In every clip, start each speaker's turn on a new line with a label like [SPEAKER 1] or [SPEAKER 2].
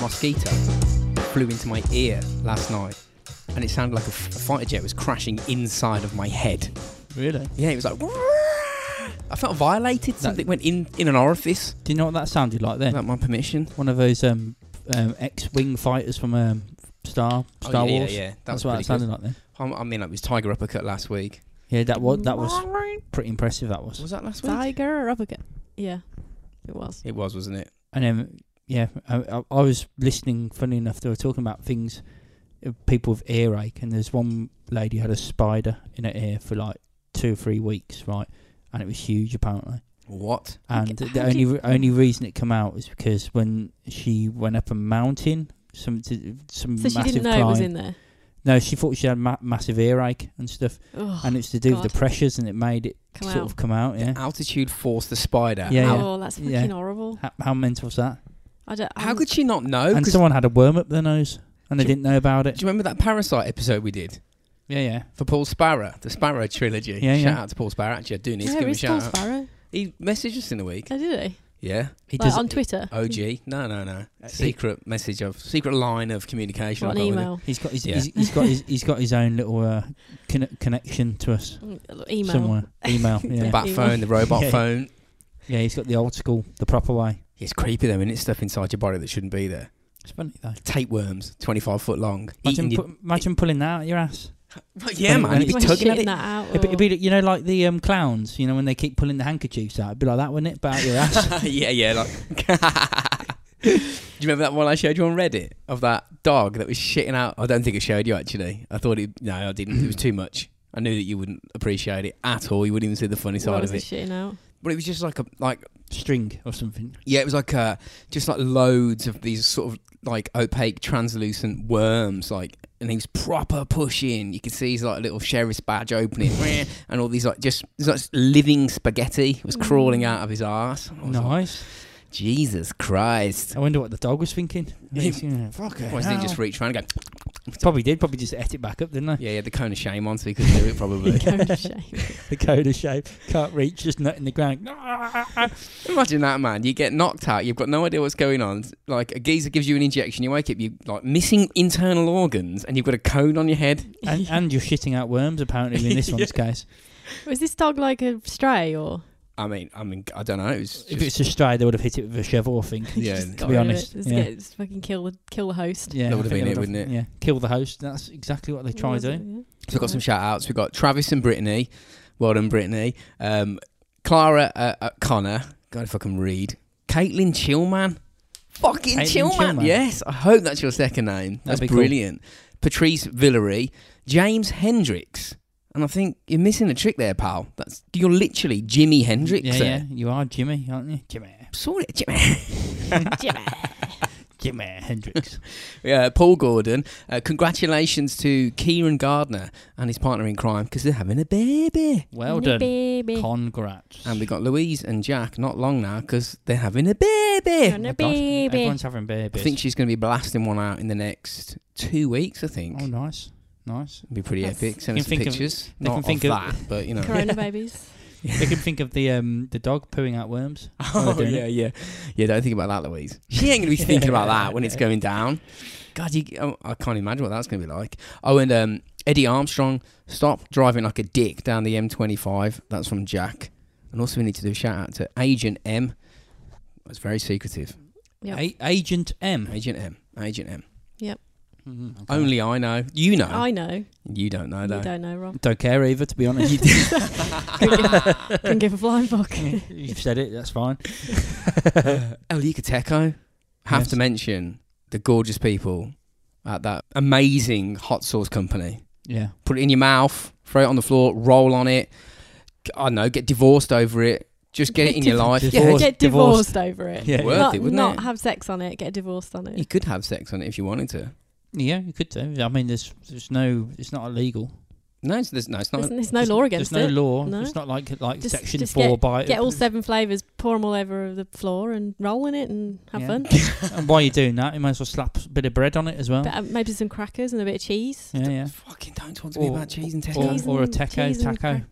[SPEAKER 1] mosquito flew into my ear last night, and it sounded like a, f- a fighter jet was crashing inside of my head.
[SPEAKER 2] Really?
[SPEAKER 1] Yeah, it was like. I felt violated. Something went in in an orifice
[SPEAKER 2] Do you know what that sounded like then?
[SPEAKER 1] without my permission.
[SPEAKER 2] One of those um, um, X-wing fighters from um, Star Star
[SPEAKER 1] Oh, yeah,
[SPEAKER 2] Wars.
[SPEAKER 1] Yeah, yeah. That
[SPEAKER 2] That's
[SPEAKER 1] was
[SPEAKER 2] what it
[SPEAKER 1] pretty
[SPEAKER 2] sounded
[SPEAKER 1] good.
[SPEAKER 2] like then.
[SPEAKER 1] I'm- I mean, like it was Tiger Uppercut last week.
[SPEAKER 2] Yeah, that was that was pretty impressive. That was.
[SPEAKER 1] Was that last week?
[SPEAKER 3] Tiger or up again? Yeah, it was.
[SPEAKER 1] It was, wasn't it?
[SPEAKER 2] And um, yeah, I, I, I was listening. Funny enough, they were talking about things, uh, people with earache, and there's one lady had a spider in her ear for like two or three weeks, right? And it was huge, apparently.
[SPEAKER 1] What?
[SPEAKER 3] Like,
[SPEAKER 2] And
[SPEAKER 3] how
[SPEAKER 2] the
[SPEAKER 3] do
[SPEAKER 2] only
[SPEAKER 3] you-
[SPEAKER 2] re- only reason it came out is because when she went up a mountain, some to, some
[SPEAKER 3] So she
[SPEAKER 2] massive
[SPEAKER 3] didn't know
[SPEAKER 2] climb.
[SPEAKER 3] it was in there.
[SPEAKER 2] no, she thought she had ma- massive earache and stuff,
[SPEAKER 3] Oh,
[SPEAKER 2] and it's to do with
[SPEAKER 3] God.
[SPEAKER 2] the pressures, and it made it
[SPEAKER 3] come
[SPEAKER 2] sort
[SPEAKER 3] out.
[SPEAKER 2] of come out. Yeah,
[SPEAKER 1] Altitude forced the spider.
[SPEAKER 2] Yeah, yeah.
[SPEAKER 3] Oh, that's fucking
[SPEAKER 2] Yeah.
[SPEAKER 3] horrible.
[SPEAKER 2] how, how mental was that?
[SPEAKER 3] I don't. um,
[SPEAKER 1] How
[SPEAKER 3] I'm-
[SPEAKER 1] could she not know?
[SPEAKER 2] and
[SPEAKER 1] Oh, 'Cause
[SPEAKER 2] someone had a worm up their nose, and they
[SPEAKER 1] Do you-
[SPEAKER 2] didn't know about
[SPEAKER 1] do
[SPEAKER 2] it.
[SPEAKER 1] you remember that Parasite episode we did
[SPEAKER 2] Yeah, yeah.
[SPEAKER 1] for Paul Sparrow, the Sparrow trilogy?
[SPEAKER 2] Yeah,
[SPEAKER 1] shout
[SPEAKER 2] yeah.
[SPEAKER 1] out to Paul Sparrow. Actually, I do need to
[SPEAKER 3] Where
[SPEAKER 1] give him a
[SPEAKER 3] is Paul
[SPEAKER 1] shout out.
[SPEAKER 3] Sparrow?
[SPEAKER 1] He messaged us in the week.
[SPEAKER 3] Oh, did he?
[SPEAKER 1] Yeah.
[SPEAKER 2] He
[SPEAKER 3] Like,
[SPEAKER 2] does.
[SPEAKER 3] on Twitter.
[SPEAKER 1] OG. No, no, no.
[SPEAKER 2] Uh,
[SPEAKER 1] Secret message of secret line of communication.
[SPEAKER 3] What an
[SPEAKER 1] I've got with him.
[SPEAKER 3] email.
[SPEAKER 2] He's got his.
[SPEAKER 1] Yeah.
[SPEAKER 2] He's, he's got his. He's got his own little uh, conne- connection to us
[SPEAKER 3] Mm, Email.
[SPEAKER 2] somewhere. Email.
[SPEAKER 1] The
[SPEAKER 2] Yeah.
[SPEAKER 1] bat
[SPEAKER 3] Email.
[SPEAKER 1] phone, the robot
[SPEAKER 2] Yeah.
[SPEAKER 1] phone.
[SPEAKER 2] yeah. He's got the old school, the proper way.
[SPEAKER 1] It's creepy though, and it's stuff inside your body that shouldn't be there.
[SPEAKER 2] It's funny though.
[SPEAKER 1] Tapeworms, twenty-five foot long.
[SPEAKER 2] Imagine,
[SPEAKER 1] Eating your,
[SPEAKER 2] pu- imagine pulling that out of your ass.
[SPEAKER 3] Oh.
[SPEAKER 1] yeah, man.
[SPEAKER 2] when- when
[SPEAKER 1] You'd
[SPEAKER 2] it's-
[SPEAKER 1] be
[SPEAKER 3] Someone
[SPEAKER 1] tugging at
[SPEAKER 3] shitting
[SPEAKER 1] it.
[SPEAKER 3] that out.
[SPEAKER 2] It'd be,
[SPEAKER 3] or-
[SPEAKER 2] it'd be like- you know, like the um, clowns. You know, when they keep pulling the handkerchiefs out, it'd be like that, wouldn't it? But out your ass.
[SPEAKER 1] yeah, yeah. Like, do you remember that one I showed you on Reddit of that dog that was shitting out? I don't think I showed you actually. I thought it. No, I didn't. It was too much. I knew that you wouldn't appreciate it at all. You wouldn't even see the funny
[SPEAKER 3] what
[SPEAKER 1] side
[SPEAKER 3] was
[SPEAKER 1] of
[SPEAKER 3] he
[SPEAKER 1] it.
[SPEAKER 3] shitting out?
[SPEAKER 1] But it was just like a like
[SPEAKER 2] String or something.
[SPEAKER 1] yeah, it was like uh just like loads of these sort of like opaque translucent worms like. And he was proper pushing. You could see his like little sheriff's badge opening, and all these like just these, like living spaghetti was crawling out of his arse. I was like,
[SPEAKER 2] Nice.
[SPEAKER 1] Jesus Christ!
[SPEAKER 2] I wonder what the dog was thinking.
[SPEAKER 1] He-
[SPEAKER 2] Yeah, fuck it.
[SPEAKER 1] Or did he just
[SPEAKER 2] hell.
[SPEAKER 1] reach around and go,
[SPEAKER 2] Probably did. Probably just ate it back up, didn't they?
[SPEAKER 1] yeah, he had the cone of shame on, so he couldn't do it probably.
[SPEAKER 3] Go to shame.
[SPEAKER 2] The coda shape. Can't reach. Just nut in the ground.
[SPEAKER 1] Imagine that, man. You get knocked out, you've got no idea what's going on. Like, a geezer gives you an injection, you wake up, you like missing internal organs, and you've got a cone on your head.
[SPEAKER 2] and, and you're shitting out worms apparently in this one's case.
[SPEAKER 3] Was this dog like a stray or?
[SPEAKER 1] I mean, I mean, I don't know. It was
[SPEAKER 2] If
[SPEAKER 1] just,
[SPEAKER 2] it's a stride, they would have hit it with a shovel. I think.
[SPEAKER 1] yeah,
[SPEAKER 3] just got
[SPEAKER 2] be
[SPEAKER 3] rid of
[SPEAKER 2] honest,
[SPEAKER 3] it. Just,
[SPEAKER 2] yeah.
[SPEAKER 3] get, just fucking kill the kill the host.
[SPEAKER 2] Yeah,
[SPEAKER 1] That
[SPEAKER 2] I
[SPEAKER 1] would have been
[SPEAKER 2] think they
[SPEAKER 1] it,
[SPEAKER 2] would've-
[SPEAKER 1] wouldn't it?
[SPEAKER 2] Yeah, kill the host. That's exactly what they try
[SPEAKER 3] Was
[SPEAKER 2] to
[SPEAKER 3] it?
[SPEAKER 2] do.
[SPEAKER 1] so we've got some shout outs. We've got Travis and Brittany. Well done, Brittany. Um, Clara uh, uh, Connor. God, if I can read. Caitlin Chillman. Fucking
[SPEAKER 2] Caitlin
[SPEAKER 1] Chillman.
[SPEAKER 2] Chillman.
[SPEAKER 1] Yes, I hope that's your second name. That's
[SPEAKER 2] That'd be cool.
[SPEAKER 1] brilliant. Patrice Villery. James Hendricks. And I think you're missing a trick there, pal. That's You're literally Jimi Hendrix
[SPEAKER 2] Yeah,
[SPEAKER 1] there.
[SPEAKER 2] yeah, you are Jimmy, aren't you? Jimmy,
[SPEAKER 1] Sorry, Jimi.
[SPEAKER 3] Yeah. Jimmy.
[SPEAKER 2] Jimmy Hendrix.
[SPEAKER 1] Yeah, Paul Gordon. Uh, congratulations to Kieran Gardner and his partner in crime because they're having a baby.
[SPEAKER 2] Well
[SPEAKER 3] Hey,
[SPEAKER 2] done.
[SPEAKER 3] Baby.
[SPEAKER 2] Congrats.
[SPEAKER 1] And we got Louise and Jack not long now because they're having a baby.
[SPEAKER 3] You're
[SPEAKER 2] Oh my
[SPEAKER 3] a
[SPEAKER 2] God,
[SPEAKER 3] baby.
[SPEAKER 2] Everyone's having
[SPEAKER 1] I
[SPEAKER 2] babies.
[SPEAKER 1] think she's going to be blasting one out in the next two weeks. I think
[SPEAKER 2] oh, nice, nice.
[SPEAKER 1] it'd be pretty
[SPEAKER 3] That's-
[SPEAKER 1] epic. Send
[SPEAKER 2] You
[SPEAKER 1] us
[SPEAKER 2] can think of-
[SPEAKER 1] pictures.
[SPEAKER 2] they
[SPEAKER 1] Not
[SPEAKER 2] can think
[SPEAKER 1] of,
[SPEAKER 2] of-
[SPEAKER 1] that, but you know.
[SPEAKER 3] Corona babies.
[SPEAKER 2] they can think of the um the dog pooing out worms. Oh,
[SPEAKER 1] Oh
[SPEAKER 2] they're doing
[SPEAKER 1] yeah, yeah, yeah. Don't think about that, Louise. She ain't going to be thinking about that when it's going down. God, you, oh, I can't imagine what that's going to be like. Oh, and um, Eddie Armstrong, stop driving like a dick down the M25. That's from Jack. And also, we need to do a shout out to Agent M. That's very secretive.
[SPEAKER 3] Yep.
[SPEAKER 2] A- Agent M.
[SPEAKER 1] Agent M. Agent M.
[SPEAKER 2] Mm, okay.
[SPEAKER 1] Only I know. You know.
[SPEAKER 3] I know.
[SPEAKER 1] You don't know
[SPEAKER 3] I
[SPEAKER 1] though.
[SPEAKER 3] You don't know, Rob.
[SPEAKER 2] Don't care either, to be honest.
[SPEAKER 3] Couldn't give a flying fuck.
[SPEAKER 2] You've said it. That's fine.
[SPEAKER 1] El Yucateco. Have
[SPEAKER 2] Yes.
[SPEAKER 1] to mention the gorgeous people at that amazing hot sauce company.
[SPEAKER 2] Yeah.
[SPEAKER 1] Put it in your mouth, throw it on the floor, roll on it. I don't know, get divorced over it. Just get it in your life.
[SPEAKER 2] Divorced.
[SPEAKER 1] Yeah,
[SPEAKER 2] Divorce-
[SPEAKER 3] Get
[SPEAKER 2] divorce.
[SPEAKER 3] divorced over it.
[SPEAKER 2] Yeah.
[SPEAKER 1] Worth
[SPEAKER 3] not
[SPEAKER 1] it, wouldn't
[SPEAKER 3] not
[SPEAKER 1] it?
[SPEAKER 3] have sex on it. Get divorced on
[SPEAKER 1] you
[SPEAKER 3] it.
[SPEAKER 1] could have sex on it if you wanted to.
[SPEAKER 2] Yeah, you could do. I mean, there's there's no, it's not illegal.
[SPEAKER 1] No, it's, there's, no, it's not.
[SPEAKER 3] There's, there's no
[SPEAKER 2] There's-
[SPEAKER 3] law against
[SPEAKER 2] There's
[SPEAKER 3] it.
[SPEAKER 2] no law.
[SPEAKER 3] No.
[SPEAKER 2] It's not like like
[SPEAKER 3] Just-
[SPEAKER 2] section
[SPEAKER 3] just
[SPEAKER 2] four by.
[SPEAKER 3] Get all seven flavors, pour them all over the floor, and roll in it and have
[SPEAKER 2] Yeah.
[SPEAKER 3] fun.
[SPEAKER 2] and while you're doing that, you might as well slap a bit of bread on it as well.
[SPEAKER 3] But, uh, maybe some crackers and a bit of cheese.
[SPEAKER 2] yeah, yeah.
[SPEAKER 1] Fucking don't talk to me
[SPEAKER 2] Or-
[SPEAKER 1] about cheese and
[SPEAKER 2] Or,
[SPEAKER 1] Tesco.
[SPEAKER 3] Cheese
[SPEAKER 2] or a
[SPEAKER 3] and-
[SPEAKER 2] teco
[SPEAKER 3] cheese and
[SPEAKER 2] taco.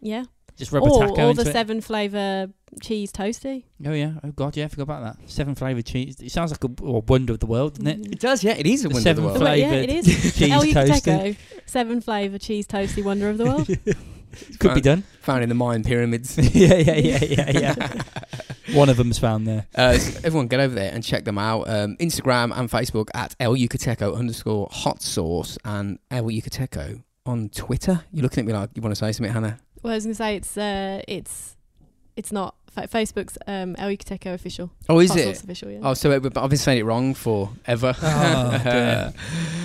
[SPEAKER 3] Yeah.
[SPEAKER 2] Just rub a
[SPEAKER 3] or
[SPEAKER 2] taco
[SPEAKER 3] all
[SPEAKER 2] into
[SPEAKER 3] the
[SPEAKER 2] it.
[SPEAKER 3] seven flavor cheese toasty.
[SPEAKER 2] Oh yeah. Oh god, yeah. I forgot about that. Seven flavored cheese. It sounds like a, a wonder of the world, doesn't it?
[SPEAKER 1] It does, yeah. It is a
[SPEAKER 2] The
[SPEAKER 1] wonder of the world.
[SPEAKER 2] seventh
[SPEAKER 3] Well, Mm. yeah, it
[SPEAKER 2] Flavoured
[SPEAKER 3] is.
[SPEAKER 2] cheese
[SPEAKER 3] El
[SPEAKER 2] toasty.
[SPEAKER 3] Yucateco, E seven flavour cheese toasty wonder of the world.
[SPEAKER 2] Could
[SPEAKER 1] Found-
[SPEAKER 2] be done.
[SPEAKER 1] Found in the Mayan pyramids.
[SPEAKER 2] yeah, yeah, yeah, yeah, yeah. One of them's found there.
[SPEAKER 1] Uh, so everyone get over there and check them out. Um, Instagram and Facebook at El Yucateco underscore hot sauce and El Yucateco on Twitter. You're looking at me like you want to say something, Hannah.
[SPEAKER 3] well, I was going to say it's uh, it's it's not fa- Facebook's um, El Yucateco official.
[SPEAKER 1] Oh, is
[SPEAKER 3] Hot
[SPEAKER 1] it?
[SPEAKER 3] Sauce official? Yeah.
[SPEAKER 1] Oh, so it, but I've been saying it wrong forever.
[SPEAKER 2] Oh, dear.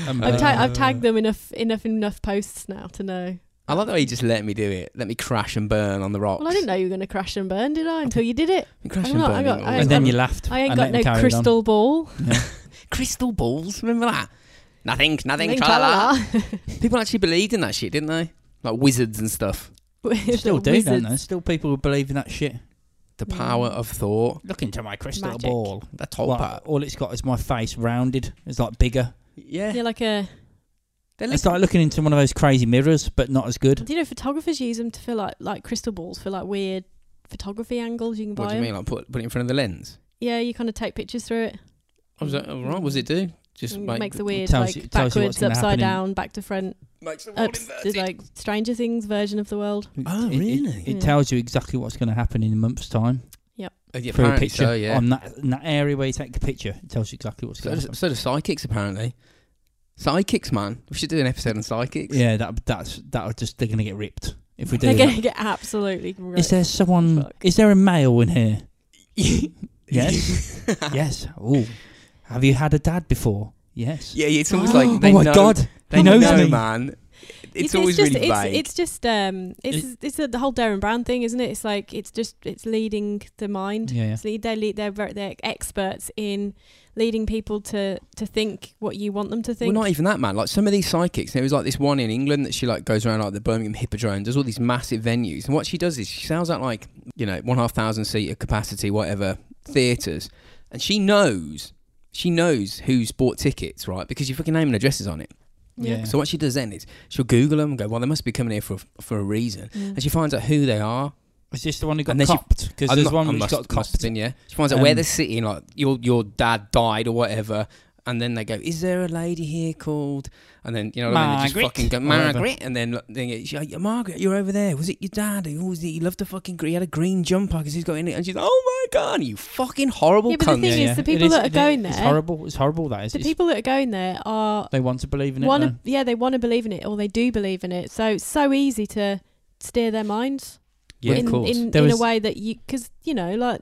[SPEAKER 3] I've, ta- I've
[SPEAKER 2] Uh,
[SPEAKER 3] tagged them enough enough enough posts now to know.
[SPEAKER 1] I like the way you just let me do it. Let me crash and burn on the rocks.
[SPEAKER 3] Well, I didn't know you were going to crash and burn, did I? Until you did it.
[SPEAKER 1] Crash
[SPEAKER 3] I'm
[SPEAKER 1] and
[SPEAKER 3] not-
[SPEAKER 1] burn.
[SPEAKER 3] I got- I
[SPEAKER 2] And then you laughed.
[SPEAKER 3] I ain't
[SPEAKER 2] and
[SPEAKER 3] got
[SPEAKER 2] let
[SPEAKER 3] no
[SPEAKER 2] him carry it on.
[SPEAKER 3] crystal ball.
[SPEAKER 1] crystal balls. Remember that? Nothing, nothing,
[SPEAKER 3] Think
[SPEAKER 1] tra
[SPEAKER 3] tra-
[SPEAKER 1] la la.
[SPEAKER 3] la.
[SPEAKER 1] People actually believed in that shit, didn't they? Like wizards and stuff.
[SPEAKER 3] Little
[SPEAKER 2] Still do, don't
[SPEAKER 3] wizards.
[SPEAKER 2] they? Still people who believe in that shit.
[SPEAKER 1] The
[SPEAKER 3] Mm.
[SPEAKER 1] power of thought.
[SPEAKER 2] Look into my crystal
[SPEAKER 3] Magic.
[SPEAKER 2] ball.
[SPEAKER 1] The top
[SPEAKER 2] Well,
[SPEAKER 1] part.
[SPEAKER 2] all it's got is my face rounded. It's like bigger.
[SPEAKER 1] Yeah.
[SPEAKER 3] Yeah, like uh, a.
[SPEAKER 1] They're
[SPEAKER 2] It's like looking into one of those crazy mirrors, but not as good.
[SPEAKER 3] Do you know photographers use them to feel like like crystal balls for like weird photography angles? You can buy
[SPEAKER 1] What do you
[SPEAKER 3] them.
[SPEAKER 1] mean? Like put put it in front of the lens?
[SPEAKER 3] Yeah, you kind of take pictures through it.
[SPEAKER 1] I was like, oh, right, what does it do? Just
[SPEAKER 3] Mm,
[SPEAKER 1] make,
[SPEAKER 3] makes the weird
[SPEAKER 2] tells
[SPEAKER 3] like
[SPEAKER 2] you- tells you what's
[SPEAKER 3] backwards,
[SPEAKER 2] gonna happen
[SPEAKER 3] upside
[SPEAKER 2] in-
[SPEAKER 3] down, back to front.
[SPEAKER 1] makes the world
[SPEAKER 3] Ups, there's
[SPEAKER 1] inverted.
[SPEAKER 3] like Stranger Things version of the world.
[SPEAKER 1] Oh,
[SPEAKER 2] It- it-
[SPEAKER 1] really?
[SPEAKER 2] It,
[SPEAKER 3] Yeah.
[SPEAKER 2] tells you exactly what's going to happen in a month's time
[SPEAKER 1] Uh, yeah,
[SPEAKER 2] through a
[SPEAKER 1] apparently
[SPEAKER 2] picture.
[SPEAKER 1] so, yeah.
[SPEAKER 2] On that, in that area where you take a picture, it tells you exactly what's
[SPEAKER 1] so,
[SPEAKER 2] going to
[SPEAKER 1] do-
[SPEAKER 2] happen.
[SPEAKER 1] so do psychics apparently. Psychics, man. We should do an episode on psychics.
[SPEAKER 2] Yeah, that that's that. Are just they're going to get ripped if we do.
[SPEAKER 3] They're
[SPEAKER 2] that.
[SPEAKER 3] going to get absolutely.
[SPEAKER 2] Is there someone?
[SPEAKER 3] Fuck.
[SPEAKER 2] Is there a male in here? yes. yes. Oh, have you had a dad before? Yes.
[SPEAKER 1] Yeah, yeah, it's almost like they
[SPEAKER 2] oh my
[SPEAKER 1] know,
[SPEAKER 2] god,
[SPEAKER 1] they
[SPEAKER 2] he knows
[SPEAKER 1] know,
[SPEAKER 2] me.
[SPEAKER 1] man. It's, always
[SPEAKER 3] just,
[SPEAKER 1] really
[SPEAKER 3] it's,
[SPEAKER 1] vague.
[SPEAKER 3] it's just um, it's it's a, the whole Darren Brown thing, isn't it? It's like it's just it's leading the mind.
[SPEAKER 2] Yeah, yeah.
[SPEAKER 3] It's lead, they lead, they're ver- they're experts in leading people to to think what you want them to think.
[SPEAKER 1] Well, not even that, man. Like some of these psychics, there was like this one in England that she like goes around like the Birmingham Hippodrome, and does all these massive venues, and what she does is she sells out like you know one half thousand seat capacity, whatever theaters, and she knows. She knows who's bought tickets, right? Because your fucking name and address is on it.
[SPEAKER 2] Yeah.
[SPEAKER 1] So what she does then is she'll Google them and go, "Well, they must be coming here for a, for a reason,"
[SPEAKER 3] Mm.
[SPEAKER 1] and she finds out who they are.
[SPEAKER 2] Is this the one who got
[SPEAKER 1] Unless you-
[SPEAKER 2] copped? Because
[SPEAKER 1] I'm
[SPEAKER 2] there's
[SPEAKER 1] not-
[SPEAKER 2] one
[SPEAKER 1] I
[SPEAKER 2] who's
[SPEAKER 1] must-
[SPEAKER 2] got
[SPEAKER 1] must
[SPEAKER 2] copped.
[SPEAKER 1] have been, yeah. She finds out where
[SPEAKER 2] Um,
[SPEAKER 1] they're sitting, like your your dad died or whatever, and then they go, "Is there a lady here called?" And then you know, what I mean? they just
[SPEAKER 2] Margaret,
[SPEAKER 1] fucking go,
[SPEAKER 2] or whatever.
[SPEAKER 1] "Margaret," and then like, then it's like, "Margaret, you're over there. Was it your dad? Who was it? He loved the fucking. gre- He had a green jumper because he's got in it." And she's, like, "Oh my god, you fucking horrible
[SPEAKER 3] Yeah, but the
[SPEAKER 1] cunt!"
[SPEAKER 3] thing is, the people that are
[SPEAKER 2] it-
[SPEAKER 3] going
[SPEAKER 2] It's
[SPEAKER 3] there-
[SPEAKER 2] horrible. It's horrible. That is.
[SPEAKER 3] the
[SPEAKER 2] It's-
[SPEAKER 3] people that are going there are
[SPEAKER 2] they want to believe in it.
[SPEAKER 3] want
[SPEAKER 2] though.
[SPEAKER 3] to yeah they want to believe in it or they do believe in it. So it's so easy to steer their minds
[SPEAKER 1] yeah,
[SPEAKER 3] in
[SPEAKER 1] of course.
[SPEAKER 3] in,
[SPEAKER 2] There
[SPEAKER 3] in a
[SPEAKER 2] was-
[SPEAKER 3] way that you because you know like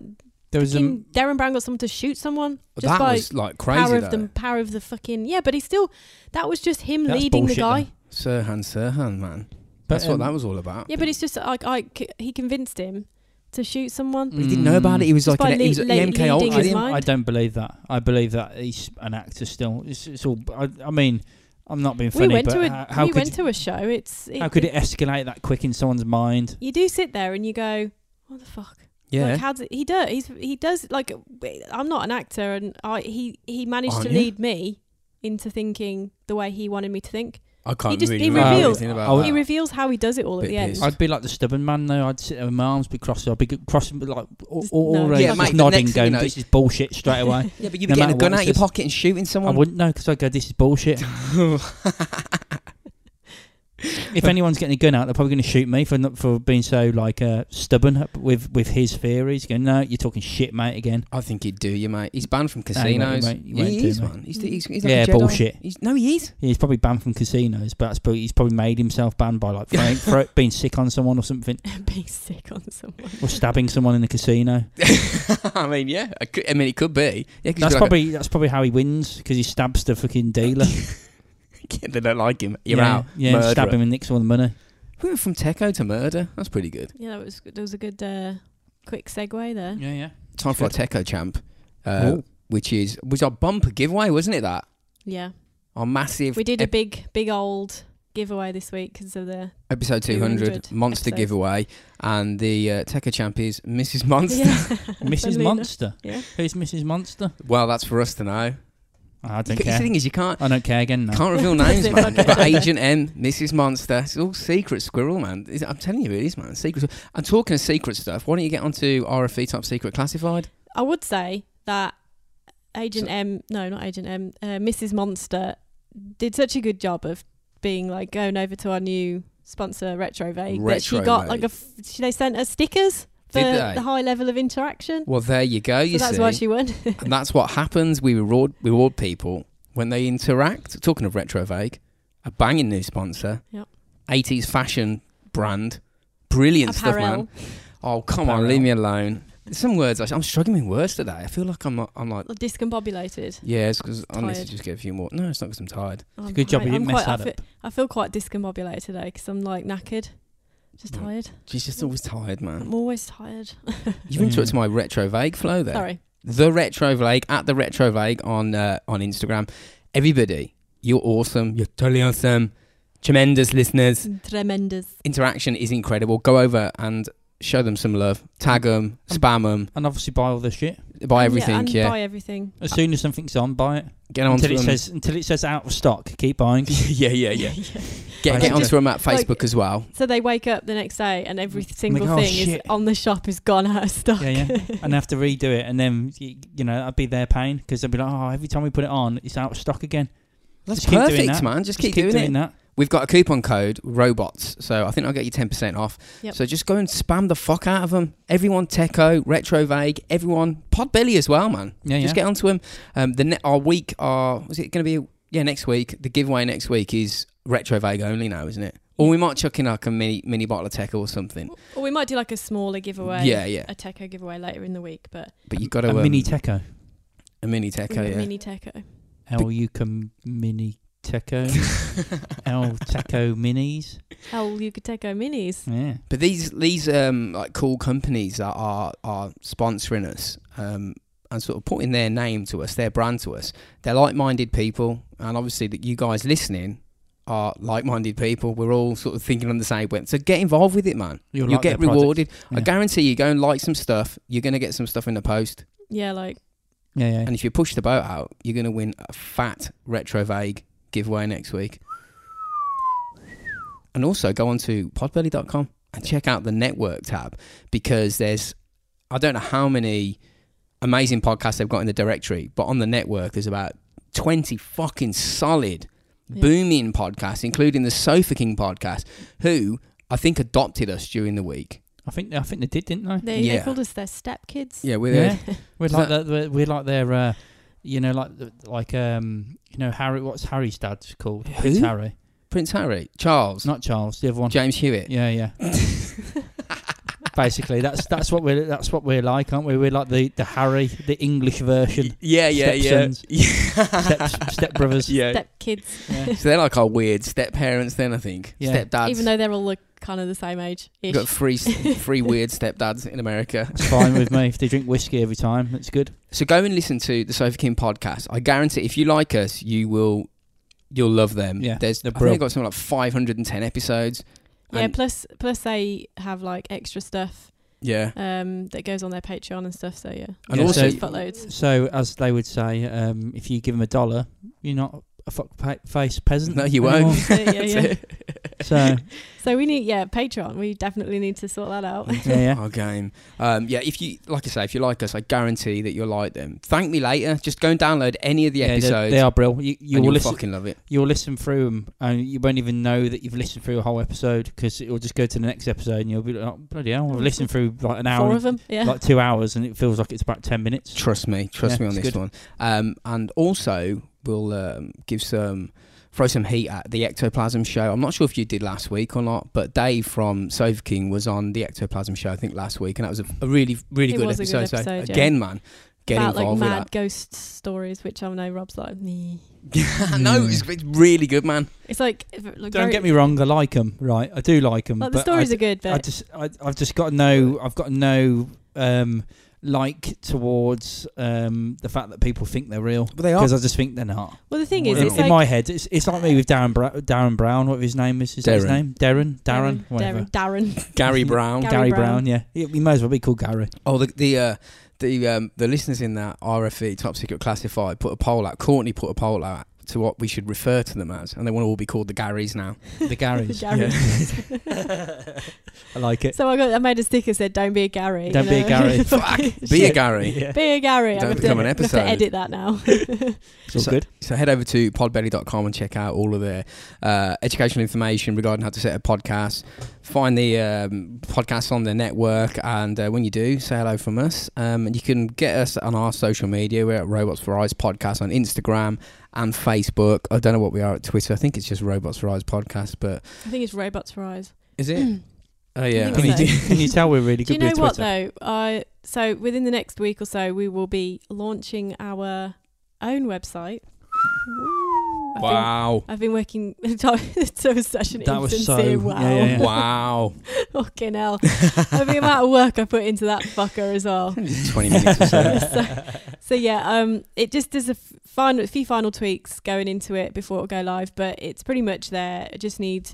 [SPEAKER 2] There was a
[SPEAKER 3] fucking Darren Brown got someone to shoot someone just
[SPEAKER 1] um, that
[SPEAKER 3] by
[SPEAKER 1] was like
[SPEAKER 3] power
[SPEAKER 1] crazy.
[SPEAKER 3] of the
[SPEAKER 1] though.
[SPEAKER 3] power of the fucking yeah, but he still that was just him
[SPEAKER 2] That's
[SPEAKER 3] leading
[SPEAKER 2] bullshit,
[SPEAKER 3] the guy.
[SPEAKER 1] Sirhan, Sirhan, man.
[SPEAKER 2] But,
[SPEAKER 1] That's
[SPEAKER 2] um,
[SPEAKER 1] what that was all about.
[SPEAKER 3] Yeah, but it's just like I c- he convinced him to shoot
[SPEAKER 2] Mm,
[SPEAKER 3] someone.
[SPEAKER 1] But he didn't know about it. He was
[SPEAKER 3] Just
[SPEAKER 1] like
[SPEAKER 3] by
[SPEAKER 1] an, he was
[SPEAKER 3] le-
[SPEAKER 1] at
[SPEAKER 3] le-
[SPEAKER 1] the MK
[SPEAKER 3] leading
[SPEAKER 1] Ultra.
[SPEAKER 3] his
[SPEAKER 1] didn't he?
[SPEAKER 3] mind.
[SPEAKER 2] I don't believe that. I believe that he's an actor still. It's, it's all. I, I mean, I'm not being funny,
[SPEAKER 3] we went
[SPEAKER 2] but
[SPEAKER 3] to a
[SPEAKER 2] how, how
[SPEAKER 3] we
[SPEAKER 2] could
[SPEAKER 3] went to a show. It's it,
[SPEAKER 2] how could it escalate that quick in someone's mind?
[SPEAKER 3] You do sit there and you go, what the fuck?
[SPEAKER 1] Yeah.
[SPEAKER 3] Like how does he does he's, he does like w- I'm not an actor and I he he managed
[SPEAKER 1] Aren't
[SPEAKER 3] to
[SPEAKER 1] you?
[SPEAKER 3] lead me into thinking the way he wanted me to think.
[SPEAKER 1] I can't
[SPEAKER 3] He just-
[SPEAKER 1] really
[SPEAKER 3] he
[SPEAKER 1] remember
[SPEAKER 2] reveals-
[SPEAKER 1] anything about
[SPEAKER 2] Oh,
[SPEAKER 1] that.
[SPEAKER 3] He reveals how he does it all at
[SPEAKER 1] Bit
[SPEAKER 3] the end.
[SPEAKER 1] pissed.
[SPEAKER 2] I'd be like the stubborn man though. I'd sit there with my arms be crossed. I'd be g- crossing but, like all,
[SPEAKER 3] Just
[SPEAKER 2] all
[SPEAKER 3] no.
[SPEAKER 2] around,
[SPEAKER 3] Yeah,
[SPEAKER 2] just
[SPEAKER 1] mate, the
[SPEAKER 2] nodding,
[SPEAKER 1] next thing you
[SPEAKER 2] going,
[SPEAKER 1] know-
[SPEAKER 2] "This is bullshit" straight away.
[SPEAKER 1] Yeah, but you'd
[SPEAKER 2] No
[SPEAKER 1] be getting a
[SPEAKER 2] matter
[SPEAKER 1] gun
[SPEAKER 2] what,
[SPEAKER 1] out of your
[SPEAKER 2] it's just-
[SPEAKER 1] pocket and shooting
[SPEAKER 2] I
[SPEAKER 1] someone.
[SPEAKER 2] wouldn't know because I'd go, "This is bullshit." if anyone's getting a gun out, they're probably going to shoot me for not, for being so like uh, stubborn with with his theories. Going, "No, you're talking shit, mate." Again.
[SPEAKER 1] I think he'd do you, mate. He's banned from
[SPEAKER 2] No, he won't, he
[SPEAKER 1] casinos.
[SPEAKER 2] won't, he
[SPEAKER 1] Yeah,
[SPEAKER 2] won't
[SPEAKER 1] he
[SPEAKER 2] do,
[SPEAKER 1] is,
[SPEAKER 2] mate.
[SPEAKER 1] man. He's, he's, he's like a
[SPEAKER 2] Yeah,
[SPEAKER 1] Jedi.
[SPEAKER 2] bullshit.
[SPEAKER 1] He's, no, he is.
[SPEAKER 2] Yeah, he's probably banned from casinos, but that's probably, he's probably made himself banned by like throwing, throw, being sick on someone or something,
[SPEAKER 3] Being sick on someone.
[SPEAKER 2] or stabbing someone in a casino.
[SPEAKER 1] I mean, yeah. I, could, I mean, it could be. Yeah, 'cause
[SPEAKER 2] That's
[SPEAKER 1] you're like
[SPEAKER 2] probably that's probably how he wins because he stabs the fucking dealer.
[SPEAKER 1] A, they don't like him. You're
[SPEAKER 2] yeah,
[SPEAKER 1] out.
[SPEAKER 2] Yeah,
[SPEAKER 1] Murderer.
[SPEAKER 2] stab him and nicks all the money.
[SPEAKER 1] We went from techo to murder. That's pretty good.
[SPEAKER 3] Yeah, that was that was a good uh, quick segue there.
[SPEAKER 2] Yeah, yeah.
[SPEAKER 1] Time for our techo champ, uh,
[SPEAKER 2] Ooh.
[SPEAKER 1] which is was our bumper giveaway, wasn't it? That
[SPEAKER 3] Yeah,
[SPEAKER 1] our massive
[SPEAKER 3] we did a
[SPEAKER 1] ep-
[SPEAKER 3] big big old giveaway this week because of the
[SPEAKER 1] episode 200,
[SPEAKER 3] 200
[SPEAKER 1] monster
[SPEAKER 3] episode.
[SPEAKER 1] giveaway, and the uh, techo champ is Mrs. Monster.
[SPEAKER 3] Yeah.
[SPEAKER 2] Mrs.
[SPEAKER 3] Selena.
[SPEAKER 2] Monster.
[SPEAKER 3] Yeah.
[SPEAKER 2] Who's Mrs. Monster? Ah,
[SPEAKER 1] Well, that's for us to know.
[SPEAKER 2] I
[SPEAKER 1] You
[SPEAKER 2] don't
[SPEAKER 1] ca-
[SPEAKER 2] care.
[SPEAKER 1] The thing is, you can't
[SPEAKER 2] I don't care again now.
[SPEAKER 1] can't reveal
[SPEAKER 3] That's
[SPEAKER 1] names,
[SPEAKER 3] it,
[SPEAKER 1] man.
[SPEAKER 3] fuck it.
[SPEAKER 1] But Agent M, Mrs. Monster, it's all secret squirrel, man. It's- I'm telling you, it is, man. Secret. I'm talking of secret stuff. Why don't you get onto RFE Top Secret Classified?
[SPEAKER 3] I would say that Agent
[SPEAKER 1] So-
[SPEAKER 3] M, no, not Agent M, uh, Mrs. Monster did such a good job of being like going over to our new sponsor Retrovade that she got
[SPEAKER 1] Retrovade.
[SPEAKER 3] like a. F- she, they sent us stickers for
[SPEAKER 1] Did they?
[SPEAKER 3] the high level of interaction.
[SPEAKER 1] Well, there you go.
[SPEAKER 3] So
[SPEAKER 1] You
[SPEAKER 3] that's
[SPEAKER 1] see,
[SPEAKER 3] why she won.
[SPEAKER 1] and that's what happens. We reward reward people when they interact. Talking of retro vague, a banging new sponsor,
[SPEAKER 3] Yep.
[SPEAKER 1] 80s fashion brand, brilliant stuff, man.
[SPEAKER 3] Apparel.
[SPEAKER 1] Oh come on,
[SPEAKER 2] Apparel.
[SPEAKER 1] leave me alone. Some words I, I'm struggling with words today. I feel like I'm not, I'm like
[SPEAKER 3] Discombobulated.
[SPEAKER 1] yeah, it's because I need to
[SPEAKER 3] Tired.
[SPEAKER 1] just get a few more. No, it's not because I'm tired.
[SPEAKER 3] It's
[SPEAKER 2] good job you didn't mess
[SPEAKER 3] quite,
[SPEAKER 2] that
[SPEAKER 3] I feel,
[SPEAKER 2] up.
[SPEAKER 3] I feel quite discombobulated today because I'm like knackered, just
[SPEAKER 1] Right.
[SPEAKER 3] tired.
[SPEAKER 1] She's just always tired, man.
[SPEAKER 3] I'm always tired.
[SPEAKER 1] You've
[SPEAKER 2] Mm.
[SPEAKER 1] interrupted my retro vague flow there.
[SPEAKER 3] Sorry.
[SPEAKER 1] the retro vague at the retro vague on uh, on Instagram. Everybody, you're awesome. You're totally awesome. Tremendous listeners.
[SPEAKER 3] Tremendous.
[SPEAKER 1] Interaction is incredible. Go over and show them some love. Tag them, spam them,
[SPEAKER 2] And obviously buy all the shit.
[SPEAKER 1] buy
[SPEAKER 3] And
[SPEAKER 1] everything.
[SPEAKER 3] and
[SPEAKER 1] Yeah,
[SPEAKER 3] Buy everything.
[SPEAKER 2] As soon as something's on, buy it.
[SPEAKER 1] get onto
[SPEAKER 2] Until it
[SPEAKER 1] them.
[SPEAKER 2] says until it says out of stock, keep buying.
[SPEAKER 1] yeah, yeah, yeah. Get,
[SPEAKER 2] I
[SPEAKER 1] get
[SPEAKER 2] suggest-
[SPEAKER 1] onto them at
[SPEAKER 3] Like-
[SPEAKER 1] Facebook as well.
[SPEAKER 3] So they wake up the next day and every
[SPEAKER 1] Mm.
[SPEAKER 3] single
[SPEAKER 2] oh,
[SPEAKER 3] thing is
[SPEAKER 2] shit.
[SPEAKER 3] on the shop is gone out of stock.
[SPEAKER 2] Yeah, yeah. and have to redo it, and then y- you know that'd be their pain because they'd be like, oh, every time we put it on, it's out of stock again.
[SPEAKER 1] That's
[SPEAKER 2] Just keep doing
[SPEAKER 1] perfect,
[SPEAKER 2] that.
[SPEAKER 1] man. Just
[SPEAKER 2] Just
[SPEAKER 1] keep, doing, it.
[SPEAKER 2] that.
[SPEAKER 1] We've got a coupon code, robots. So I think I'll get you ten percent off.
[SPEAKER 3] Yep.
[SPEAKER 1] So just go and spam the fuck out of them. Everyone, Techo, Retro Vague, everyone, Podbelly as well, man.
[SPEAKER 2] Yeah, yeah.
[SPEAKER 1] Just get onto them. Um, the ne- our week, our was it going to be? Yeah, next week. The giveaway next week is retro vague only now, isn't it? Or we might chuck in like a mini mini bottle of Teco or something.
[SPEAKER 3] Or we might do like a smaller giveaway.
[SPEAKER 1] Yeah, yeah.
[SPEAKER 3] A Teco giveaway later in the week, but
[SPEAKER 1] But you've got to um,
[SPEAKER 2] a mini Teco.
[SPEAKER 1] a mini Teco, yeah.
[SPEAKER 3] mini Teco.
[SPEAKER 2] L you can mini Teco. L Teco minis.
[SPEAKER 3] Hell, you could Teco minis.
[SPEAKER 2] Yeah.
[SPEAKER 1] but these these um like cool companies that are are sponsoring us um and sort of putting their name to us, their brand to us. They're like-minded people, and obviously that you guys listening are like-minded people. We're all sort of thinking on the same way. So get involved with it, man.
[SPEAKER 2] You'll,
[SPEAKER 1] You'll
[SPEAKER 2] like their
[SPEAKER 1] get
[SPEAKER 2] product.
[SPEAKER 1] rewarded. I
[SPEAKER 2] Yeah.
[SPEAKER 1] guarantee you, go and like some stuff. You're going to get some stuff in the post.
[SPEAKER 3] Yeah, like
[SPEAKER 2] Yeah, yeah.
[SPEAKER 1] And if you push the boat out, you're going to win a fat retro vague giveaway next week. And also go on to podbelly.com and check out the network tab because there's, I don't know how many amazing podcasts they've got in the directory, but on the network, there's about 20 fucking solid,
[SPEAKER 3] Yeah.
[SPEAKER 1] booming podcasts, including the Sofa King podcast, who I think adopted us during the week.
[SPEAKER 2] I think I think they did, didn't they?
[SPEAKER 3] they,
[SPEAKER 1] Yeah.
[SPEAKER 3] they called us their stepkids.
[SPEAKER 1] Yeah, we're
[SPEAKER 2] Yeah. we're
[SPEAKER 1] Is
[SPEAKER 2] like their, we're like their, uh, you know, like the- like um, you know, Harry. What's Harry's dad's called?
[SPEAKER 1] Who?
[SPEAKER 2] Prince Harry.
[SPEAKER 1] Prince Harry, Charles,
[SPEAKER 2] It's not Charles. The other one.
[SPEAKER 1] James Hewitt.
[SPEAKER 2] Yeah, yeah. Basically, that's that's what we're that's what we're like, aren't we? We're like the the Harry, the English version,
[SPEAKER 1] Yeah, yeah, yeah.
[SPEAKER 2] Stepsons.
[SPEAKER 1] yeah.
[SPEAKER 2] step stepbrothers.
[SPEAKER 1] Yeah.
[SPEAKER 3] Stepkids.
[SPEAKER 2] Yeah.
[SPEAKER 1] So they're like our weird step parents then, I think.
[SPEAKER 2] Yeah.
[SPEAKER 1] Stepdads.
[SPEAKER 3] Even though they're all like kind of the same age
[SPEAKER 1] You've
[SPEAKER 3] ish.
[SPEAKER 1] got three, three weird stepdads in America.
[SPEAKER 2] It's fine with me if they drink whiskey every time. That's good.
[SPEAKER 1] So go and listen to the Sofa King podcast. I guarantee if you like us, you will you'll love them.
[SPEAKER 2] Yeah,
[SPEAKER 1] There's I
[SPEAKER 2] they're
[SPEAKER 1] think they've
[SPEAKER 2] brill.
[SPEAKER 1] got something like five hundred and ten episodes.
[SPEAKER 3] yeah,
[SPEAKER 1] And-
[SPEAKER 3] plus plus they have like extra stuff
[SPEAKER 1] yeah.
[SPEAKER 3] um that goes on their Patreon and stuff, so yeah.
[SPEAKER 1] And
[SPEAKER 2] Yeah,
[SPEAKER 1] also
[SPEAKER 2] so-
[SPEAKER 3] We've got loads.
[SPEAKER 2] So, as they would say, um, if you give them a dollar, you're not a fuck pa- face peasant.
[SPEAKER 1] No, you
[SPEAKER 2] anymore.
[SPEAKER 1] won't.
[SPEAKER 3] That's it, yeah, yeah.
[SPEAKER 2] so,
[SPEAKER 3] So we need yeah, Patreon. We definitely need to sort that out.
[SPEAKER 2] yeah, yeah.
[SPEAKER 1] Our game. Um, yeah, if you like I say, if you like us, I guarantee that you'll like them. Thank me later. Just go and download any of the
[SPEAKER 2] Yeah, they-
[SPEAKER 1] episodes.
[SPEAKER 2] they are brill. You,
[SPEAKER 1] and
[SPEAKER 2] you'll
[SPEAKER 1] you'll
[SPEAKER 2] listen.
[SPEAKER 1] fucking love it.
[SPEAKER 2] You'll listen through them, and you won't even know that you've listened through a whole episode because it will just go to the next episode, and you'll be like, oh, "Bloody hell, I've listened through like an hour,
[SPEAKER 3] Four
[SPEAKER 2] and-
[SPEAKER 3] of them. Yeah.
[SPEAKER 2] like two hours, and it feels like it's about ten minutes."
[SPEAKER 1] Trust me, trust
[SPEAKER 2] Yeah,
[SPEAKER 1] me on
[SPEAKER 2] it's
[SPEAKER 1] this
[SPEAKER 2] good.
[SPEAKER 1] one. Um, and also, we'll um, give some throw some heat at the Ectoplasm show. I'm not sure if you did last week or not, but Dave from Sofa King was on the Ectoplasm show I think last week, and that was a, a really really
[SPEAKER 3] It
[SPEAKER 1] good
[SPEAKER 3] was a
[SPEAKER 1] episode.
[SPEAKER 3] good episode,
[SPEAKER 1] so
[SPEAKER 3] yeah.
[SPEAKER 1] again, man, get
[SPEAKER 3] about like
[SPEAKER 1] involved
[SPEAKER 3] mad ghost stories, which I know Rob's like, "Nah."
[SPEAKER 1] with that. no, it's, it's really good, man.
[SPEAKER 3] it's like, like
[SPEAKER 2] Don't get me wrong, I like them, right? I do like them.
[SPEAKER 3] Like the stories are good,
[SPEAKER 2] I
[SPEAKER 3] but
[SPEAKER 2] just, I, I've just got no, I've got no, um, like towards um, the fact that people think they're real
[SPEAKER 1] But they are.
[SPEAKER 2] because I just think they're not.
[SPEAKER 3] Well, the thing
[SPEAKER 1] Well,
[SPEAKER 3] is,
[SPEAKER 2] in,
[SPEAKER 3] it's
[SPEAKER 2] in
[SPEAKER 3] like
[SPEAKER 2] my head, it's it's like me with Darren Bra- Darren Brown, whatever his name is. Is that his
[SPEAKER 1] Darren.
[SPEAKER 2] name Darren? Darren? whatever.
[SPEAKER 3] Darren, Darren.
[SPEAKER 1] Gary Brown.
[SPEAKER 3] Gary
[SPEAKER 2] Gary Brown.
[SPEAKER 3] Brown.
[SPEAKER 2] yeah. He, he might as well be called Gary.
[SPEAKER 1] Oh, the the uh, the um, the listeners in that RFE Top Secret Classified put a poll out. Courtney put a poll out to what we should refer to them as, and they want to all be called the Garys now.
[SPEAKER 2] The Garys.
[SPEAKER 3] Darren.
[SPEAKER 2] I like it.
[SPEAKER 3] so I got I made a sticker that said "Don't be a Gary."
[SPEAKER 2] Don't
[SPEAKER 3] and
[SPEAKER 2] be a
[SPEAKER 3] I-
[SPEAKER 2] Gary.
[SPEAKER 1] Fuck, be a
[SPEAKER 3] Shit.
[SPEAKER 1] Gary.
[SPEAKER 2] Yeah.
[SPEAKER 3] Be a Gary.
[SPEAKER 1] Don't
[SPEAKER 3] I'm
[SPEAKER 1] become
[SPEAKER 3] to,
[SPEAKER 1] an
[SPEAKER 3] I'm gonna have to
[SPEAKER 1] episode.
[SPEAKER 3] edit that now.
[SPEAKER 2] It's all
[SPEAKER 1] So-
[SPEAKER 2] good.
[SPEAKER 1] So head over to podbelly.com and check out all of their uh, educational information regarding how to set a podcast. Find the um, podcast on the network, and uh, when you do, say hello from us. Um, and you can get us on our social media. We're at Robots for Eyes Podcast on Instagram and Facebook. I don't know what we are at Twitter. I think it's just Robots for Eyes Podcast, but
[SPEAKER 3] I think it's robots for eyes.
[SPEAKER 1] is it? oh yeah,
[SPEAKER 3] Mm. I
[SPEAKER 2] Can
[SPEAKER 3] think
[SPEAKER 2] you,
[SPEAKER 3] so.
[SPEAKER 2] do- can you tell we're really good
[SPEAKER 3] Do you know
[SPEAKER 2] with
[SPEAKER 3] what
[SPEAKER 2] Twitter?
[SPEAKER 3] though? Uh, so within the next week or so, we will be launching our own website. Woo. I've been-
[SPEAKER 1] wow,
[SPEAKER 3] I've been working to a session
[SPEAKER 2] That was so-
[SPEAKER 3] insincere. Wow.
[SPEAKER 2] yeah, yeah, yeah.
[SPEAKER 1] wow.
[SPEAKER 3] Fucking hell. I the amount of work I put into that fucker as well.
[SPEAKER 1] Twenty minutes or so.
[SPEAKER 3] So yeah, um, it just there's a f- final, few final tweaks going into it before it'll go live, but it's pretty much there. I just need,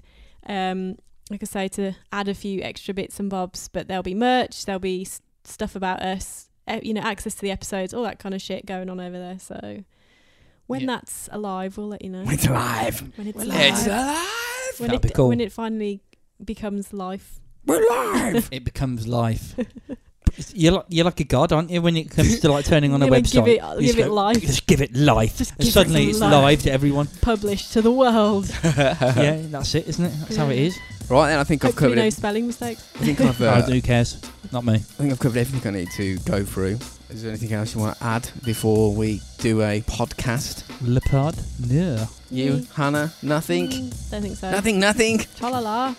[SPEAKER 3] um, like I say, to add a few extra bits and bobs. But there'll be merch, there'll be s- stuff about us, uh, you know, access to the episodes, all that kind of shit going on over there. So when
[SPEAKER 2] Yeah.
[SPEAKER 3] that's alive, we'll let you know.
[SPEAKER 1] It's alive.
[SPEAKER 3] When it's
[SPEAKER 2] We're
[SPEAKER 3] alive.
[SPEAKER 1] It's alive.
[SPEAKER 3] When
[SPEAKER 2] That'd
[SPEAKER 3] it
[SPEAKER 2] be cool.
[SPEAKER 3] when it finally becomes life.
[SPEAKER 1] We're live.
[SPEAKER 2] It becomes life. you're like you're like a god, aren't you? When it comes to like turning on a
[SPEAKER 3] You know, give
[SPEAKER 2] website,
[SPEAKER 3] it,
[SPEAKER 2] You just
[SPEAKER 3] give it
[SPEAKER 2] go,
[SPEAKER 3] life,
[SPEAKER 2] Just give it life.
[SPEAKER 3] Just
[SPEAKER 2] And
[SPEAKER 3] give it
[SPEAKER 2] suddenly it's
[SPEAKER 3] life.
[SPEAKER 2] live to everyone.
[SPEAKER 3] published to the world.
[SPEAKER 1] Uh-huh.
[SPEAKER 2] yeah, that's it, isn't it? That's how it is.
[SPEAKER 1] right then, I think I've
[SPEAKER 3] Hopefully,
[SPEAKER 1] covered
[SPEAKER 3] no
[SPEAKER 1] it.
[SPEAKER 3] spelling mistakes.
[SPEAKER 1] I think I've uh,
[SPEAKER 2] Oh, who cares? Not me.
[SPEAKER 1] I think I've covered everything I need to go through. Is there anything else you want to add before we do a podcast?
[SPEAKER 2] Leopard? No.
[SPEAKER 1] You,
[SPEAKER 3] Mm.
[SPEAKER 1] Hannah, nothing,
[SPEAKER 3] Mm, Don't think so.
[SPEAKER 1] nothing, nothing.
[SPEAKER 3] Tra la la.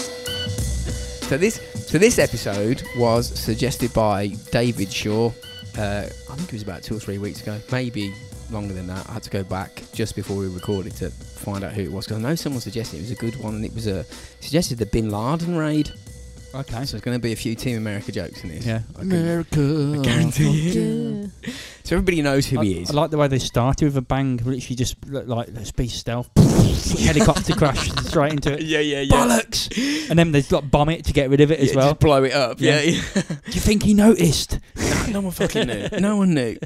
[SPEAKER 1] So this, so this episode was suggested by David Shaw. Uh, I think it was about two or three weeks ago, maybe longer than that. I had to go back just before we recorded to find out who it was because I know someone suggested it was a good one, and it was a suggested the Bin Laden raid.
[SPEAKER 2] Okay.
[SPEAKER 1] So there's going to be a few Team America jokes in this.
[SPEAKER 2] Yeah.
[SPEAKER 1] I can- I
[SPEAKER 3] Oh,
[SPEAKER 1] guarantee you. So everybody knows who
[SPEAKER 2] I,
[SPEAKER 1] he is.
[SPEAKER 2] I like the way they started with a bang, literally just look like let's be stealth. Helicopter crash straight into it.
[SPEAKER 1] yeah, yeah,
[SPEAKER 2] Bollocks! And then they like bomb it to get rid of it as
[SPEAKER 1] Yeah,
[SPEAKER 2] well.
[SPEAKER 1] Just blow it up.
[SPEAKER 2] Yeah.
[SPEAKER 1] Yeah.
[SPEAKER 2] Do you think he noticed?
[SPEAKER 1] no, one fucking knew. No one knew.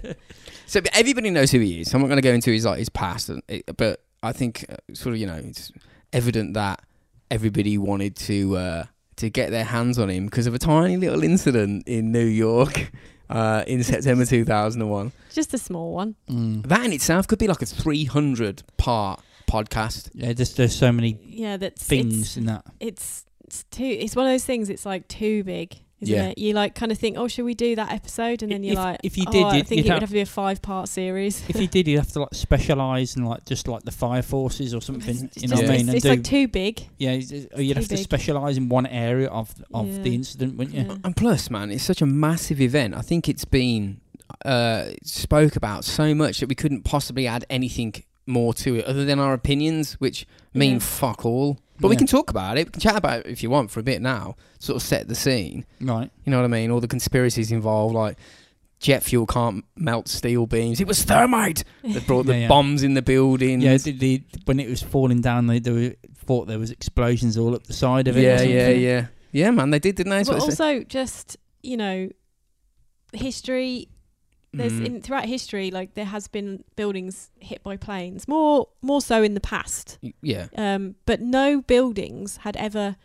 [SPEAKER 1] So but everybody knows who he is. I'm not going to go into his like his past, and it, but I think uh, sort of you know it's evident that everybody wanted to uh, to get their hands on him because of a tiny little incident in New York. Uh, in September 2001.
[SPEAKER 3] Just a small one.
[SPEAKER 2] Mm.
[SPEAKER 1] That in itself could be like a 300 part podcast.
[SPEAKER 2] Yeah, just there's so many
[SPEAKER 3] Yeah, that's
[SPEAKER 2] things in that.
[SPEAKER 3] It's, it's it's too. It's one of those things. It's like too big, isn't
[SPEAKER 1] Yeah.
[SPEAKER 3] it? You like kind of think, oh, should we do that episode? And then you're
[SPEAKER 2] If-
[SPEAKER 3] like,
[SPEAKER 2] if you
[SPEAKER 3] oh,
[SPEAKER 2] did,
[SPEAKER 3] I
[SPEAKER 2] you'd-
[SPEAKER 3] think
[SPEAKER 2] you'd
[SPEAKER 3] it
[SPEAKER 2] have-
[SPEAKER 3] would have to be a five part series.
[SPEAKER 2] If you did, you'd have to like specialise in like just like the fire forces or
[SPEAKER 3] It's,
[SPEAKER 2] something.
[SPEAKER 3] it's
[SPEAKER 2] You know what
[SPEAKER 3] just-
[SPEAKER 2] I
[SPEAKER 3] it's-
[SPEAKER 2] mean? And
[SPEAKER 3] it's
[SPEAKER 2] do-
[SPEAKER 3] like too big.
[SPEAKER 2] Yeah, it's- it's- or you'd
[SPEAKER 3] too
[SPEAKER 2] have to
[SPEAKER 3] big.
[SPEAKER 2] specialise in one area of of the
[SPEAKER 3] Yeah.
[SPEAKER 2] incident, wouldn't you?
[SPEAKER 3] Yeah.
[SPEAKER 1] And plus, man, it's such a massive event. I think it's been uh, spoke about so much that we couldn't possibly add anything more to it other than our opinions, which mean
[SPEAKER 3] Yeah.
[SPEAKER 1] fuck all. But we
[SPEAKER 2] Yeah.
[SPEAKER 1] can talk about it. We can chat about it if you want for a bit now. Sort of set the scene.
[SPEAKER 2] Right.
[SPEAKER 1] You know what I mean? All the conspiracies involved, like jet fuel can't melt steel beams. It was thermite that brought the
[SPEAKER 2] Yeah, yeah.
[SPEAKER 1] bombs in the building.
[SPEAKER 2] Yeah, the, the, when it was falling down, they, they were, thought there was explosions all up the side of it. or
[SPEAKER 1] yeah,
[SPEAKER 2] something.
[SPEAKER 1] yeah, yeah. Yeah, man, they did, didn't they? That's
[SPEAKER 3] But
[SPEAKER 1] what they said.
[SPEAKER 3] also, just you know, history. There's
[SPEAKER 1] Mm.
[SPEAKER 3] in, throughout history, like there has been buildings hit by planes, more more so in the past.
[SPEAKER 1] yeah.
[SPEAKER 3] um, but no buildings had ever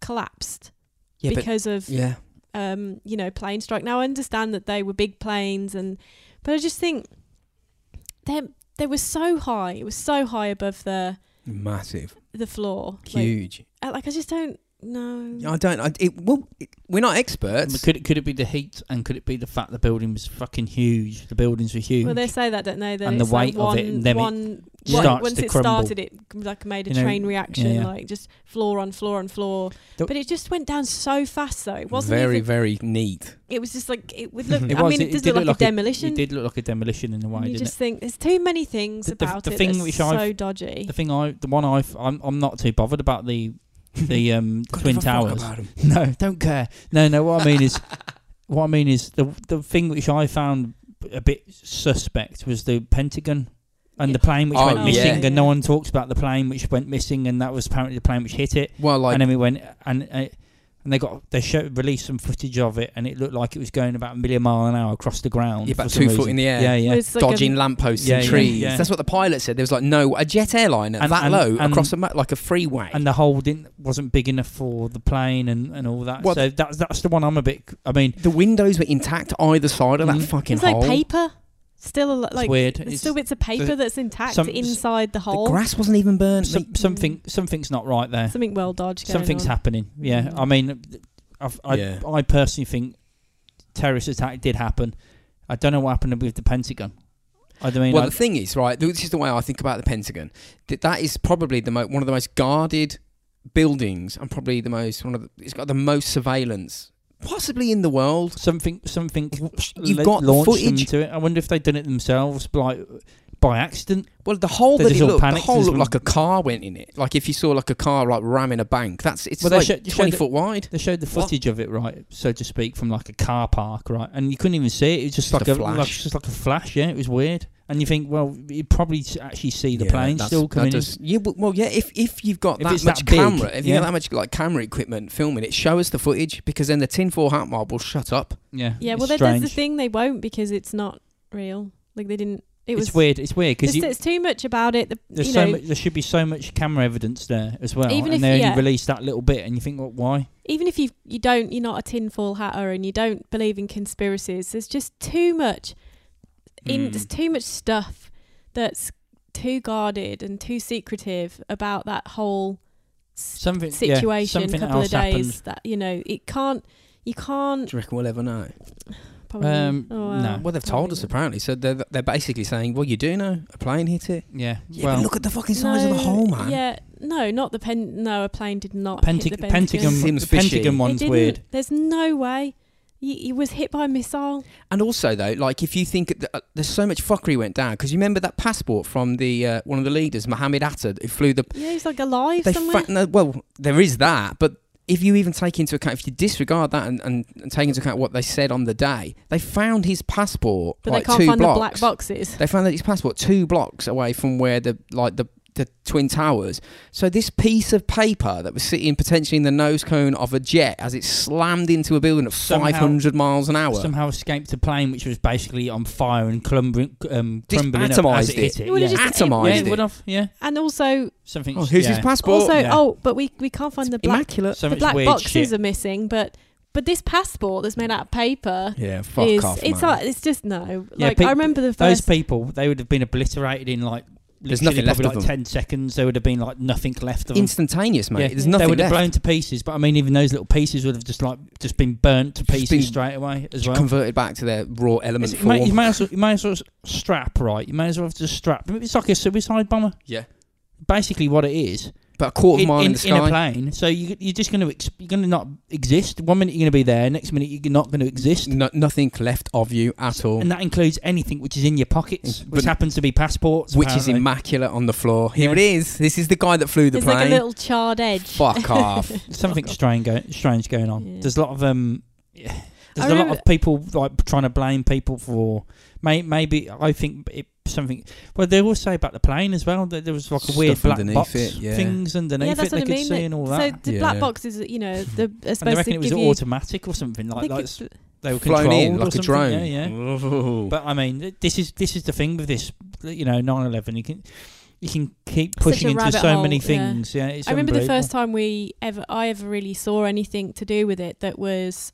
[SPEAKER 3] collapsed
[SPEAKER 1] Yeah, but-
[SPEAKER 3] because of
[SPEAKER 1] Yeah.
[SPEAKER 3] um, you know plane strike. Now I understand that they were big planes, and but I just think they they were so high. It was so high above the
[SPEAKER 1] Massive.
[SPEAKER 3] the floor. Like,
[SPEAKER 1] Huge.
[SPEAKER 3] I- like I just don't know.
[SPEAKER 1] I don't. I, it, well, it, we're not
[SPEAKER 2] I mean,
[SPEAKER 1] experts.
[SPEAKER 2] could it could it be the heat and could it be the fact the building was fucking huge? The buildings were huge.
[SPEAKER 3] Well, they say that, don't they? That
[SPEAKER 2] And the
[SPEAKER 3] it's like
[SPEAKER 2] weight of
[SPEAKER 3] one,
[SPEAKER 2] it and them it-
[SPEAKER 3] one Once-
[SPEAKER 2] starts
[SPEAKER 3] once
[SPEAKER 2] to
[SPEAKER 3] it
[SPEAKER 2] crumble.
[SPEAKER 3] started, it like made a
[SPEAKER 2] You know,
[SPEAKER 3] train reaction,
[SPEAKER 2] yeah.
[SPEAKER 3] like just floor on floor on floor.
[SPEAKER 2] The-
[SPEAKER 3] but it just went down so fast, though. It wasn't
[SPEAKER 1] very,
[SPEAKER 3] even.
[SPEAKER 1] very neat.
[SPEAKER 3] It was just like it would look.
[SPEAKER 2] It
[SPEAKER 3] I
[SPEAKER 2] was,
[SPEAKER 3] mean, it,
[SPEAKER 2] it- it
[SPEAKER 3] does
[SPEAKER 2] did
[SPEAKER 3] look like
[SPEAKER 2] look
[SPEAKER 3] a
[SPEAKER 2] like it-
[SPEAKER 3] demolition.
[SPEAKER 2] It did look like a demolition in a way,
[SPEAKER 3] you
[SPEAKER 2] didn't
[SPEAKER 3] just think there's too many things
[SPEAKER 2] The- the-
[SPEAKER 3] about
[SPEAKER 2] the
[SPEAKER 3] it
[SPEAKER 2] thing
[SPEAKER 3] that's
[SPEAKER 2] which
[SPEAKER 3] so
[SPEAKER 2] I've-
[SPEAKER 3] dodgy.
[SPEAKER 2] it? The thing I, the one I, I'm, I'm not too bothered about the, the um the twin towers. No, don't care. No, no. What I mean is, what I mean is the the thing which I found a bit suspect was the Pentagon and the plane which
[SPEAKER 1] Oh,
[SPEAKER 2] went
[SPEAKER 1] yeah.
[SPEAKER 2] missing, and
[SPEAKER 3] Yeah.
[SPEAKER 2] no one talks about the plane which went missing, and that was apparently the plane which hit it,
[SPEAKER 1] Well, like
[SPEAKER 2] and then we went and. Uh, and they got they show, released some footage of it, and it looked like it was going about a million mile an hour across the ground.
[SPEAKER 1] Yeah, about
[SPEAKER 2] for some
[SPEAKER 1] two foot
[SPEAKER 2] reason.
[SPEAKER 1] in the air.
[SPEAKER 2] Yeah, yeah.
[SPEAKER 3] Well, it's like a-
[SPEAKER 1] dodging lampposts
[SPEAKER 2] Yeah,
[SPEAKER 1] and
[SPEAKER 2] yeah,
[SPEAKER 1] trees.
[SPEAKER 2] yeah.
[SPEAKER 1] That's what the pilot said. There was like no a jet airliner
[SPEAKER 2] And-
[SPEAKER 1] that
[SPEAKER 2] and-
[SPEAKER 1] low
[SPEAKER 2] and-
[SPEAKER 1] across a, ma- like a freeway.
[SPEAKER 2] and the hole didn't wasn't big enough for the plane and, and all that.
[SPEAKER 1] Well,
[SPEAKER 2] so that's that's the one I'm a bit. I mean,
[SPEAKER 1] the windows were intact either side of that
[SPEAKER 2] Mhm.
[SPEAKER 1] fucking
[SPEAKER 3] It's like
[SPEAKER 1] hole.
[SPEAKER 3] paper, still a lo- like
[SPEAKER 2] it's weird.
[SPEAKER 3] there's
[SPEAKER 2] It's-
[SPEAKER 3] still bits of paper
[SPEAKER 2] the-
[SPEAKER 3] that's intact
[SPEAKER 2] some-
[SPEAKER 3] inside the
[SPEAKER 1] the
[SPEAKER 3] hole.
[SPEAKER 1] grass wasn't even burnt.
[SPEAKER 2] some, something something's not right there.
[SPEAKER 3] Something well dodged. Going
[SPEAKER 2] Something's
[SPEAKER 3] on.
[SPEAKER 2] happening. Yeah,
[SPEAKER 3] Mm.
[SPEAKER 2] I mean, I've, I
[SPEAKER 1] Yeah.
[SPEAKER 2] I personally think terrorist attack did happen. I don't know what happened with the Pentagon. I don't mean,
[SPEAKER 1] well,
[SPEAKER 2] I-
[SPEAKER 1] the thing is, right? This is the way I think about the Pentagon. That that is probably the mo- one of the most guarded buildings, and probably the most one of the, it's got the most surveillance possibly in the world.
[SPEAKER 2] something something
[SPEAKER 1] You've
[SPEAKER 2] la-
[SPEAKER 1] got
[SPEAKER 2] launched
[SPEAKER 1] footage.
[SPEAKER 2] them to it. I wonder if they'd done it themselves, like by accident.
[SPEAKER 1] Well, the hole
[SPEAKER 2] They
[SPEAKER 1] that
[SPEAKER 2] just
[SPEAKER 1] it
[SPEAKER 2] all
[SPEAKER 1] looked, the
[SPEAKER 2] panicked
[SPEAKER 1] hole
[SPEAKER 2] as
[SPEAKER 1] looked
[SPEAKER 2] well.
[SPEAKER 1] like a car went in it. Like if you saw like a car like ramming a bank, that's it's
[SPEAKER 2] Well, they
[SPEAKER 1] like
[SPEAKER 2] showed- showed
[SPEAKER 1] twenty
[SPEAKER 2] it-
[SPEAKER 1] foot wide.
[SPEAKER 2] They showed the
[SPEAKER 1] What?
[SPEAKER 2] footage of it, right, so to speak, from like a car park, right, and you couldn't even see it. It was just,
[SPEAKER 1] Just
[SPEAKER 2] like
[SPEAKER 1] a
[SPEAKER 2] a,
[SPEAKER 1] flash.
[SPEAKER 2] like, just like a flash. Yeah, it was weird. And you think, well, you probably s- actually see the
[SPEAKER 1] Yeah,
[SPEAKER 2] plane
[SPEAKER 1] that's-
[SPEAKER 2] still
[SPEAKER 1] that
[SPEAKER 2] coming. in.
[SPEAKER 1] does- yeah, w- well, yeah. If if you've got
[SPEAKER 2] If
[SPEAKER 1] that
[SPEAKER 2] it's
[SPEAKER 1] much
[SPEAKER 2] that big,
[SPEAKER 1] camera, if you've
[SPEAKER 2] yeah.
[SPEAKER 1] got that much like camera equipment filming it, show us the footage because then the tinfoil hat mob will shut up.
[SPEAKER 2] Yeah,
[SPEAKER 3] Yeah,
[SPEAKER 2] it's
[SPEAKER 3] well, there-
[SPEAKER 2] strange.
[SPEAKER 3] there's the thing they won't because it's not real. Like they didn't. It was
[SPEAKER 2] it's weird. It's weird because
[SPEAKER 3] There's, there's too much about it. The,
[SPEAKER 2] there's
[SPEAKER 3] you
[SPEAKER 2] so
[SPEAKER 3] know,
[SPEAKER 2] much, there should be so much camera evidence there as well,
[SPEAKER 3] Even
[SPEAKER 2] and
[SPEAKER 3] if-
[SPEAKER 2] they only
[SPEAKER 3] yeah.
[SPEAKER 2] released that little bit, and you think, well, why?
[SPEAKER 3] even if you you don't, you're not a tinfoil hatter and you don't believe in conspiracies. There's just too much. In
[SPEAKER 1] Mm.
[SPEAKER 3] there's
[SPEAKER 2] Hmm.
[SPEAKER 3] too much stuff that's too guarded and too secretive about that whole s-
[SPEAKER 2] Something yeah,
[SPEAKER 3] situation.
[SPEAKER 2] something
[SPEAKER 3] couple of
[SPEAKER 2] else
[SPEAKER 3] days
[SPEAKER 2] happened.
[SPEAKER 3] that you know it can't. You
[SPEAKER 1] Do
[SPEAKER 3] can't.
[SPEAKER 1] you reckon we'll ever know?
[SPEAKER 3] Probably,
[SPEAKER 2] Um,
[SPEAKER 3] oh, well.
[SPEAKER 2] no.
[SPEAKER 1] Well, they've told us apparently. So they're they're basically saying, well, you do know a plane hit it.
[SPEAKER 2] Yeah,
[SPEAKER 1] Yeah,
[SPEAKER 2] well,
[SPEAKER 1] but look at the fucking size of the
[SPEAKER 3] No,
[SPEAKER 1] hole, man.
[SPEAKER 3] Yeah, no, not the pen. No, a plane did not. hit
[SPEAKER 2] Pentag-
[SPEAKER 3] the
[SPEAKER 2] Pentagon,
[SPEAKER 3] Pentagon.
[SPEAKER 1] Seems
[SPEAKER 2] the
[SPEAKER 1] fishy.
[SPEAKER 2] Pentagon
[SPEAKER 3] It
[SPEAKER 2] one's
[SPEAKER 3] didn't-
[SPEAKER 2] weird.
[SPEAKER 3] There's no way. He, he was hit by a missile.
[SPEAKER 1] And also though, like if you think that, uh, there's so much fuckery went down because you remember that passport from the uh, one of the leaders, Mohammed Atta, who flew the
[SPEAKER 3] Yeah, he's like alive
[SPEAKER 1] they
[SPEAKER 3] somewhere.
[SPEAKER 1] fa- no, well, there is that, but if you even take into account, if you disregard that and, and, and take into account what they said on the day, they found his passport
[SPEAKER 3] but
[SPEAKER 1] like
[SPEAKER 3] they can't
[SPEAKER 1] two
[SPEAKER 3] find
[SPEAKER 1] blocks.
[SPEAKER 3] the black boxes.
[SPEAKER 1] They found that his passport two blocks away from where the like the the twin towers. So this piece of paper that was sitting potentially in the nose cone of a jet as it slammed into a building at
[SPEAKER 2] Somehow-
[SPEAKER 1] 500 miles an hour.
[SPEAKER 2] Somehow escaped a plane which was basically on fire and clumbering, um,
[SPEAKER 1] Just
[SPEAKER 2] crumbling up as
[SPEAKER 1] atomised
[SPEAKER 2] it
[SPEAKER 1] it.
[SPEAKER 2] hit it.
[SPEAKER 3] It would've
[SPEAKER 2] yeah.
[SPEAKER 3] just-
[SPEAKER 1] Atomised
[SPEAKER 2] yeah,
[SPEAKER 1] it.
[SPEAKER 2] it would have. Yeah,
[SPEAKER 3] And also,
[SPEAKER 2] something.
[SPEAKER 1] oh, here's
[SPEAKER 2] yeah.
[SPEAKER 1] his passport.
[SPEAKER 3] also,
[SPEAKER 2] yeah.
[SPEAKER 3] oh, but we we can't find the black
[SPEAKER 1] Immaculate.
[SPEAKER 2] So
[SPEAKER 3] the
[SPEAKER 2] much
[SPEAKER 3] black
[SPEAKER 2] weird
[SPEAKER 3] boxes
[SPEAKER 2] shit.
[SPEAKER 3] are missing. But but this passport that's made out of paper
[SPEAKER 1] Yeah, fuck
[SPEAKER 3] is
[SPEAKER 1] off,
[SPEAKER 3] it's
[SPEAKER 1] man.
[SPEAKER 3] like it's just no.
[SPEAKER 2] Yeah,
[SPEAKER 3] like
[SPEAKER 2] pe-
[SPEAKER 3] I remember the
[SPEAKER 2] Those
[SPEAKER 3] first.
[SPEAKER 2] people, they would have been obliterated in like
[SPEAKER 1] There's
[SPEAKER 2] literally
[SPEAKER 1] nothing left
[SPEAKER 2] probably
[SPEAKER 1] of
[SPEAKER 2] like ten seconds. There would have been like nothing left of them.
[SPEAKER 1] Instantaneous, mate.
[SPEAKER 2] Yeah.
[SPEAKER 1] There's
[SPEAKER 2] they
[SPEAKER 1] nothing
[SPEAKER 2] would have
[SPEAKER 1] left.
[SPEAKER 2] blown to pieces, but I mean, even those little pieces would have just like just been burnt to
[SPEAKER 1] Just
[SPEAKER 2] pieces
[SPEAKER 1] been-
[SPEAKER 2] straight away as well.
[SPEAKER 1] Converted back to their raw element
[SPEAKER 2] It's- you,
[SPEAKER 1] form.
[SPEAKER 2] may, you may as well, you may as well s- strap right. You may as well have just strap. It's like a suicide bomber.
[SPEAKER 1] Yeah.
[SPEAKER 2] Basically, what it is
[SPEAKER 1] But a quarter of a
[SPEAKER 2] in,
[SPEAKER 1] mile in,
[SPEAKER 2] in,
[SPEAKER 1] the
[SPEAKER 2] in a
[SPEAKER 1] sky.
[SPEAKER 2] plane. So you, you're just going to ex- you're going to not exist. One minute you're going to be there, next minute you're not going to exist,
[SPEAKER 1] no, nothing left of you at all,
[SPEAKER 2] and that includes anything which is in your pockets,
[SPEAKER 1] Mm,
[SPEAKER 2] which
[SPEAKER 1] but-
[SPEAKER 2] happens to be passports,
[SPEAKER 1] which is
[SPEAKER 2] apparently.
[SPEAKER 1] immaculate on the floor. Here it is. This is the guy that flew the
[SPEAKER 3] It's like a
[SPEAKER 1] plane.
[SPEAKER 3] little charred edge.
[SPEAKER 1] Fuck off.
[SPEAKER 2] something strange going strange going on.
[SPEAKER 3] Yeah.
[SPEAKER 2] There's a lot of um, yeah.
[SPEAKER 3] I
[SPEAKER 2] there's a lot
[SPEAKER 3] remember-
[SPEAKER 2] of people like trying to blame people for may, maybe I think it, something. Well, they all say about the plane as well that there was like a weird
[SPEAKER 1] Stuff
[SPEAKER 2] black
[SPEAKER 1] underneath
[SPEAKER 2] box
[SPEAKER 1] it, yeah.
[SPEAKER 2] things underneath
[SPEAKER 3] yeah, that's
[SPEAKER 2] it they
[SPEAKER 3] what I
[SPEAKER 2] could
[SPEAKER 3] mean.
[SPEAKER 2] see and all
[SPEAKER 3] so
[SPEAKER 2] that.
[SPEAKER 3] the black
[SPEAKER 1] Yeah.
[SPEAKER 3] boxes, you know, the are
[SPEAKER 2] and they
[SPEAKER 3] supposed to
[SPEAKER 2] reckon it was
[SPEAKER 3] give you.
[SPEAKER 2] automatic or something
[SPEAKER 3] I
[SPEAKER 2] like
[SPEAKER 3] think
[SPEAKER 2] like
[SPEAKER 3] it's-
[SPEAKER 2] they were
[SPEAKER 1] Flown
[SPEAKER 2] controlled
[SPEAKER 1] in
[SPEAKER 2] or
[SPEAKER 1] like a
[SPEAKER 2] something.
[SPEAKER 1] drone.
[SPEAKER 2] Yeah, yeah.
[SPEAKER 1] Ooh.
[SPEAKER 2] But I mean, th- this is this is the thing with this, you know, 9/11. You can you can keep
[SPEAKER 3] Such
[SPEAKER 2] pushing
[SPEAKER 3] a
[SPEAKER 2] into
[SPEAKER 3] rabbit
[SPEAKER 2] so
[SPEAKER 3] hole,
[SPEAKER 2] many
[SPEAKER 3] yeah.
[SPEAKER 2] things. Yeah, it's
[SPEAKER 3] I remember the
[SPEAKER 2] unbelievable.
[SPEAKER 3] first time we ever I ever really saw anything to do with it that was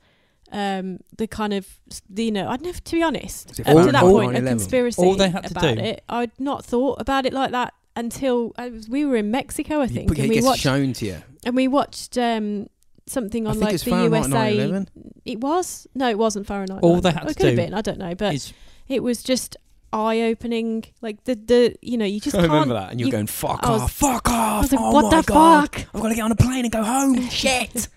[SPEAKER 3] um, the kind of you know I'd never to be honest
[SPEAKER 1] Was it
[SPEAKER 2] Fahrenheit
[SPEAKER 3] up to that point a
[SPEAKER 1] 9/11?
[SPEAKER 3] conspiracy
[SPEAKER 2] All they had to
[SPEAKER 3] about
[SPEAKER 2] do-
[SPEAKER 3] it I'd not thought about it like that until I was, we were in Mexico I
[SPEAKER 1] You
[SPEAKER 3] think
[SPEAKER 1] put-
[SPEAKER 3] and
[SPEAKER 1] it
[SPEAKER 3] we
[SPEAKER 1] gets
[SPEAKER 3] watched
[SPEAKER 1] shown to you.
[SPEAKER 3] and we watched um, something
[SPEAKER 1] I
[SPEAKER 3] on
[SPEAKER 1] think
[SPEAKER 3] like
[SPEAKER 1] it's
[SPEAKER 3] the
[SPEAKER 1] Fahrenheit
[SPEAKER 3] USA
[SPEAKER 1] 9/11.
[SPEAKER 3] it was no it wasn't Fahrenheit
[SPEAKER 2] All they
[SPEAKER 3] 9/11.
[SPEAKER 2] had
[SPEAKER 3] Well,
[SPEAKER 2] to
[SPEAKER 3] it could have
[SPEAKER 2] do
[SPEAKER 3] been I don't know but
[SPEAKER 2] It's-
[SPEAKER 3] it was just eye opening. Like the the you know you just
[SPEAKER 1] I
[SPEAKER 3] can't.
[SPEAKER 1] remember that, and you're
[SPEAKER 3] you-
[SPEAKER 1] going fuck
[SPEAKER 3] I was-
[SPEAKER 1] off, fuck
[SPEAKER 3] I
[SPEAKER 1] off.
[SPEAKER 3] was like,
[SPEAKER 1] oh
[SPEAKER 3] what
[SPEAKER 1] my
[SPEAKER 3] the
[SPEAKER 1] god,
[SPEAKER 3] fuck?
[SPEAKER 1] I've got to get on a plane and go home. Shit.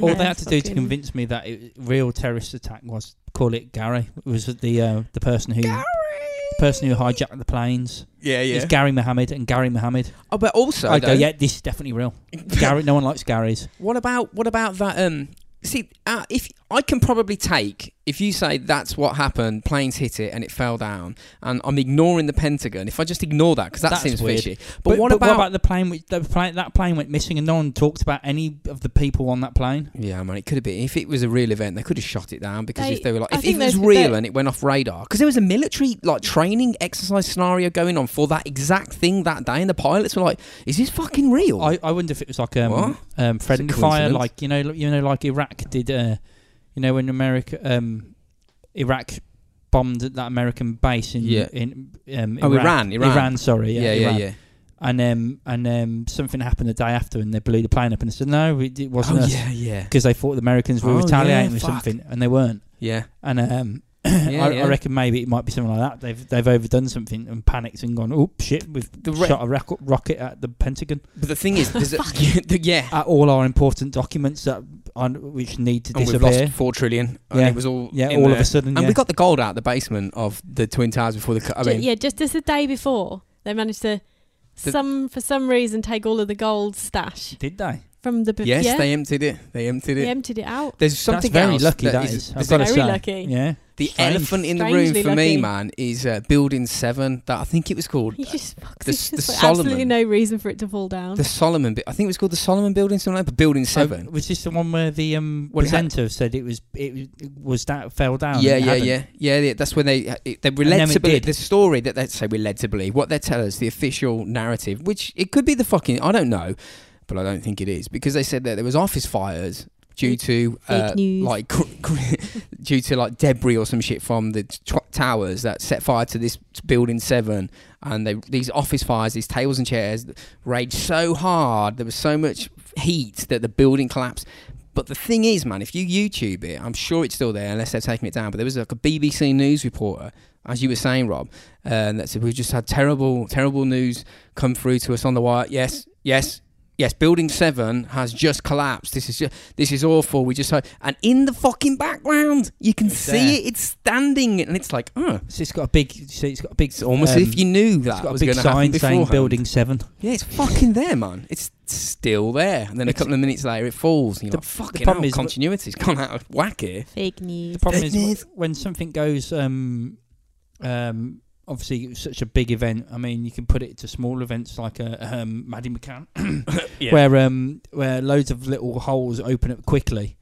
[SPEAKER 2] All
[SPEAKER 3] Yeah,
[SPEAKER 2] they had to do to
[SPEAKER 3] fucking-
[SPEAKER 2] convince me that it, real terrorist attack was call it Gary. It was the uh, the person who the person who hijacked the planes.
[SPEAKER 1] Yeah, yeah.
[SPEAKER 2] It's Gary Mohammed and Gary Mohammed.
[SPEAKER 1] oh, but also,
[SPEAKER 2] I go,
[SPEAKER 1] though,
[SPEAKER 2] yeah, this is definitely real. Gary, no one likes Garys.
[SPEAKER 1] What about what about that? Um, see, uh, if I can probably take if you say that's what happened, planes hit it and it fell down, and I'm ignoring the Pentagon. If I just ignore that because that
[SPEAKER 2] That's
[SPEAKER 1] seems
[SPEAKER 2] weird.
[SPEAKER 1] fishy. But, what, about,
[SPEAKER 2] the plane? Which the plane that plane went missing, and no one talked about any of the people on that plane.
[SPEAKER 1] Yeah, man, it could have been. If it was a real event, they could have shot it down because if
[SPEAKER 3] They-
[SPEAKER 1] they were like,
[SPEAKER 3] I
[SPEAKER 1] if,
[SPEAKER 3] think
[SPEAKER 1] it was
[SPEAKER 3] there's-
[SPEAKER 1] real
[SPEAKER 3] there-
[SPEAKER 1] and it went off radar, because there was a military like training exercise scenario going on for that exact thing that day, and the pilots were like, "Is this fucking real?"
[SPEAKER 2] I, I wonder if it was like um,
[SPEAKER 1] What?
[SPEAKER 2] um friendly fire,
[SPEAKER 1] coincidence.
[SPEAKER 2] like you know, you know, like Iraq did. Uh, you know, when America, um, Iraq bombed that American base in
[SPEAKER 1] Yeah.
[SPEAKER 2] in um,
[SPEAKER 1] Oh,
[SPEAKER 2] Iraq.
[SPEAKER 1] Iran, Iran.
[SPEAKER 2] sorry, yeah,
[SPEAKER 1] yeah, yeah,
[SPEAKER 2] Iran.
[SPEAKER 1] yeah.
[SPEAKER 2] And um, and um, something happened the day after, and they blew the plane up, and they said no, it, it wasn't
[SPEAKER 1] Oh,
[SPEAKER 2] us
[SPEAKER 1] yeah, yeah,
[SPEAKER 2] because they thought the Americans were
[SPEAKER 1] Oh, yeah,
[SPEAKER 2] retaliating with
[SPEAKER 1] fuck.
[SPEAKER 2] something, and they weren't.
[SPEAKER 1] yeah.
[SPEAKER 2] And um,
[SPEAKER 1] Yeah,
[SPEAKER 2] I,
[SPEAKER 1] yeah.
[SPEAKER 2] I reckon maybe it might be something like that. They've they've overdone something and panicked and gone, oh shit, we've
[SPEAKER 1] The re-
[SPEAKER 2] shot a rocket rocket at the Pentagon
[SPEAKER 1] But the thing is, there's a, yeah,
[SPEAKER 2] at all our important documents that are, which need to
[SPEAKER 1] and we've
[SPEAKER 2] disappear.
[SPEAKER 1] lost four trillion. And
[SPEAKER 2] Yeah.
[SPEAKER 1] it was all
[SPEAKER 2] yeah,
[SPEAKER 1] in
[SPEAKER 2] all of
[SPEAKER 1] there.
[SPEAKER 2] a sudden,
[SPEAKER 1] And
[SPEAKER 2] yeah.
[SPEAKER 1] we got the gold out of the basement of the Twin Towers before the. cu- I
[SPEAKER 3] Ju-
[SPEAKER 1] mean,
[SPEAKER 3] yeah, just as the day before, they managed to
[SPEAKER 1] The-
[SPEAKER 3] some for some reason take all of the gold stash
[SPEAKER 2] did they?
[SPEAKER 3] from the b-
[SPEAKER 1] yes,
[SPEAKER 3] yeah,
[SPEAKER 1] they emptied it. They emptied it.
[SPEAKER 3] they emptied it out.
[SPEAKER 1] There's something
[SPEAKER 2] That's very
[SPEAKER 1] else
[SPEAKER 2] lucky. that is, I've
[SPEAKER 1] there's
[SPEAKER 2] got to
[SPEAKER 3] Very
[SPEAKER 2] say.
[SPEAKER 3] lucky.
[SPEAKER 2] Yeah,
[SPEAKER 1] The
[SPEAKER 2] Strange.
[SPEAKER 1] elephant in the room
[SPEAKER 3] Strangely
[SPEAKER 1] for me,
[SPEAKER 3] lucky.
[SPEAKER 1] man, is uh, Building Seven. That I think it was called
[SPEAKER 3] You just fucked
[SPEAKER 1] the
[SPEAKER 3] it.
[SPEAKER 1] s- the
[SPEAKER 3] There's absolutely
[SPEAKER 1] Solomon.
[SPEAKER 3] no reason for it to fall down.
[SPEAKER 1] the Solomon. bu- I think it was called the Solomon Building, something like that. But Building
[SPEAKER 2] Oh,
[SPEAKER 1] Seven.
[SPEAKER 2] was this the one where the um,
[SPEAKER 1] Well, it had-
[SPEAKER 2] presenter said it was it was- it was that fell down?
[SPEAKER 1] yeah,
[SPEAKER 2] and it
[SPEAKER 1] yeah,
[SPEAKER 2] hadn't?
[SPEAKER 1] yeah, yeah, yeah. That's when they uh, it, they were
[SPEAKER 2] And then
[SPEAKER 1] led
[SPEAKER 2] it
[SPEAKER 1] to believe
[SPEAKER 2] did.
[SPEAKER 1] the story that they say we're led to believe what they tell us, the official narrative, which it could be the fucking I don't know, but I don't think it is because they said that there was office fires due
[SPEAKER 3] Fake-
[SPEAKER 1] to uh,
[SPEAKER 3] fake news.
[SPEAKER 1] like cr- cr- due to like debris or some shit from the t- tw- towers that set fire to this building seven and they, these office fires these tables and chairs raged so hard there was so much heat that the building collapsed but the thing is man if you youtube it i'm sure it's still there unless they've taken it down but there was like a bbc news reporter as you were saying rob uh, that said we've just had terrible terrible news come through to us on the wire yes yes yes building 7 has just collapsed this is just, this is awful we just heard and in the fucking background you can
[SPEAKER 2] It's
[SPEAKER 1] see
[SPEAKER 2] there.
[SPEAKER 1] it it's standing and it's like oh
[SPEAKER 2] So it's got a big. So it's got a big.
[SPEAKER 1] it's almost as
[SPEAKER 2] um,
[SPEAKER 1] if you knew
[SPEAKER 2] It's
[SPEAKER 1] that
[SPEAKER 2] got a
[SPEAKER 1] was
[SPEAKER 2] big
[SPEAKER 1] going to
[SPEAKER 2] sign
[SPEAKER 1] happen
[SPEAKER 2] saying
[SPEAKER 1] beforehand.
[SPEAKER 2] Building Seven.
[SPEAKER 1] Yeah, it's fucking there, man. It's still there. And then a
[SPEAKER 2] It's-
[SPEAKER 1] couple of minutes later, it falls. And you're
[SPEAKER 2] The-
[SPEAKER 1] like, fucking
[SPEAKER 2] the problem
[SPEAKER 1] hell,
[SPEAKER 2] is-
[SPEAKER 1] continuity's gone out of whack here.
[SPEAKER 3] Fake news.
[SPEAKER 2] The problem is
[SPEAKER 1] Business.
[SPEAKER 2] wh- when something goes, um, um, obviously it was such a big event. I mean, you can put it to small events like a um, Maddie McCann,
[SPEAKER 1] Yeah.
[SPEAKER 2] where um, where loads of little holes open up quickly,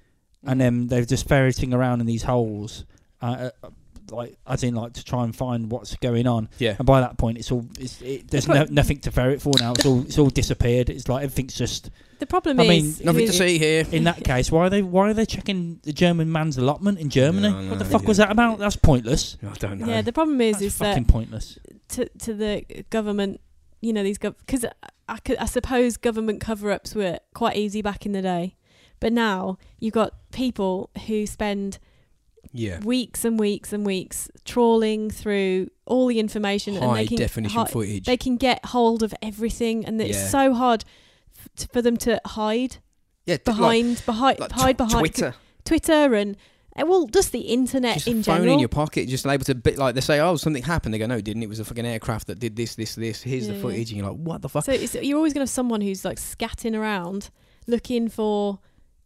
[SPEAKER 1] Mm.
[SPEAKER 2] and then they're just ferreting around in these holes, uh, uh, like as in like to try and find what's going on.
[SPEAKER 1] yeah.
[SPEAKER 2] And by that point, it's all it's, it, there's no,
[SPEAKER 1] But-
[SPEAKER 2] nothing to ferret for now. It's all it's all disappeared. It's like everything's just
[SPEAKER 3] The problem
[SPEAKER 2] I mean,
[SPEAKER 3] is
[SPEAKER 1] Nothing to
[SPEAKER 3] with-
[SPEAKER 1] see here.
[SPEAKER 2] in that case. Why are they why are they checking the German man's allotment in Germany?
[SPEAKER 1] No,
[SPEAKER 2] what
[SPEAKER 1] no,
[SPEAKER 2] the fuck
[SPEAKER 1] yeah.
[SPEAKER 2] was that about? That's pointless.
[SPEAKER 1] I don't know.
[SPEAKER 3] Yeah, the problem is
[SPEAKER 2] That's
[SPEAKER 3] is that
[SPEAKER 2] fucking pointless.
[SPEAKER 3] to to the government, you know, these because I, could- I suppose government cover-ups were quite easy back in the day, but now you've got people who spend
[SPEAKER 1] yeah.
[SPEAKER 3] weeks and weeks and weeks trawling through all the information and
[SPEAKER 1] High
[SPEAKER 3] they can
[SPEAKER 1] definition
[SPEAKER 3] hi-
[SPEAKER 1] footage.
[SPEAKER 3] they can get hold of everything, and
[SPEAKER 1] Yeah.
[SPEAKER 3] it's so hard f- t- for them to hide
[SPEAKER 1] yeah, t-
[SPEAKER 3] behind behind
[SPEAKER 1] like, like
[SPEAKER 3] hide
[SPEAKER 1] tw-
[SPEAKER 3] behind
[SPEAKER 1] Twitter.
[SPEAKER 3] Twitter and eh, well, just the internet
[SPEAKER 1] Just
[SPEAKER 3] in
[SPEAKER 1] a phone in
[SPEAKER 3] general.
[SPEAKER 1] your pocket, just able to bit like they say, oh, something happened. They go, no, it didn't. It was a fucking aircraft that did this, this, this. Here's
[SPEAKER 3] Yeah,
[SPEAKER 1] the
[SPEAKER 3] yeah.
[SPEAKER 1] footage, and you're like, what the fuck?
[SPEAKER 3] So it's, you're always going to have someone who's like scatting around, looking for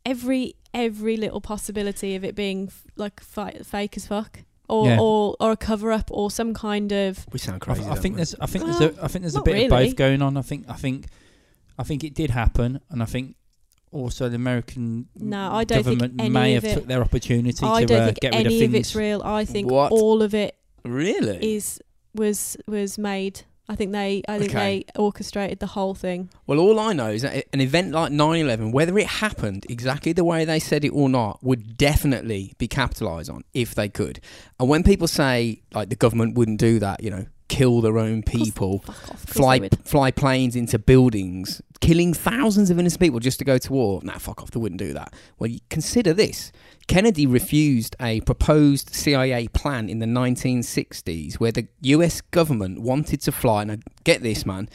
[SPEAKER 3] every every little possibility of it being f- like fi- fake as fuck, or
[SPEAKER 2] Yeah.
[SPEAKER 3] or or a cover up, or some kind of
[SPEAKER 1] we sound
[SPEAKER 2] I,
[SPEAKER 1] crazy.
[SPEAKER 2] I
[SPEAKER 1] don't
[SPEAKER 2] think
[SPEAKER 1] we?
[SPEAKER 2] there's, I think there's, a, I think there's a
[SPEAKER 3] not
[SPEAKER 2] bit of
[SPEAKER 3] really.
[SPEAKER 2] both going on. I think, I think, I think it did happen, and I think also the American
[SPEAKER 3] No, I don't think
[SPEAKER 2] government
[SPEAKER 3] any
[SPEAKER 2] may
[SPEAKER 3] of
[SPEAKER 2] have
[SPEAKER 3] it-
[SPEAKER 2] took their opportunity
[SPEAKER 3] I
[SPEAKER 2] to
[SPEAKER 3] don't
[SPEAKER 2] uh,
[SPEAKER 3] think
[SPEAKER 2] get rid of
[SPEAKER 3] any of,
[SPEAKER 2] things.
[SPEAKER 3] it's real. I think
[SPEAKER 1] What?
[SPEAKER 3] all of it
[SPEAKER 1] really.
[SPEAKER 3] is was was made. I think they I think
[SPEAKER 1] Okay.
[SPEAKER 3] they orchestrated the whole thing.
[SPEAKER 1] Well, all I know is that an event like 9 11, whether it happened exactly the way they said it or not, would definitely be capitalised on if they could. And when people say, like, the government wouldn't do that, you know, kill their own
[SPEAKER 3] course-
[SPEAKER 1] people,
[SPEAKER 3] Fuck off. of course they
[SPEAKER 1] fly
[SPEAKER 3] would.
[SPEAKER 1] fly planes into buildings, killing thousands of innocent people just to go to war. Nah, fuck off. They wouldn't do that. Well, you consider this: Kennedy refused a proposed CIA plan in the 1960s, where the U.S. government wanted to fly. Now, get this, man.